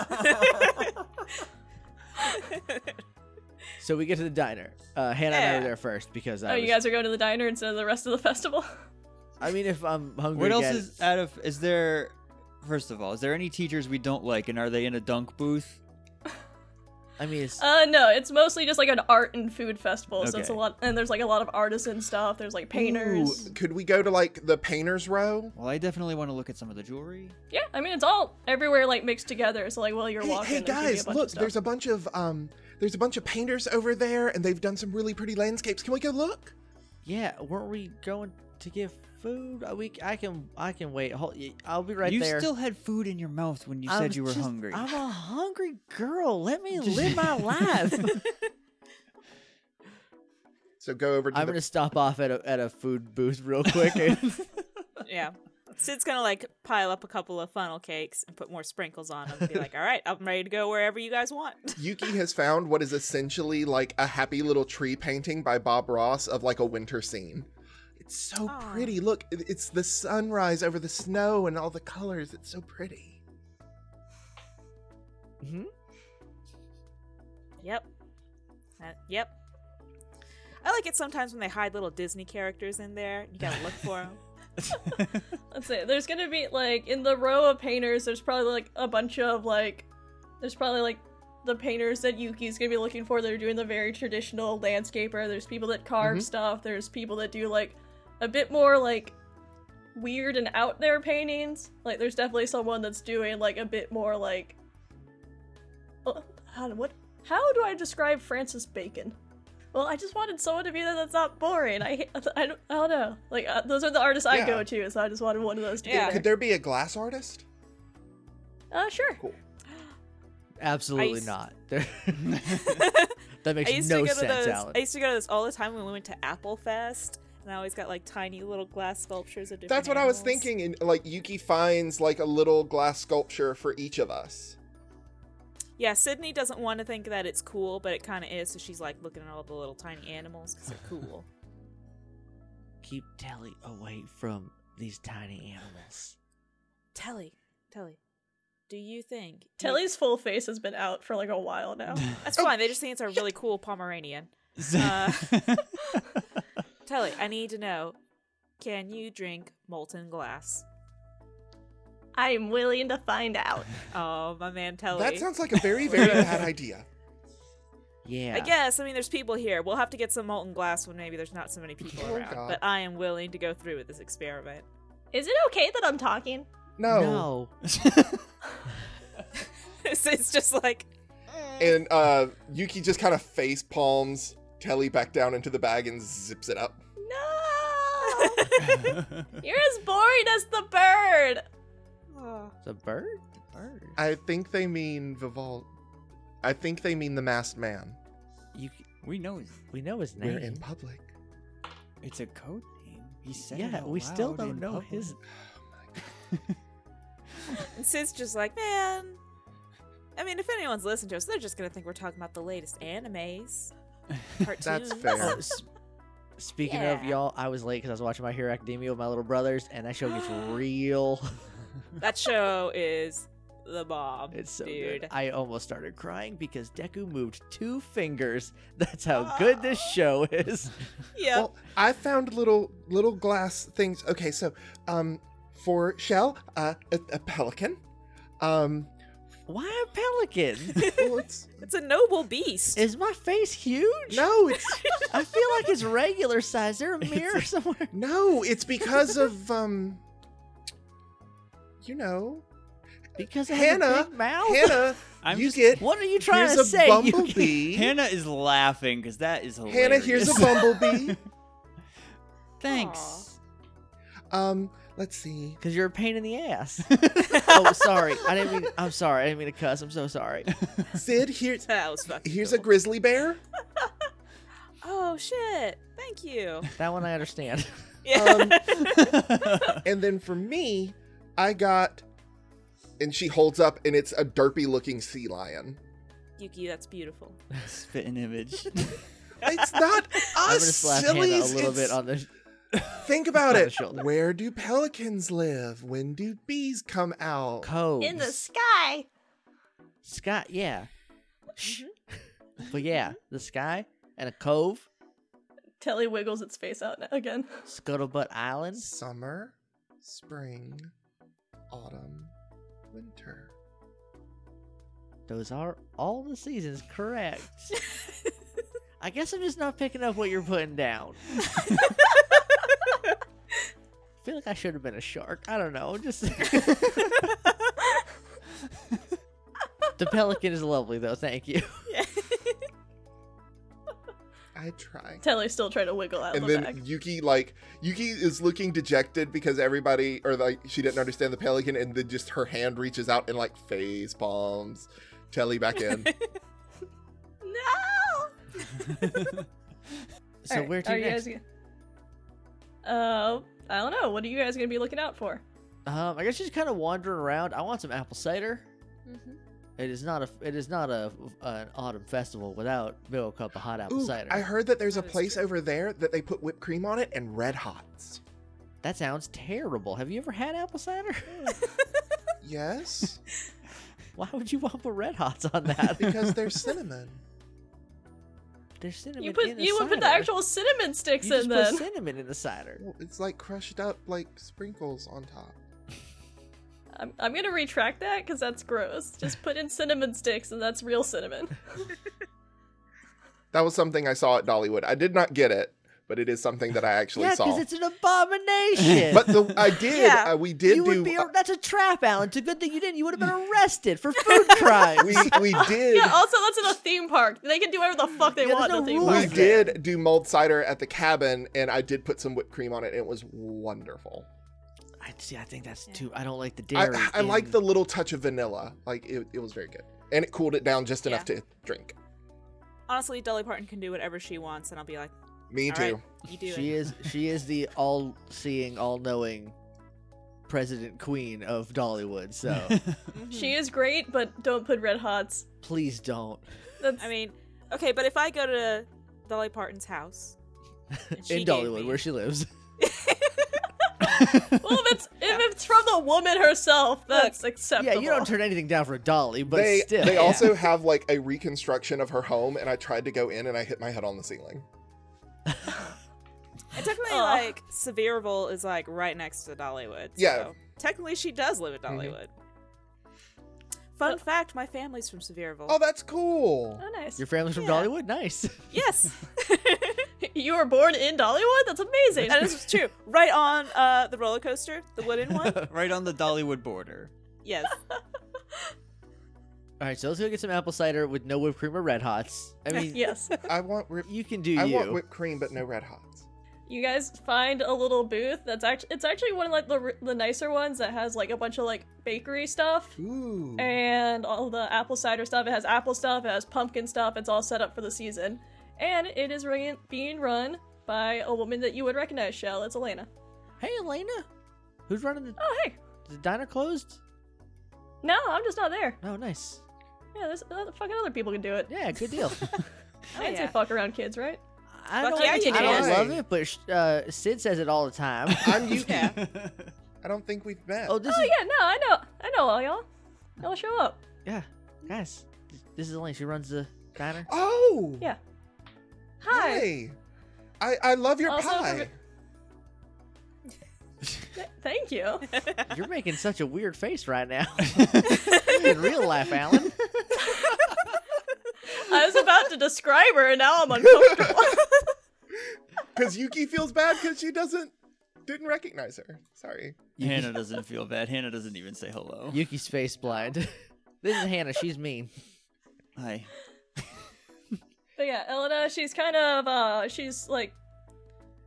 [SPEAKER 1] so we get to the diner. Uh, Hannah and I
[SPEAKER 5] Yeah.
[SPEAKER 1] were there first because I.
[SPEAKER 3] oh,
[SPEAKER 1] was,
[SPEAKER 3] you guys are going to the diner instead of the rest of the festival?
[SPEAKER 1] I mean, if I'm hungry.
[SPEAKER 2] what else
[SPEAKER 1] again-
[SPEAKER 2] is out of? Is there? First of all, is there any teachers we don't like, and are they in a dunk booth?
[SPEAKER 1] I mean, it's,
[SPEAKER 3] Uh, no, it's mostly just like an art and food festival, so it's a
[SPEAKER 2] Okay.
[SPEAKER 3] lot, and there's like a lot of artisan stuff. There's like painters.
[SPEAKER 4] Ooh, could we go to like the painters row?
[SPEAKER 2] Well, I definitely want to look at some of the jewelry.
[SPEAKER 3] Yeah, I mean it's all everywhere like mixed together. So like while you're
[SPEAKER 4] Hey,
[SPEAKER 3] walking,
[SPEAKER 4] hey
[SPEAKER 3] there's gonna be
[SPEAKER 4] guys,
[SPEAKER 3] a bunch
[SPEAKER 4] look,
[SPEAKER 3] of stuff.
[SPEAKER 4] there's a bunch of um there's a bunch of painters over there, and they've done some really pretty landscapes. Can we go look?
[SPEAKER 1] Yeah, weren't we going to give food? Uh, We I can I can wait. Hold, I'll be right
[SPEAKER 2] you
[SPEAKER 1] there.
[SPEAKER 2] still had food in your mouth when you
[SPEAKER 1] I
[SPEAKER 2] said
[SPEAKER 1] was
[SPEAKER 2] you were
[SPEAKER 1] just-
[SPEAKER 2] hungry.
[SPEAKER 1] I'm a hungry girl. Let me live my life.
[SPEAKER 4] So go over to
[SPEAKER 1] I'm
[SPEAKER 4] the
[SPEAKER 1] gonna stop off at a at a food booth real quick. and-
[SPEAKER 5] Yeah. Sid's gonna like pile up a couple of funnel cakes and put more sprinkles on them. And be like, all right, I'm ready to go wherever you guys want.
[SPEAKER 4] Yuki has found what is essentially like a happy little tree painting by Bob Ross of like a winter scene. It's so
[SPEAKER 5] Aw.
[SPEAKER 4] pretty. Look, it- it's the sunrise over the snow and all the colors. It's so pretty.
[SPEAKER 5] Yep. Uh, yep. I like it sometimes when they hide little Disney characters in there. You gotta look for them.
[SPEAKER 3] Let's say there's gonna be like in the row of painters, there's probably like a bunch of like, there's probably like the painters that Yuki's gonna be looking for. They're doing the very traditional landscaper. There's people that carve
[SPEAKER 4] Mhm.
[SPEAKER 3] stuff. There's people that do like a bit more like weird and out there paintings. Like there's definitely someone that's doing like a bit more like, uh, how what? How do I describe Francis Bacon? Well, I just wanted someone to be there that's not boring. I I don't, I don't know. Like uh, those are the artists I
[SPEAKER 4] Yeah.
[SPEAKER 3] go to, so I just wanted one of those to
[SPEAKER 5] Yeah.
[SPEAKER 3] be there.
[SPEAKER 4] Could there be a glass artist?
[SPEAKER 3] Uh, sure.
[SPEAKER 1] Absolutely
[SPEAKER 5] I s-
[SPEAKER 1] not. There- that
[SPEAKER 5] I
[SPEAKER 1] makes
[SPEAKER 5] used
[SPEAKER 1] no
[SPEAKER 5] to go to
[SPEAKER 1] sense,
[SPEAKER 5] those.
[SPEAKER 1] Alan.
[SPEAKER 5] I used to go to this all the time when we went to Apple Fest, and I always got like tiny little glass sculptures of different.
[SPEAKER 4] That's what I was
[SPEAKER 5] animals.
[SPEAKER 4] thinking. And like Yuki finds like a little glass sculpture for each of us.
[SPEAKER 5] Yeah, Sydney doesn't want to think that it's cool, but it kind of is. So she's like looking at all the little tiny animals because they're cool.
[SPEAKER 1] Keep Telly away from these tiny animals.
[SPEAKER 5] Telly, Telly, do you think you-
[SPEAKER 3] Telly's full face has been out for like a while now.
[SPEAKER 4] Oh.
[SPEAKER 5] That's fine. They just think it's a really cool Pomeranian. Uh, Telly, I need to know: Can you drink molten glass?
[SPEAKER 3] I am willing to find out.
[SPEAKER 5] Oh, my man, Telly.
[SPEAKER 4] That sounds like a very, very bad idea.
[SPEAKER 1] Yeah.
[SPEAKER 5] I guess. I mean, there's people here. We'll have to get some molten glass when maybe there's not so many people
[SPEAKER 4] Oh,
[SPEAKER 5] around.
[SPEAKER 4] God.
[SPEAKER 5] But I am willing to go through with this experiment.
[SPEAKER 3] Is it okay that I'm talking?
[SPEAKER 4] No.
[SPEAKER 1] No.
[SPEAKER 5] it's, it's just like
[SPEAKER 4] And uh, Yuki just kind of face palms Telly back down into the bag and zips it up.
[SPEAKER 3] No! You're as boring as the bird!
[SPEAKER 1] It's a bird? A bird.
[SPEAKER 4] I think they mean Vival. I think they mean the masked man.
[SPEAKER 1] You c-
[SPEAKER 2] we know it's,
[SPEAKER 1] we know his
[SPEAKER 4] We're
[SPEAKER 1] name.
[SPEAKER 4] in public.
[SPEAKER 2] it's a code name. He said it
[SPEAKER 1] yeah,
[SPEAKER 2] out
[SPEAKER 1] we still
[SPEAKER 2] loud
[SPEAKER 1] don't
[SPEAKER 2] in
[SPEAKER 1] know
[SPEAKER 2] public.
[SPEAKER 1] his
[SPEAKER 5] and Sid's just like, man. I mean, if anyone's listening to us, they're just gonna think we're talking about the latest animes, cartoons.
[SPEAKER 4] fair.
[SPEAKER 1] Oh, s- speaking of
[SPEAKER 5] Yeah.
[SPEAKER 1] y'all, I was late because I was watching My Hero Academia with my little brothers, and that show gets real.
[SPEAKER 5] That show is the bomb.
[SPEAKER 1] It's so
[SPEAKER 5] dude.
[SPEAKER 1] good. I almost started crying because Deku moved two fingers. That's how
[SPEAKER 5] Ah.
[SPEAKER 1] good this show is.
[SPEAKER 5] Yeah.
[SPEAKER 4] Well, I found little little glass things. Okay, so um, for shell, uh, a, a pelican. Um,
[SPEAKER 1] Why a pelican?
[SPEAKER 4] well, it's
[SPEAKER 5] it's a noble beast.
[SPEAKER 1] is my face huge?
[SPEAKER 4] no, it's
[SPEAKER 1] I feel like it's regular size. There a mirror somewhere?
[SPEAKER 4] no, it's because of um, you know,
[SPEAKER 1] Because it has a
[SPEAKER 4] Hannah,
[SPEAKER 1] big mouth.
[SPEAKER 4] Hannah.
[SPEAKER 2] I'm
[SPEAKER 4] you
[SPEAKER 2] just-
[SPEAKER 4] get
[SPEAKER 1] What are you Oh, trying
[SPEAKER 4] here's
[SPEAKER 1] to
[SPEAKER 4] a
[SPEAKER 1] say? you-
[SPEAKER 4] bumblebee.
[SPEAKER 2] Hannah is laughing because that is hilarious.
[SPEAKER 4] Hannah, here's a bumblebee.
[SPEAKER 2] Thanks.
[SPEAKER 4] um, let's see.
[SPEAKER 1] Because you're a pain in the ass. oh, sorry. I didn't mean. I'm sorry. I didn't mean to cuss. I'm so sorry.
[SPEAKER 4] Sid, here's
[SPEAKER 5] that was fucking.
[SPEAKER 4] here's a
[SPEAKER 5] cool.
[SPEAKER 4] grizzly bear.
[SPEAKER 5] Oh shit! Thank you.
[SPEAKER 1] That one I understand.
[SPEAKER 5] Yeah.
[SPEAKER 4] Um, And then for me, I got. And she holds up, and it's a derpy looking sea lion.
[SPEAKER 5] Yuki, that's beautiful.
[SPEAKER 2] Spit an image.
[SPEAKER 4] It's not
[SPEAKER 1] I'm gonna
[SPEAKER 4] us,
[SPEAKER 1] slap Hannah
[SPEAKER 4] sillies.
[SPEAKER 1] a little bit
[SPEAKER 4] it's-
[SPEAKER 1] on the.
[SPEAKER 4] think about
[SPEAKER 1] on the
[SPEAKER 4] it.
[SPEAKER 1] shoulder.
[SPEAKER 4] Where do pelicans live? When do bees come out?
[SPEAKER 1] Codes.
[SPEAKER 3] In the sky!
[SPEAKER 1] Scott, yeah. Shh.
[SPEAKER 3] Mm-hmm.
[SPEAKER 1] But yeah, the sky and a cove,
[SPEAKER 3] Telly wiggles its face out now- again.
[SPEAKER 1] Scuttlebutt Island.
[SPEAKER 4] Summer, spring, autumn, winter.
[SPEAKER 1] Those are all the seasons, correct. I guess I'm just not picking up what you're putting down. I feel like I should have been a shark. I don't know. Just the pelican is lovely though. Thank you.
[SPEAKER 5] Yeah.
[SPEAKER 4] I try.
[SPEAKER 3] Telly's still trying to wiggle out
[SPEAKER 4] And
[SPEAKER 3] the
[SPEAKER 4] then
[SPEAKER 3] back.
[SPEAKER 4] Yuki like Yuki is looking dejected because everybody or like she didn't understand the pelican and then just her hand reaches out and like phase palms Telly back in.
[SPEAKER 3] No.
[SPEAKER 2] so
[SPEAKER 3] Alright,
[SPEAKER 2] where to
[SPEAKER 3] are you
[SPEAKER 2] next?
[SPEAKER 3] guys go- Uh, I don't know. What are you guys gonna be looking out for?
[SPEAKER 1] Um, I guess she's kind of wandering around. I want some apple cider.
[SPEAKER 3] Mm-hmm.
[SPEAKER 1] It is not a. It is not a an autumn festival without Bill cup of hot apple
[SPEAKER 4] Ooh,
[SPEAKER 1] cider.
[SPEAKER 4] I heard that there's a
[SPEAKER 5] That is
[SPEAKER 4] place
[SPEAKER 5] true.
[SPEAKER 4] over there that they put whipped cream on it and red hots.
[SPEAKER 1] That sounds terrible. Have you ever had apple cider?
[SPEAKER 4] Yes,
[SPEAKER 1] Why would you want put red hots on that?
[SPEAKER 4] because there's cinnamon.
[SPEAKER 1] There's cinnamon.
[SPEAKER 3] You put
[SPEAKER 1] in the
[SPEAKER 3] you would put the
[SPEAKER 1] cider.
[SPEAKER 3] actual cinnamon
[SPEAKER 1] You
[SPEAKER 3] sticks
[SPEAKER 1] just
[SPEAKER 3] in
[SPEAKER 1] put
[SPEAKER 3] then.
[SPEAKER 1] cinnamon in the cider.
[SPEAKER 4] Well, It's like crushed up like sprinkles on top.
[SPEAKER 3] I'm, I'm gonna retract that because that's gross. Just put in cinnamon sticks and that's real cinnamon.
[SPEAKER 4] That was something I saw at Dollywood. I did not get it, but it is something that I actually
[SPEAKER 1] Yeah,
[SPEAKER 4] saw.
[SPEAKER 1] because it's an abomination.
[SPEAKER 4] But the I did.
[SPEAKER 5] Yeah.
[SPEAKER 4] uh, we did
[SPEAKER 1] you
[SPEAKER 4] do.
[SPEAKER 1] would be.
[SPEAKER 4] uh,
[SPEAKER 1] that's a trap, Alan. It's a good thing you didn't. You would have been arrested for food crimes.
[SPEAKER 4] we we did.
[SPEAKER 3] yeah. Also, that's in a theme park. They can do whatever the fuck they
[SPEAKER 1] Yeah,
[SPEAKER 3] want in
[SPEAKER 1] there's
[SPEAKER 3] a
[SPEAKER 1] no
[SPEAKER 3] theme
[SPEAKER 1] rules
[SPEAKER 3] park.
[SPEAKER 4] we did do mulled cider at the cabin, and I did put some whipped cream on it. And it was wonderful.
[SPEAKER 1] I see. I think that's too.
[SPEAKER 5] Yeah.
[SPEAKER 1] I don't like the dairy.
[SPEAKER 4] I, I like
[SPEAKER 1] in-
[SPEAKER 4] the little touch of vanilla. Like it, it was very good, and it cooled it down just enough to drink.
[SPEAKER 5] Honestly, Dolly Parton can do whatever she wants, and I'll be like,
[SPEAKER 4] Me
[SPEAKER 5] All
[SPEAKER 4] too.
[SPEAKER 5] right. you do
[SPEAKER 1] She
[SPEAKER 5] it.
[SPEAKER 1] is. She is the all-seeing, all-knowing president queen of Dollywood. So
[SPEAKER 5] Mhm.
[SPEAKER 3] She is great, but don't put red hots.
[SPEAKER 1] please don't.
[SPEAKER 3] That's
[SPEAKER 5] I mean, okay, but if I go to Dolly Parton's house and she
[SPEAKER 1] in
[SPEAKER 5] gave
[SPEAKER 1] Dollywood,
[SPEAKER 5] me-
[SPEAKER 1] where she lives.
[SPEAKER 3] well, if it's if it's from the woman herself, that's
[SPEAKER 1] yeah,
[SPEAKER 3] acceptable.
[SPEAKER 1] you don't turn anything down for a dolly, but
[SPEAKER 4] they
[SPEAKER 1] still.
[SPEAKER 4] they
[SPEAKER 1] yeah.
[SPEAKER 4] also have like a reconstruction of her home, and I tried to go in and I hit my head on the ceiling.
[SPEAKER 5] and technically,
[SPEAKER 3] Aw.
[SPEAKER 5] like Sevierville is like right next to Dollywood.
[SPEAKER 4] Yeah.
[SPEAKER 5] so technically, she does live at Dollywood. Fun
[SPEAKER 3] Uh,
[SPEAKER 5] fact: my family's from Sevierville.
[SPEAKER 4] Oh, that's cool.
[SPEAKER 3] Oh, nice.
[SPEAKER 1] Your family's from
[SPEAKER 5] Yeah.
[SPEAKER 1] Dollywood. Nice.
[SPEAKER 5] yes,
[SPEAKER 3] You were born in Dollywood. That's amazing.
[SPEAKER 5] that is true. Right on uh, the roller coaster, the wooden one.
[SPEAKER 2] right on the Dollywood border.
[SPEAKER 5] Yes,
[SPEAKER 1] All right, so let's go get some apple cider with no whipped cream or red hots. I mean,
[SPEAKER 3] yes.
[SPEAKER 4] I want rip-
[SPEAKER 1] you can do
[SPEAKER 4] I
[SPEAKER 1] you.
[SPEAKER 4] want whipped cream, but no red hots.
[SPEAKER 3] You guys find a little booth that's actually it's actually one of like the the nicer ones that has like a bunch of like bakery stuff
[SPEAKER 4] Ooh.
[SPEAKER 3] and all the apple cider stuff. It has apple stuff. It has pumpkin stuff. It's all set up for the season, and it is ring- being run by a woman that you would recognize. Shell. It's Elena.
[SPEAKER 1] hey, Elena, who's running the,
[SPEAKER 3] Oh hey.
[SPEAKER 1] the diner closed?
[SPEAKER 3] No, I'm just not there.
[SPEAKER 1] Oh, nice.
[SPEAKER 3] Yeah, there's uh, fucking other people can do it.
[SPEAKER 1] Yeah, Oh, good deal.
[SPEAKER 3] I didn't
[SPEAKER 5] yeah.
[SPEAKER 3] say fuck around kids, right?
[SPEAKER 1] I
[SPEAKER 5] Fuck
[SPEAKER 1] don't,
[SPEAKER 5] yeah, you
[SPEAKER 1] I don't
[SPEAKER 4] did.
[SPEAKER 1] love it, but sh- uh, Sid says it all the time.
[SPEAKER 4] I'm Yuki.
[SPEAKER 5] Yeah.
[SPEAKER 4] I don't think we've met.
[SPEAKER 1] oh, this
[SPEAKER 3] Oh
[SPEAKER 1] is
[SPEAKER 3] yeah, no, I know, I know all y'all. Y'all show up.
[SPEAKER 1] yeah, guys. th- This is Elena. She runs the diner.
[SPEAKER 4] Oh.
[SPEAKER 3] Yeah. Hi.
[SPEAKER 4] Hey. I I love your
[SPEAKER 3] Also
[SPEAKER 4] pie.
[SPEAKER 3] from- Th- thank you.
[SPEAKER 1] You're making such a weird face right now. In real life, Alan.
[SPEAKER 3] I was about to describe her, and now I'm uncomfortable.
[SPEAKER 4] Because Yuki feels bad because she doesn't didn't recognize her. Sorry.
[SPEAKER 2] Hannah doesn't feel bad. Hannah doesn't even say hello.
[SPEAKER 1] Yuki's face blind. this is Hannah. She's mean.
[SPEAKER 2] Hi.
[SPEAKER 3] but yeah, Elena, she's kind of, uh, she's like,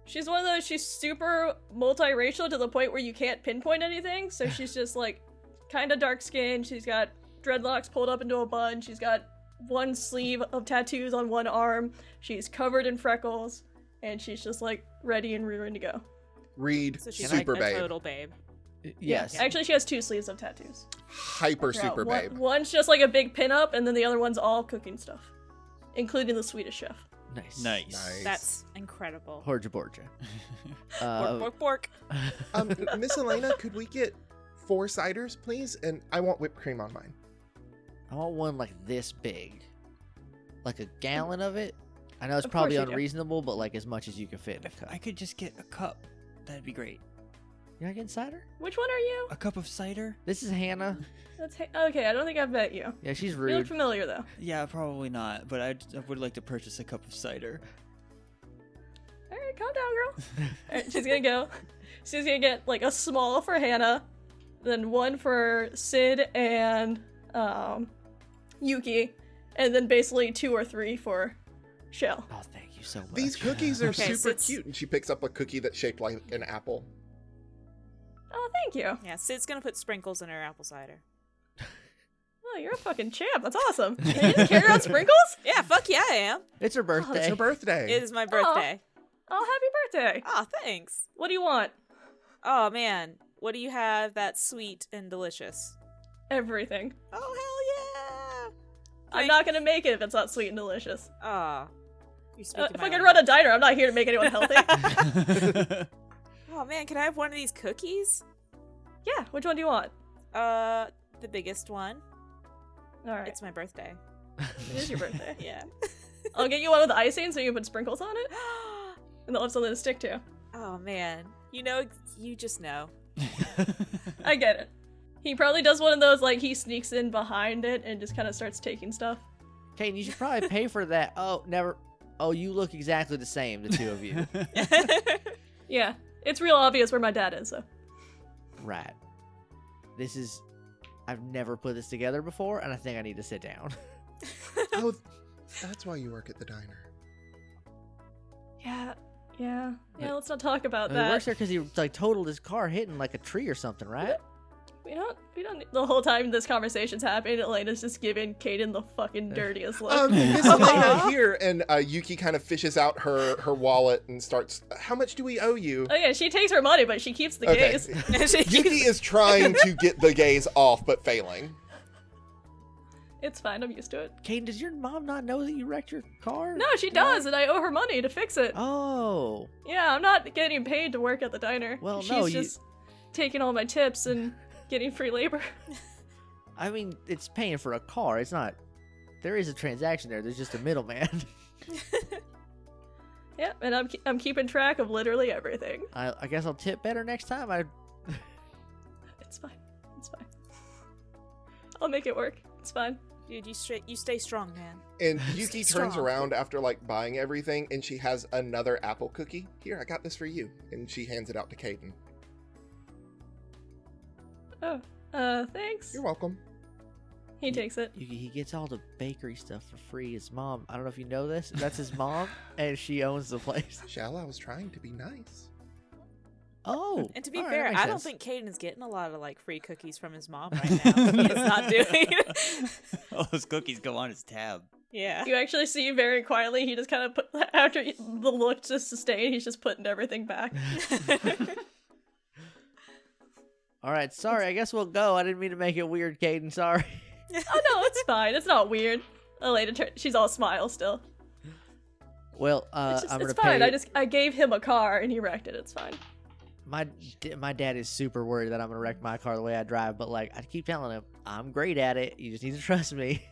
[SPEAKER 3] she's one of those. She's super multiracial to the point where you can't pinpoint anything. So she's just like, kind of dark skinned. She's got dreadlocks pulled up into a bun. She's got one sleeve of tattoos on one arm. She's covered in freckles, and she's just like ready and rearing to go.
[SPEAKER 4] Read
[SPEAKER 5] so she's
[SPEAKER 4] super
[SPEAKER 5] like a
[SPEAKER 4] babe.
[SPEAKER 5] total babe.
[SPEAKER 1] Yes.
[SPEAKER 3] Actually, she has two sleeves of tattoos.
[SPEAKER 4] Hyper
[SPEAKER 3] Yeah,
[SPEAKER 4] super
[SPEAKER 3] one-
[SPEAKER 4] babe.
[SPEAKER 3] One's just like a big pinup, and then the other one's all cooking stuff, including the Swedish chef.
[SPEAKER 1] Nice.
[SPEAKER 2] Nice.
[SPEAKER 4] Nice.
[SPEAKER 5] That's incredible.
[SPEAKER 1] Horja Borja.
[SPEAKER 5] Bork,
[SPEAKER 1] Uh,
[SPEAKER 5] bork, bork.
[SPEAKER 4] um, Miss Elena, could we get four ciders, please? And I want whipped cream on mine.
[SPEAKER 1] I want one like this big, like a gallon of it. I know it's
[SPEAKER 3] Of course
[SPEAKER 1] probably
[SPEAKER 3] you do.
[SPEAKER 1] unreasonable, but like as much as you can fit in a
[SPEAKER 2] If
[SPEAKER 1] cup.
[SPEAKER 2] I could just get a cup, that'd be great.
[SPEAKER 1] You're not getting cider?
[SPEAKER 3] Which one are
[SPEAKER 4] Uh,
[SPEAKER 3] you?
[SPEAKER 2] A cup of cider?
[SPEAKER 1] This is Hannah.
[SPEAKER 3] That's ha- okay. I don't think I've met you.
[SPEAKER 1] Yeah, she's
[SPEAKER 3] You look
[SPEAKER 1] rude.
[SPEAKER 3] familiar though.
[SPEAKER 2] Yeah, probably not. But I'd, I would like to purchase a cup of cider.
[SPEAKER 3] All right, calm down, girl. all right, she's gonna go. She's gonna get like a small for Hannah, then one for Sid and um, Yuki, and then basically two or three for shell.
[SPEAKER 2] Oh, thank you so much.
[SPEAKER 4] These cookies are
[SPEAKER 5] Okay, so
[SPEAKER 4] super
[SPEAKER 5] it's-
[SPEAKER 4] cute. And she picks up a cookie that's shaped like an apple.
[SPEAKER 3] Oh, thank you.
[SPEAKER 5] Yeah, Sid's gonna put sprinkles in her apple cider.
[SPEAKER 3] Oh, you're a fucking champ. That's awesome. And you didn't care about sprinkles?
[SPEAKER 5] Yeah, fuck yeah, I am.
[SPEAKER 1] It's her
[SPEAKER 4] Oh, it's
[SPEAKER 1] birthday.
[SPEAKER 4] her birthday.
[SPEAKER 5] It is my birthday.
[SPEAKER 3] Oh, happy birthday.
[SPEAKER 5] Aw, thanks.
[SPEAKER 3] What do you want?
[SPEAKER 5] Oh man, what do you have that's sweet and delicious?
[SPEAKER 3] Everything.
[SPEAKER 5] Oh
[SPEAKER 3] I'm not gonna make it if it's not sweet and delicious.
[SPEAKER 5] hell yeah! Ah, you're
[SPEAKER 3] Uh,
[SPEAKER 5] speaking
[SPEAKER 3] if
[SPEAKER 5] my
[SPEAKER 3] I could run
[SPEAKER 5] language.
[SPEAKER 3] a diner, I'm not here to make anyone healthy.
[SPEAKER 5] Oh man, can I have one of these cookies?
[SPEAKER 3] yeah, which one do you want?
[SPEAKER 5] Uh, the biggest one.
[SPEAKER 3] All right,
[SPEAKER 5] It's my birthday.
[SPEAKER 3] it is your birthday.
[SPEAKER 5] Yeah.
[SPEAKER 3] I'll get you one with icing so you can put sprinkles on it, and they'll have something to stick to.
[SPEAKER 5] oh man, you know, you just know.
[SPEAKER 3] I get it. He probably does one of those like he sneaks in behind it and just kind of starts taking stuff.
[SPEAKER 1] Kane, you should probably pay for that. Oh, never. Oh, you look exactly the same, the two of you.
[SPEAKER 3] Yeah, it's real obvious where my dad is. So
[SPEAKER 1] right. This is. I've never put this together before, and I think I need to sit down.
[SPEAKER 4] Oh, that's why you work at the diner.
[SPEAKER 3] yeah, yeah, yeah.
[SPEAKER 1] Wait.
[SPEAKER 3] Let's not talk about
[SPEAKER 1] I mean, he works
[SPEAKER 3] that.
[SPEAKER 1] there because he like totaled his car hitting like a tree or something, right?
[SPEAKER 3] We don't. We don't. The whole time this conversation's happening, Elena's just giving Caden the fucking dirtiest look.
[SPEAKER 4] Um, Miss
[SPEAKER 5] Aw.
[SPEAKER 4] Elena here, and uh, Yuki kind of fishes out her her wallet and starts. How much do we owe you?
[SPEAKER 3] Oh yeah, she takes her money, but she keeps the
[SPEAKER 4] Okay.
[SPEAKER 3] gaze.
[SPEAKER 4] Yuki is trying to get the gaze off, but failing.
[SPEAKER 3] It's fine. I'm used to it.
[SPEAKER 1] Kane, does your mom not know that you wrecked your car?
[SPEAKER 3] No, she does, and I owe her money to fix it.
[SPEAKER 1] Oh,
[SPEAKER 3] Yeah, I'm not getting paid to work at the diner.
[SPEAKER 1] Well,
[SPEAKER 3] she's
[SPEAKER 1] no, you-
[SPEAKER 3] just taking all my tips and getting free labor.
[SPEAKER 1] I mean, it's paying for a car. It's not. There is a transaction there. There's just a middleman.
[SPEAKER 3] yeah, and I'm I'm keeping track of literally everything.
[SPEAKER 1] I, I guess I'll tip better next time. I
[SPEAKER 3] It's fine. It's fine. I'll make it work. It's fine.
[SPEAKER 5] Dude, you straight, you stay strong, man.
[SPEAKER 4] And Yuki turns
[SPEAKER 5] Strong.
[SPEAKER 4] around after like buying everything, and she has another apple cookie. Here, I got this for you, and she hands it out to Caden.
[SPEAKER 3] Oh, uh, thanks.
[SPEAKER 4] You're welcome.
[SPEAKER 3] He takes it.
[SPEAKER 1] You, he gets all the bakery stuff for free. His mom, I don't know if you know this, that's his mom, and she owns the place.
[SPEAKER 4] Shall I was trying to be nice.
[SPEAKER 1] Oh,
[SPEAKER 5] And to be
[SPEAKER 1] all right,
[SPEAKER 5] fair,
[SPEAKER 1] that makes
[SPEAKER 5] I don't
[SPEAKER 1] sense.
[SPEAKER 5] think Caden is getting a lot of like free cookies from his mom right now. He's not doing.
[SPEAKER 2] All those cookies go on his tab.
[SPEAKER 5] yeah.
[SPEAKER 3] You actually see very quietly. He just kind of put after he- the look just sustained. He's just putting everything back. Oh,
[SPEAKER 1] All right, sorry. I guess we'll go. I didn't mean to make it weird, Caden. Sorry.
[SPEAKER 3] oh no, it's fine. It's not weird. Elena, turn- she's all smile still.
[SPEAKER 1] Well, uh,
[SPEAKER 3] It's, just,
[SPEAKER 1] I'm
[SPEAKER 3] it's
[SPEAKER 1] gonna
[SPEAKER 3] fine.
[SPEAKER 1] pay.
[SPEAKER 3] I just I gave him a car and he wrecked it. It's fine.
[SPEAKER 1] My d- my dad is super worried that I'm gonna wreck my car the way I drive, but like I keep telling him, I'm great at it. You just need to trust me.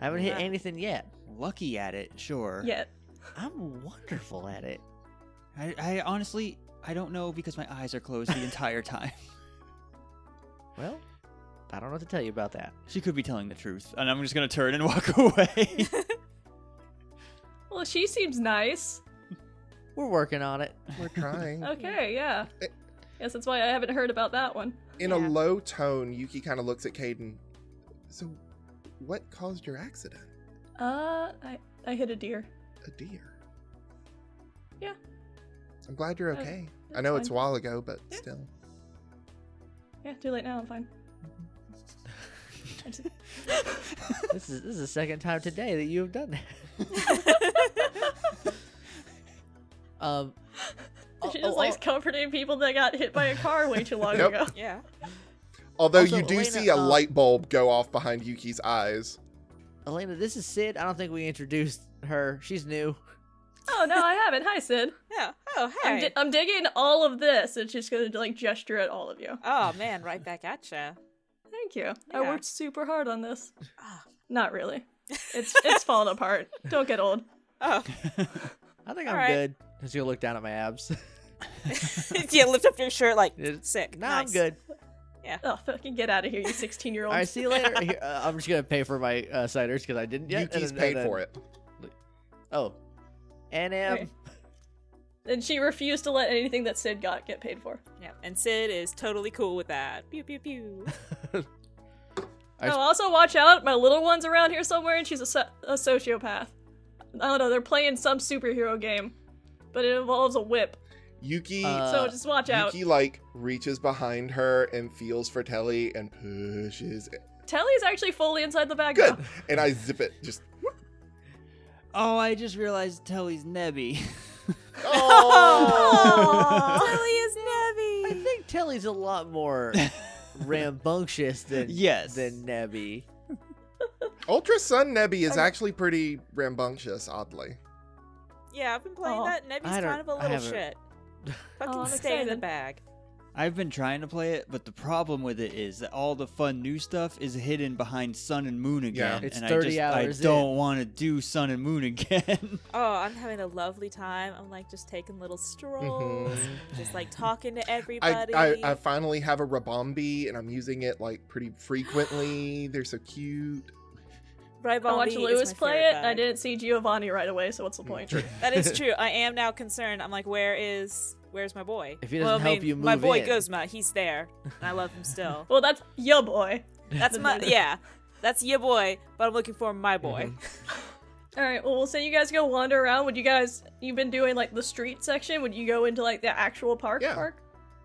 [SPEAKER 1] I haven't hit
[SPEAKER 5] Yeah.
[SPEAKER 1] anything yet.
[SPEAKER 2] Lucky at it, sure.
[SPEAKER 3] Yeah.
[SPEAKER 1] I'm wonderful at it.
[SPEAKER 2] I, I honestly, I don't know because my eyes are closed the entire time.
[SPEAKER 1] Well, I don't know what to tell you about that.
[SPEAKER 2] She could be telling the truth, and I'm just gonna turn and walk away.
[SPEAKER 3] Well, she seems nice.
[SPEAKER 1] We're working on it.
[SPEAKER 4] We're
[SPEAKER 5] Oh,
[SPEAKER 4] trying.
[SPEAKER 3] Okay, yeah. Yes, that's why I haven't heard about that one.
[SPEAKER 4] In a
[SPEAKER 5] Yeah.
[SPEAKER 4] low tone, Yuki kind of looks at Caden. So, what caused your accident?
[SPEAKER 3] Uh, I I hit a deer.
[SPEAKER 4] A deer.
[SPEAKER 3] Yeah.
[SPEAKER 4] I'm glad you're
[SPEAKER 3] Oh,
[SPEAKER 4] okay. I
[SPEAKER 3] that's
[SPEAKER 4] know it's a
[SPEAKER 3] fine.
[SPEAKER 4] while ago, but
[SPEAKER 3] Yeah.
[SPEAKER 4] still.
[SPEAKER 3] Yeah, too late now. I'm fine. I just-
[SPEAKER 1] This is this is the second time today that you have done that. um, oh,
[SPEAKER 3] she
[SPEAKER 1] oh,
[SPEAKER 3] just likes
[SPEAKER 1] oh,
[SPEAKER 3] comforting people that got hit by a car way too long
[SPEAKER 4] Yep.
[SPEAKER 3] ago.
[SPEAKER 5] yeah.
[SPEAKER 4] Although
[SPEAKER 1] Also,
[SPEAKER 4] you do
[SPEAKER 1] Elena,
[SPEAKER 4] see a
[SPEAKER 1] um,
[SPEAKER 4] light bulb go off behind Yuki's eyes.
[SPEAKER 1] oh, Elena, this is Sid. I don't think we introduced her. She's new.
[SPEAKER 3] Oh no, I haven't. Hi, Sid.
[SPEAKER 5] Yeah. Oh
[SPEAKER 3] I'm,
[SPEAKER 5] hey.
[SPEAKER 3] di- I'm digging all of this. It's just gonna like gesture at all of you.
[SPEAKER 5] oh man, right back at you.
[SPEAKER 3] Thank you. I
[SPEAKER 5] Yeah.
[SPEAKER 3] worked super hard on this. Not really. It's it's falling apart. Don't get old.
[SPEAKER 5] Oh.
[SPEAKER 1] I think
[SPEAKER 5] All
[SPEAKER 1] I'm
[SPEAKER 5] right.
[SPEAKER 1] good. She's gonna look down at my abs.
[SPEAKER 5] yeah. Lift up your shirt like
[SPEAKER 1] It's-
[SPEAKER 5] sick.
[SPEAKER 1] no,
[SPEAKER 5] Nice.
[SPEAKER 1] I'm good.
[SPEAKER 3] Oh, fucking get out of here, you 16 year
[SPEAKER 1] All
[SPEAKER 3] old.
[SPEAKER 1] right, see you later. Here, uh, I'm just gonna pay for my uh, ciders because I didn't yet. and
[SPEAKER 4] Yuki's
[SPEAKER 1] then-
[SPEAKER 4] paid
[SPEAKER 1] and
[SPEAKER 4] for
[SPEAKER 1] then-
[SPEAKER 4] it.
[SPEAKER 1] Oh, and um,
[SPEAKER 3] Okay. And she refused to let anything that Sid got get paid for.
[SPEAKER 5] Yeah. And Sid is totally cool with that. Pew pew pew.
[SPEAKER 1] I
[SPEAKER 3] oh, also watch out. My little one's around here somewhere, and she's a, so- a sociopath. I don't know. They're playing some superhero game, but it involves a whip.
[SPEAKER 4] Yuki
[SPEAKER 1] Uh,
[SPEAKER 3] so just watch out.
[SPEAKER 4] Yuki like reaches behind her and feels for Telly and pushes it.
[SPEAKER 3] Telly's actually fully inside the bag
[SPEAKER 4] Good.
[SPEAKER 3] now.
[SPEAKER 4] And I zip it. Just
[SPEAKER 2] Oh, I just realized Telly's Nebby.
[SPEAKER 4] oh.
[SPEAKER 5] Tilly is
[SPEAKER 1] I
[SPEAKER 5] Nebby.
[SPEAKER 1] think Telly's a lot more rambunctious than
[SPEAKER 2] Yes.
[SPEAKER 1] than Nebby.
[SPEAKER 4] Ultra Sun Nebby is actually pretty rambunctious, oddly.
[SPEAKER 5] Yeah, I've been playing
[SPEAKER 3] Oh,
[SPEAKER 5] that.
[SPEAKER 1] I
[SPEAKER 5] Nebby's
[SPEAKER 1] don't-
[SPEAKER 5] kind of a
[SPEAKER 1] I
[SPEAKER 5] little
[SPEAKER 1] haven't-
[SPEAKER 5] shit. Fucking
[SPEAKER 3] I'm
[SPEAKER 5] stay in the
[SPEAKER 3] excited.
[SPEAKER 5] bag.
[SPEAKER 2] I've been trying to play it, but the problem with it is that all the fun new stuff is hidden behind Sun and Moon
[SPEAKER 4] Yeah.
[SPEAKER 2] again.
[SPEAKER 1] It's
[SPEAKER 2] and
[SPEAKER 1] 30
[SPEAKER 2] I just,
[SPEAKER 1] hours
[SPEAKER 2] I
[SPEAKER 1] in.
[SPEAKER 2] don't want to do Sun and Moon again.
[SPEAKER 5] Oh, I'm having a lovely time. I'm like just taking little strolls,
[SPEAKER 1] Mm-hmm.
[SPEAKER 5] just like talking to
[SPEAKER 4] I,
[SPEAKER 5] everybody.
[SPEAKER 4] I, I finally have a Rabombi and I'm using it like pretty frequently. They're so cute.
[SPEAKER 5] Ribondi
[SPEAKER 3] I watched
[SPEAKER 5] is
[SPEAKER 3] Lewis
[SPEAKER 5] my
[SPEAKER 3] play
[SPEAKER 5] favorite
[SPEAKER 3] it. and I
[SPEAKER 5] bag.
[SPEAKER 3] didn't see Giovanni right away, so what's the point?
[SPEAKER 5] That is true. I am now concerned. I'm like, where is where's my boy?
[SPEAKER 1] If he doesn't
[SPEAKER 5] well, I
[SPEAKER 1] help
[SPEAKER 5] mean,
[SPEAKER 1] you
[SPEAKER 5] my
[SPEAKER 1] move
[SPEAKER 5] boy
[SPEAKER 1] in.
[SPEAKER 5] Guzma, he's there, and I love him still.
[SPEAKER 3] well, that's your boy.
[SPEAKER 5] That's my yeah. That's your boy, but I'm looking for my boy.
[SPEAKER 1] Mm-hmm.
[SPEAKER 3] All right. Well, we'll say you guys go wander around. Would you guys? You've been doing like the street section. Would you go into like the actual park?
[SPEAKER 4] Yeah.
[SPEAKER 3] Park.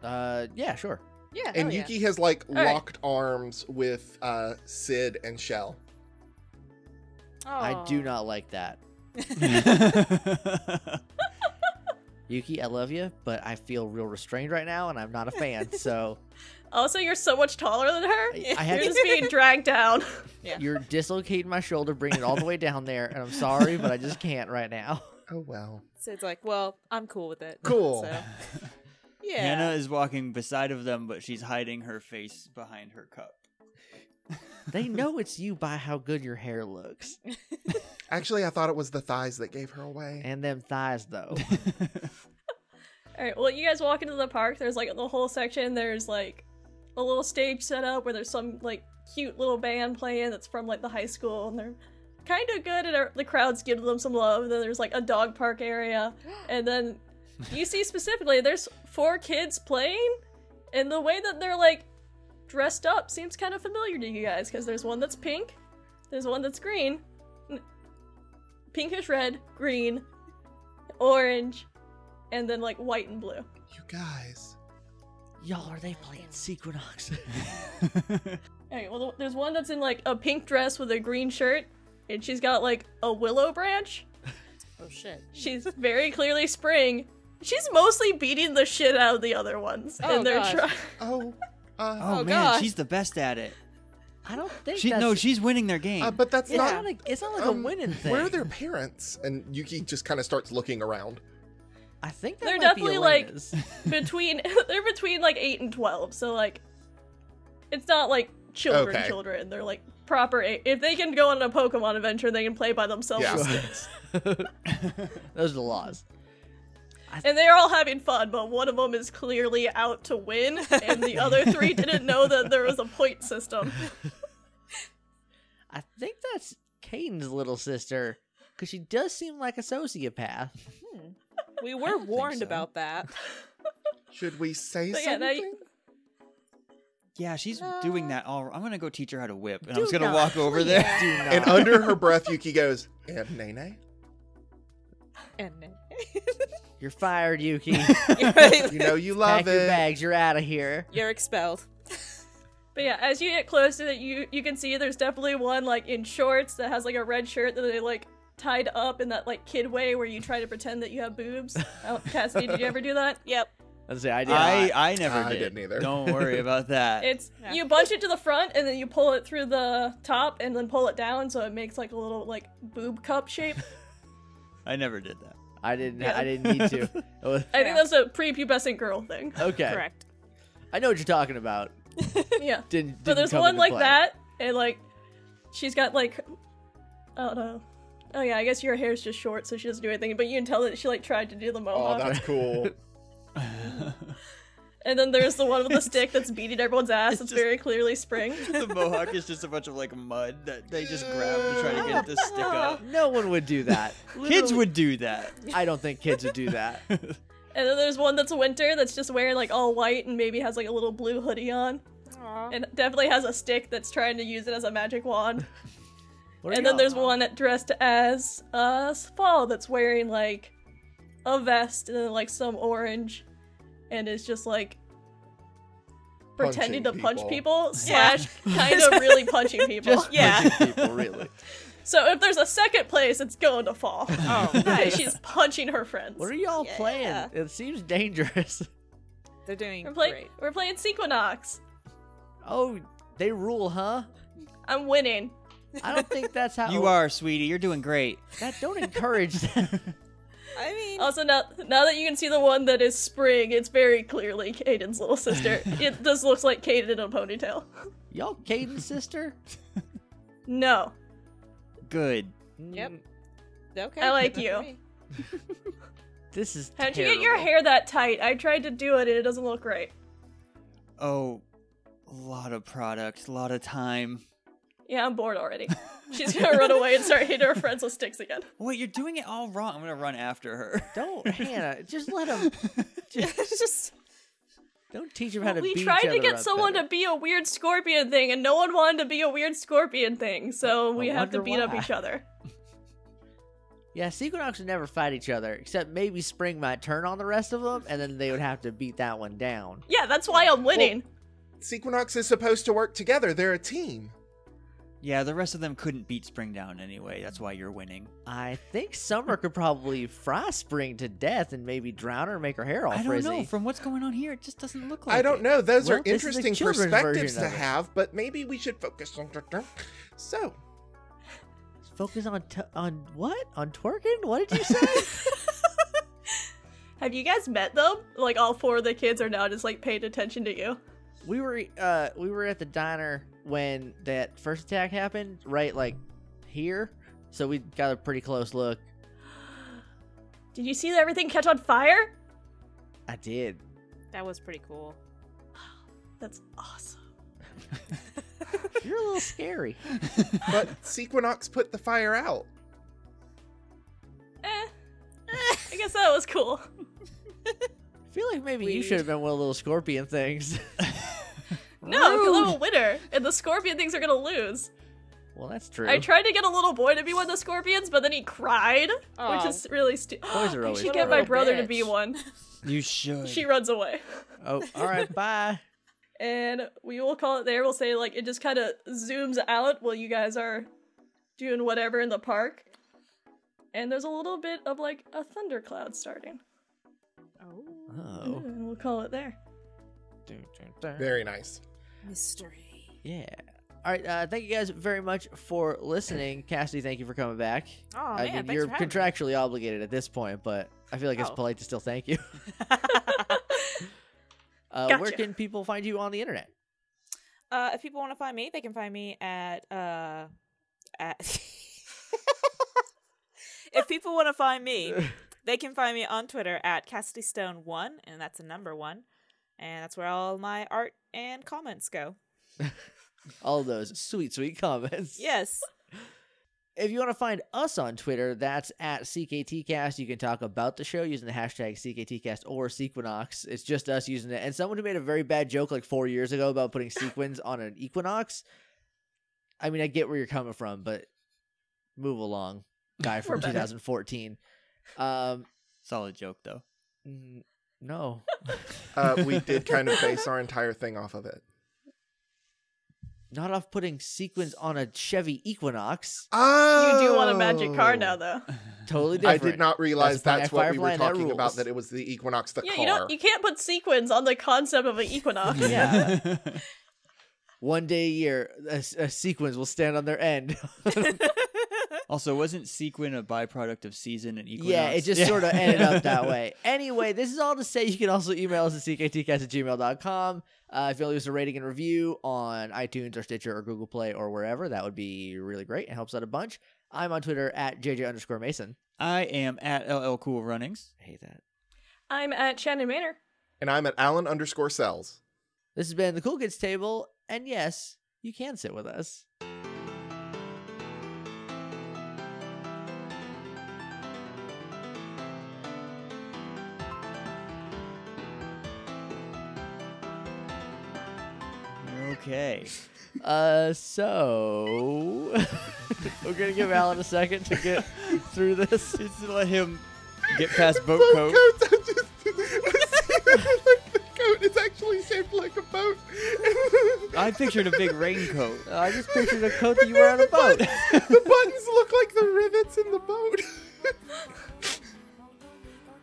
[SPEAKER 1] Uh, yeah, sure.
[SPEAKER 5] Yeah,
[SPEAKER 4] and Yuki has like
[SPEAKER 3] All right.
[SPEAKER 4] locked arms with uh, Sid and Shell.
[SPEAKER 1] I do not like that. Yuki, I love you, but I feel real restrained right now, and I'm not a fan. So
[SPEAKER 3] Also, you're so much taller than her.
[SPEAKER 1] I, I
[SPEAKER 3] You're
[SPEAKER 1] had to,
[SPEAKER 3] just being dragged down.
[SPEAKER 1] you're dislocating my shoulder, bringing it all the way down there, and I'm sorry, but I just can't right now.
[SPEAKER 4] Oh well.
[SPEAKER 5] So it's like, well, I'm cool with it.
[SPEAKER 4] Cool.
[SPEAKER 5] So, yeah.
[SPEAKER 2] Hannah is walking beside of them, but she's hiding her face behind her cup.
[SPEAKER 1] They know it's you by how good your hair looks,
[SPEAKER 4] Actually, I thought it was the thighs that gave her away.
[SPEAKER 1] and them thighs though.
[SPEAKER 3] All right. Well, you guys walk into the park. There's like the whole section. There's like a little stage set up where there's some like cute little band playing that's from like the high school, and they're kind of good, and our- the crowds give them some love. Then there's like a dog park area, and then you see specifically there's four kids playing, and the way that they're like dressed up seems kind of familiar to you guys because there's one that's pink, there's one that's green, n- pinkish red, green, orange, and then like white and blue.
[SPEAKER 4] you guys.
[SPEAKER 1] Y'all, are they playing Sequinox?
[SPEAKER 3] Alright, well, there's one that's in like a pink dress with a green shirt, and she's got like a willow branch.
[SPEAKER 5] Oh shit.
[SPEAKER 3] She's very clearly spring. She's mostly beating the shit out of the other ones,
[SPEAKER 5] Oh,
[SPEAKER 3] and they're
[SPEAKER 5] gosh.
[SPEAKER 3] trying.
[SPEAKER 4] Oh, uh,
[SPEAKER 2] oh, man,
[SPEAKER 5] God.
[SPEAKER 2] she's the best at it.
[SPEAKER 1] I don't think
[SPEAKER 2] She
[SPEAKER 1] that's,
[SPEAKER 2] no, she's winning their game.
[SPEAKER 4] uh, but that's
[SPEAKER 1] It's
[SPEAKER 4] not.
[SPEAKER 1] not, a, it's not like
[SPEAKER 4] um,
[SPEAKER 1] a winning thing.
[SPEAKER 4] Where are their parents? And Yuki just kind of starts looking around.
[SPEAKER 1] I think that
[SPEAKER 3] They're
[SPEAKER 1] might
[SPEAKER 3] definitely,
[SPEAKER 1] be
[SPEAKER 3] like-
[SPEAKER 1] Elena's.
[SPEAKER 3] between they're between like eight and twelve, so like it's not like children
[SPEAKER 4] Okay.
[SPEAKER 3] children. They're like proper. Eight. If they can go on a Pokemon adventure, they can play by themselves,
[SPEAKER 4] Yeah.
[SPEAKER 3] with
[SPEAKER 4] Sure.
[SPEAKER 3] sticks.
[SPEAKER 1] Those are the laws.
[SPEAKER 3] and they're all having fun. But one of them is clearly out to win, and the other three didn't know that there was a point system.
[SPEAKER 1] I think that's Caden's little sister because she does seem like a sociopath.
[SPEAKER 5] We were
[SPEAKER 1] think
[SPEAKER 5] warned
[SPEAKER 1] so.
[SPEAKER 5] about that.
[SPEAKER 4] Should we say
[SPEAKER 3] So, yeah,
[SPEAKER 4] something?
[SPEAKER 3] now you-
[SPEAKER 2] yeah, she's
[SPEAKER 5] No.
[SPEAKER 2] doing that all. I'm gonna go teach her how to whip, and I'm
[SPEAKER 1] Do
[SPEAKER 2] just gonna
[SPEAKER 1] not,
[SPEAKER 2] walk over there.
[SPEAKER 1] Do not.
[SPEAKER 4] and under her breath, Yuki goes, "And Nene,
[SPEAKER 5] And
[SPEAKER 1] You're fired, Yuki.
[SPEAKER 5] you're,
[SPEAKER 4] you know you love
[SPEAKER 1] Pack your
[SPEAKER 4] it."
[SPEAKER 1] bags. You're out of here.
[SPEAKER 5] you're expelled.
[SPEAKER 3] But yeah, as you get closer, that you you can see there's definitely one like in shorts that has like a red shirt that they like tied up in that like kid way where you try to pretend that you have boobs. Oh, Cassidy, did you ever do that?
[SPEAKER 5] Yep.
[SPEAKER 1] That's the idea.
[SPEAKER 2] I I never
[SPEAKER 4] I
[SPEAKER 2] did.
[SPEAKER 4] didn't either.
[SPEAKER 2] Don't worry about that.
[SPEAKER 3] It's
[SPEAKER 5] Yeah.
[SPEAKER 3] you bunch it to the front and then you pull it through the top and then pull it down so it makes like a little like boob cup shape.
[SPEAKER 2] I never did that.
[SPEAKER 1] I didn't. I didn't need to. Oh,
[SPEAKER 3] I think
[SPEAKER 5] Yeah.
[SPEAKER 3] that's a prepubescent girl thing.
[SPEAKER 1] okay.
[SPEAKER 5] Correct.
[SPEAKER 1] I know what you're talking about.
[SPEAKER 3] yeah.
[SPEAKER 1] Didn't. didn't
[SPEAKER 3] But there's
[SPEAKER 1] come
[SPEAKER 3] one
[SPEAKER 1] into
[SPEAKER 3] like
[SPEAKER 1] play.
[SPEAKER 3] that and like she's got like I don't know. Oh yeah, I guess your hair's just short so she doesn't do anything, but you can tell that she like tried to do the mohawk.
[SPEAKER 4] Oh, that's cool.
[SPEAKER 3] And then there's the one with the stick that's beating everyone's ass. It's,
[SPEAKER 2] It's just-
[SPEAKER 3] very clearly spring.
[SPEAKER 2] the mohawk is just a bunch of like mud that they just grab to try to get it to stick up.
[SPEAKER 1] No one would do that.
[SPEAKER 2] Kids
[SPEAKER 1] Literally-
[SPEAKER 2] would do that.
[SPEAKER 1] I don't think kids would do that.
[SPEAKER 3] And then there's one that's winter that's just wearing like all white and maybe has like a little blue hoodie on.
[SPEAKER 5] Aw.
[SPEAKER 3] And definitely has a stick that's trying to use it as a magic wand.
[SPEAKER 1] What are
[SPEAKER 3] and then
[SPEAKER 1] y'all?
[SPEAKER 3] there's one that dressed as uh, Fall that's wearing like a vest and then like some orange and is just like pretending
[SPEAKER 4] Punching
[SPEAKER 3] to punch
[SPEAKER 4] people.
[SPEAKER 3] people
[SPEAKER 5] Yeah.
[SPEAKER 3] slash kind of really punching people.
[SPEAKER 1] Just
[SPEAKER 5] Yeah.
[SPEAKER 1] punching
[SPEAKER 4] people really.
[SPEAKER 3] So if there's a second place, it's going to Fall.
[SPEAKER 5] Oh, nice.
[SPEAKER 3] She's punching her friends.
[SPEAKER 1] What are y'all
[SPEAKER 5] Yeah.
[SPEAKER 1] playing? It seems dangerous.
[SPEAKER 5] They're doing
[SPEAKER 3] we're, play-
[SPEAKER 5] great.
[SPEAKER 3] we're playing Sequinox.
[SPEAKER 1] Oh, they rule, huh?
[SPEAKER 3] I'm winning.
[SPEAKER 1] I don't think that's how
[SPEAKER 2] You are, sweetie. You're doing great.
[SPEAKER 1] That don't encourage that.
[SPEAKER 5] I mean,
[SPEAKER 3] Also, now, now that you can see the one that is Spring, it's very clearly Caden's little sister. it just looks like Caden in a ponytail.
[SPEAKER 1] y'all, Caden sister.
[SPEAKER 3] No.
[SPEAKER 2] Good.
[SPEAKER 5] Yep.
[SPEAKER 1] Mm,
[SPEAKER 5] okay.
[SPEAKER 3] I like
[SPEAKER 5] good
[SPEAKER 3] you.
[SPEAKER 5] for me.
[SPEAKER 1] This is.
[SPEAKER 3] How'd you get your
[SPEAKER 1] terrible.
[SPEAKER 3] hair that tight? I tried to do it and it doesn't look right.
[SPEAKER 2] Oh, a lot of product, a lot of time.
[SPEAKER 3] Yeah, I'm bored already. She's gonna run away and start hitting her friends with sticks again.
[SPEAKER 2] Wait, you're doing it all wrong. I'm gonna run after her.
[SPEAKER 1] Don't Hannah. Just let him.
[SPEAKER 5] It's just
[SPEAKER 1] Don't teach him how to.
[SPEAKER 3] we
[SPEAKER 1] beat
[SPEAKER 3] tried
[SPEAKER 1] each
[SPEAKER 3] to
[SPEAKER 1] other
[SPEAKER 3] get
[SPEAKER 1] up
[SPEAKER 3] someone
[SPEAKER 1] better.
[SPEAKER 3] to be a weird scorpion thing and no one wanted to be a weird scorpion thing, so we
[SPEAKER 1] I
[SPEAKER 3] have to
[SPEAKER 1] wonder
[SPEAKER 3] beat up
[SPEAKER 1] why.
[SPEAKER 3] each other.
[SPEAKER 1] Yeah, Sequinox would never fight each other, except maybe Spring might turn on the rest of them, and then they would have to beat that one down.
[SPEAKER 3] Yeah, that's why I'm winning.
[SPEAKER 4] Sequinox is supposed to work together. They're a team.
[SPEAKER 2] yeah, the rest of them couldn't beat Spring down anyway. That's why you're winning.
[SPEAKER 1] I think Summer could probably fry Spring to death and maybe drown her and make her hair all
[SPEAKER 2] I don't
[SPEAKER 1] Oh, frizzy.
[SPEAKER 2] know. From what's going on here, it just doesn't look like.
[SPEAKER 4] I don't
[SPEAKER 2] it.
[SPEAKER 4] know. Those
[SPEAKER 1] Well,
[SPEAKER 4] are
[SPEAKER 1] this is the
[SPEAKER 4] interesting
[SPEAKER 1] children's
[SPEAKER 4] perspectives
[SPEAKER 1] version
[SPEAKER 4] to
[SPEAKER 1] of it.
[SPEAKER 4] have, but maybe we should focus on. So,
[SPEAKER 1] Focus on t- on what? On twerking? What did you say?
[SPEAKER 3] Have you guys met them? Like all four of the kids are now just like paying attention to you.
[SPEAKER 1] we were uh we were at the diner when that first attack happened, right like here. So we got a pretty close look.
[SPEAKER 3] Did you see everything catch on fire?
[SPEAKER 1] I did.
[SPEAKER 5] that was pretty cool.
[SPEAKER 3] That's awesome.
[SPEAKER 1] You're a little scary.
[SPEAKER 4] but Sequinox put the fire out.
[SPEAKER 3] Eh. I guess that was cool.
[SPEAKER 1] I feel like maybe you
[SPEAKER 5] Weird.
[SPEAKER 1] should have been one of the little scorpion things.
[SPEAKER 3] No, because I'm a
[SPEAKER 1] Rude.
[SPEAKER 3] winner, and the scorpion things are gonna lose.
[SPEAKER 1] Well, that's true.
[SPEAKER 3] I tried to get a little boy to be one of the scorpions, but then he cried, which
[SPEAKER 5] Aw.
[SPEAKER 3] is really stupid.
[SPEAKER 1] Boys are
[SPEAKER 3] I
[SPEAKER 1] always
[SPEAKER 3] should
[SPEAKER 5] What a
[SPEAKER 3] get my
[SPEAKER 5] little
[SPEAKER 3] brother to
[SPEAKER 5] bitch.
[SPEAKER 3] be one.
[SPEAKER 2] You should.
[SPEAKER 3] She runs away,
[SPEAKER 1] oh, all right. Bye.
[SPEAKER 3] and we will call it there. We'll say like it just kind of zooms out while you guys are doing whatever in the park, and there's a little bit of like a thundercloud starting,
[SPEAKER 5] Oh,
[SPEAKER 1] Oh.
[SPEAKER 3] and we'll call it there.
[SPEAKER 1] Dun, dun, dun.
[SPEAKER 4] Very nice.
[SPEAKER 5] mystery.
[SPEAKER 1] Yeah. All right. Uh, thank you guys very much for listening. Cassidy, thank you for coming back.
[SPEAKER 5] Oh
[SPEAKER 1] I
[SPEAKER 5] man,
[SPEAKER 1] mean,
[SPEAKER 5] thanks
[SPEAKER 1] you're
[SPEAKER 5] for having me.
[SPEAKER 1] contractually obligated at this point, but I feel like it's
[SPEAKER 5] Oh.
[SPEAKER 1] polite to still thank you. Uh, Where
[SPEAKER 3] Gotcha.
[SPEAKER 1] can people find you on the internet?
[SPEAKER 5] Uh, if people want to find me, they can find me at uh, at. if people want to find me, they can find me on Twitter at Cassidy Stone One, and that's a number one, and that's where all my art and comments go.
[SPEAKER 1] All those sweet, sweet comments.
[SPEAKER 5] Yes,
[SPEAKER 1] If you want to find us on Twitter, that's at CKTcast. You can talk about the show using the hashtag CKTcast or Sequinox. It's just us using it. And someone who made a very bad joke like four years ago about putting sequins on an equinox. I mean, I get where you're coming from, but move along, guy
[SPEAKER 3] We're
[SPEAKER 1] from
[SPEAKER 3] better.
[SPEAKER 1] 2014. Um,
[SPEAKER 2] Solid joke though.
[SPEAKER 1] n- no,
[SPEAKER 4] Uh, we did kind of base our entire thing off of it.
[SPEAKER 1] not off putting sequins on a Chevy Equinox.
[SPEAKER 4] Oh,
[SPEAKER 3] You do want a magic car now, though.
[SPEAKER 1] Totally
[SPEAKER 4] I
[SPEAKER 1] different.
[SPEAKER 4] did not realize
[SPEAKER 1] That's
[SPEAKER 4] that's,
[SPEAKER 1] Black
[SPEAKER 4] what we
[SPEAKER 1] Firefly
[SPEAKER 4] were
[SPEAKER 1] and that
[SPEAKER 4] talking about.
[SPEAKER 1] rules.
[SPEAKER 4] That it was the Equinox, the
[SPEAKER 3] yeah,
[SPEAKER 4] car.
[SPEAKER 3] you
[SPEAKER 1] e-
[SPEAKER 3] don't. You can't put sequins on the concept of an equinox.
[SPEAKER 1] Yeah. One day a year, a, s- a sequins will stand on their end.
[SPEAKER 2] also, wasn't sequin a byproduct of season and equinox?
[SPEAKER 1] Yeah, it just sort of ended up that way. Anyway, this is all to say you can also email us at cktcast at gmail.com. Uh, if you'll leave us a rating and review on iTunes or Stitcher or Google Play or wherever, that would be really great. It helps out a bunch. I'm on Twitter at JJ underscore Mason.
[SPEAKER 2] I am at LL Cool Runnings.
[SPEAKER 1] I hate that.
[SPEAKER 3] I'm at Shannon Manor.
[SPEAKER 4] And I'm at Alan underscore cells.
[SPEAKER 1] This has been the Cool Kids Table, and yes, you can sit with us.
[SPEAKER 2] Okay.
[SPEAKER 1] Uh, so we're gonna give Alan a second to get through this.
[SPEAKER 2] Just to let him get past boat
[SPEAKER 4] boat
[SPEAKER 2] coat.
[SPEAKER 4] coats. I just like the coat is actually shaped like a boat.
[SPEAKER 2] I pictured a big raincoat.
[SPEAKER 1] Uh, I just pictured a coat that you wear on a boat.
[SPEAKER 4] the buttons look like the rivets in the boat.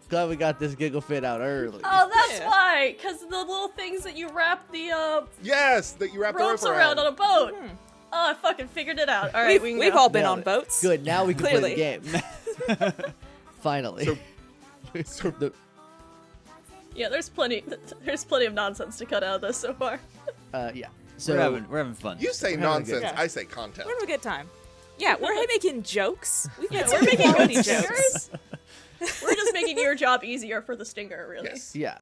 [SPEAKER 1] Glad we got this giggle fit out early.
[SPEAKER 3] Oh, that's
[SPEAKER 5] Yeah.
[SPEAKER 3] why, because the little things that you wrap the uh,
[SPEAKER 4] yes, that you wrap
[SPEAKER 3] ropes
[SPEAKER 4] the rope
[SPEAKER 3] around on a boat. Oh, I fucking figured it out. All right,
[SPEAKER 5] We've,
[SPEAKER 3] we can
[SPEAKER 5] we've
[SPEAKER 3] go.
[SPEAKER 5] all been
[SPEAKER 1] Nailed
[SPEAKER 5] on
[SPEAKER 1] it.
[SPEAKER 5] boats.
[SPEAKER 1] Good. Now we can play the game.
[SPEAKER 5] Clearly.
[SPEAKER 1] Finally.
[SPEAKER 4] so
[SPEAKER 1] The-
[SPEAKER 3] Yeah, there's plenty. There's plenty of nonsense to cut out of this so far.
[SPEAKER 1] uh, yeah.
[SPEAKER 2] we're,
[SPEAKER 1] So
[SPEAKER 2] having, we're having fun.
[SPEAKER 4] you say
[SPEAKER 1] We're having a good
[SPEAKER 4] nonsense.
[SPEAKER 5] time.
[SPEAKER 4] I say content.
[SPEAKER 5] We're having a good time. Yeah, we're making jokes. We've made some
[SPEAKER 3] We're making
[SPEAKER 5] quality
[SPEAKER 3] good
[SPEAKER 5] jokes.
[SPEAKER 3] stingers. We're just making your job easier for the stinger, really.
[SPEAKER 4] Yes.
[SPEAKER 1] yeah.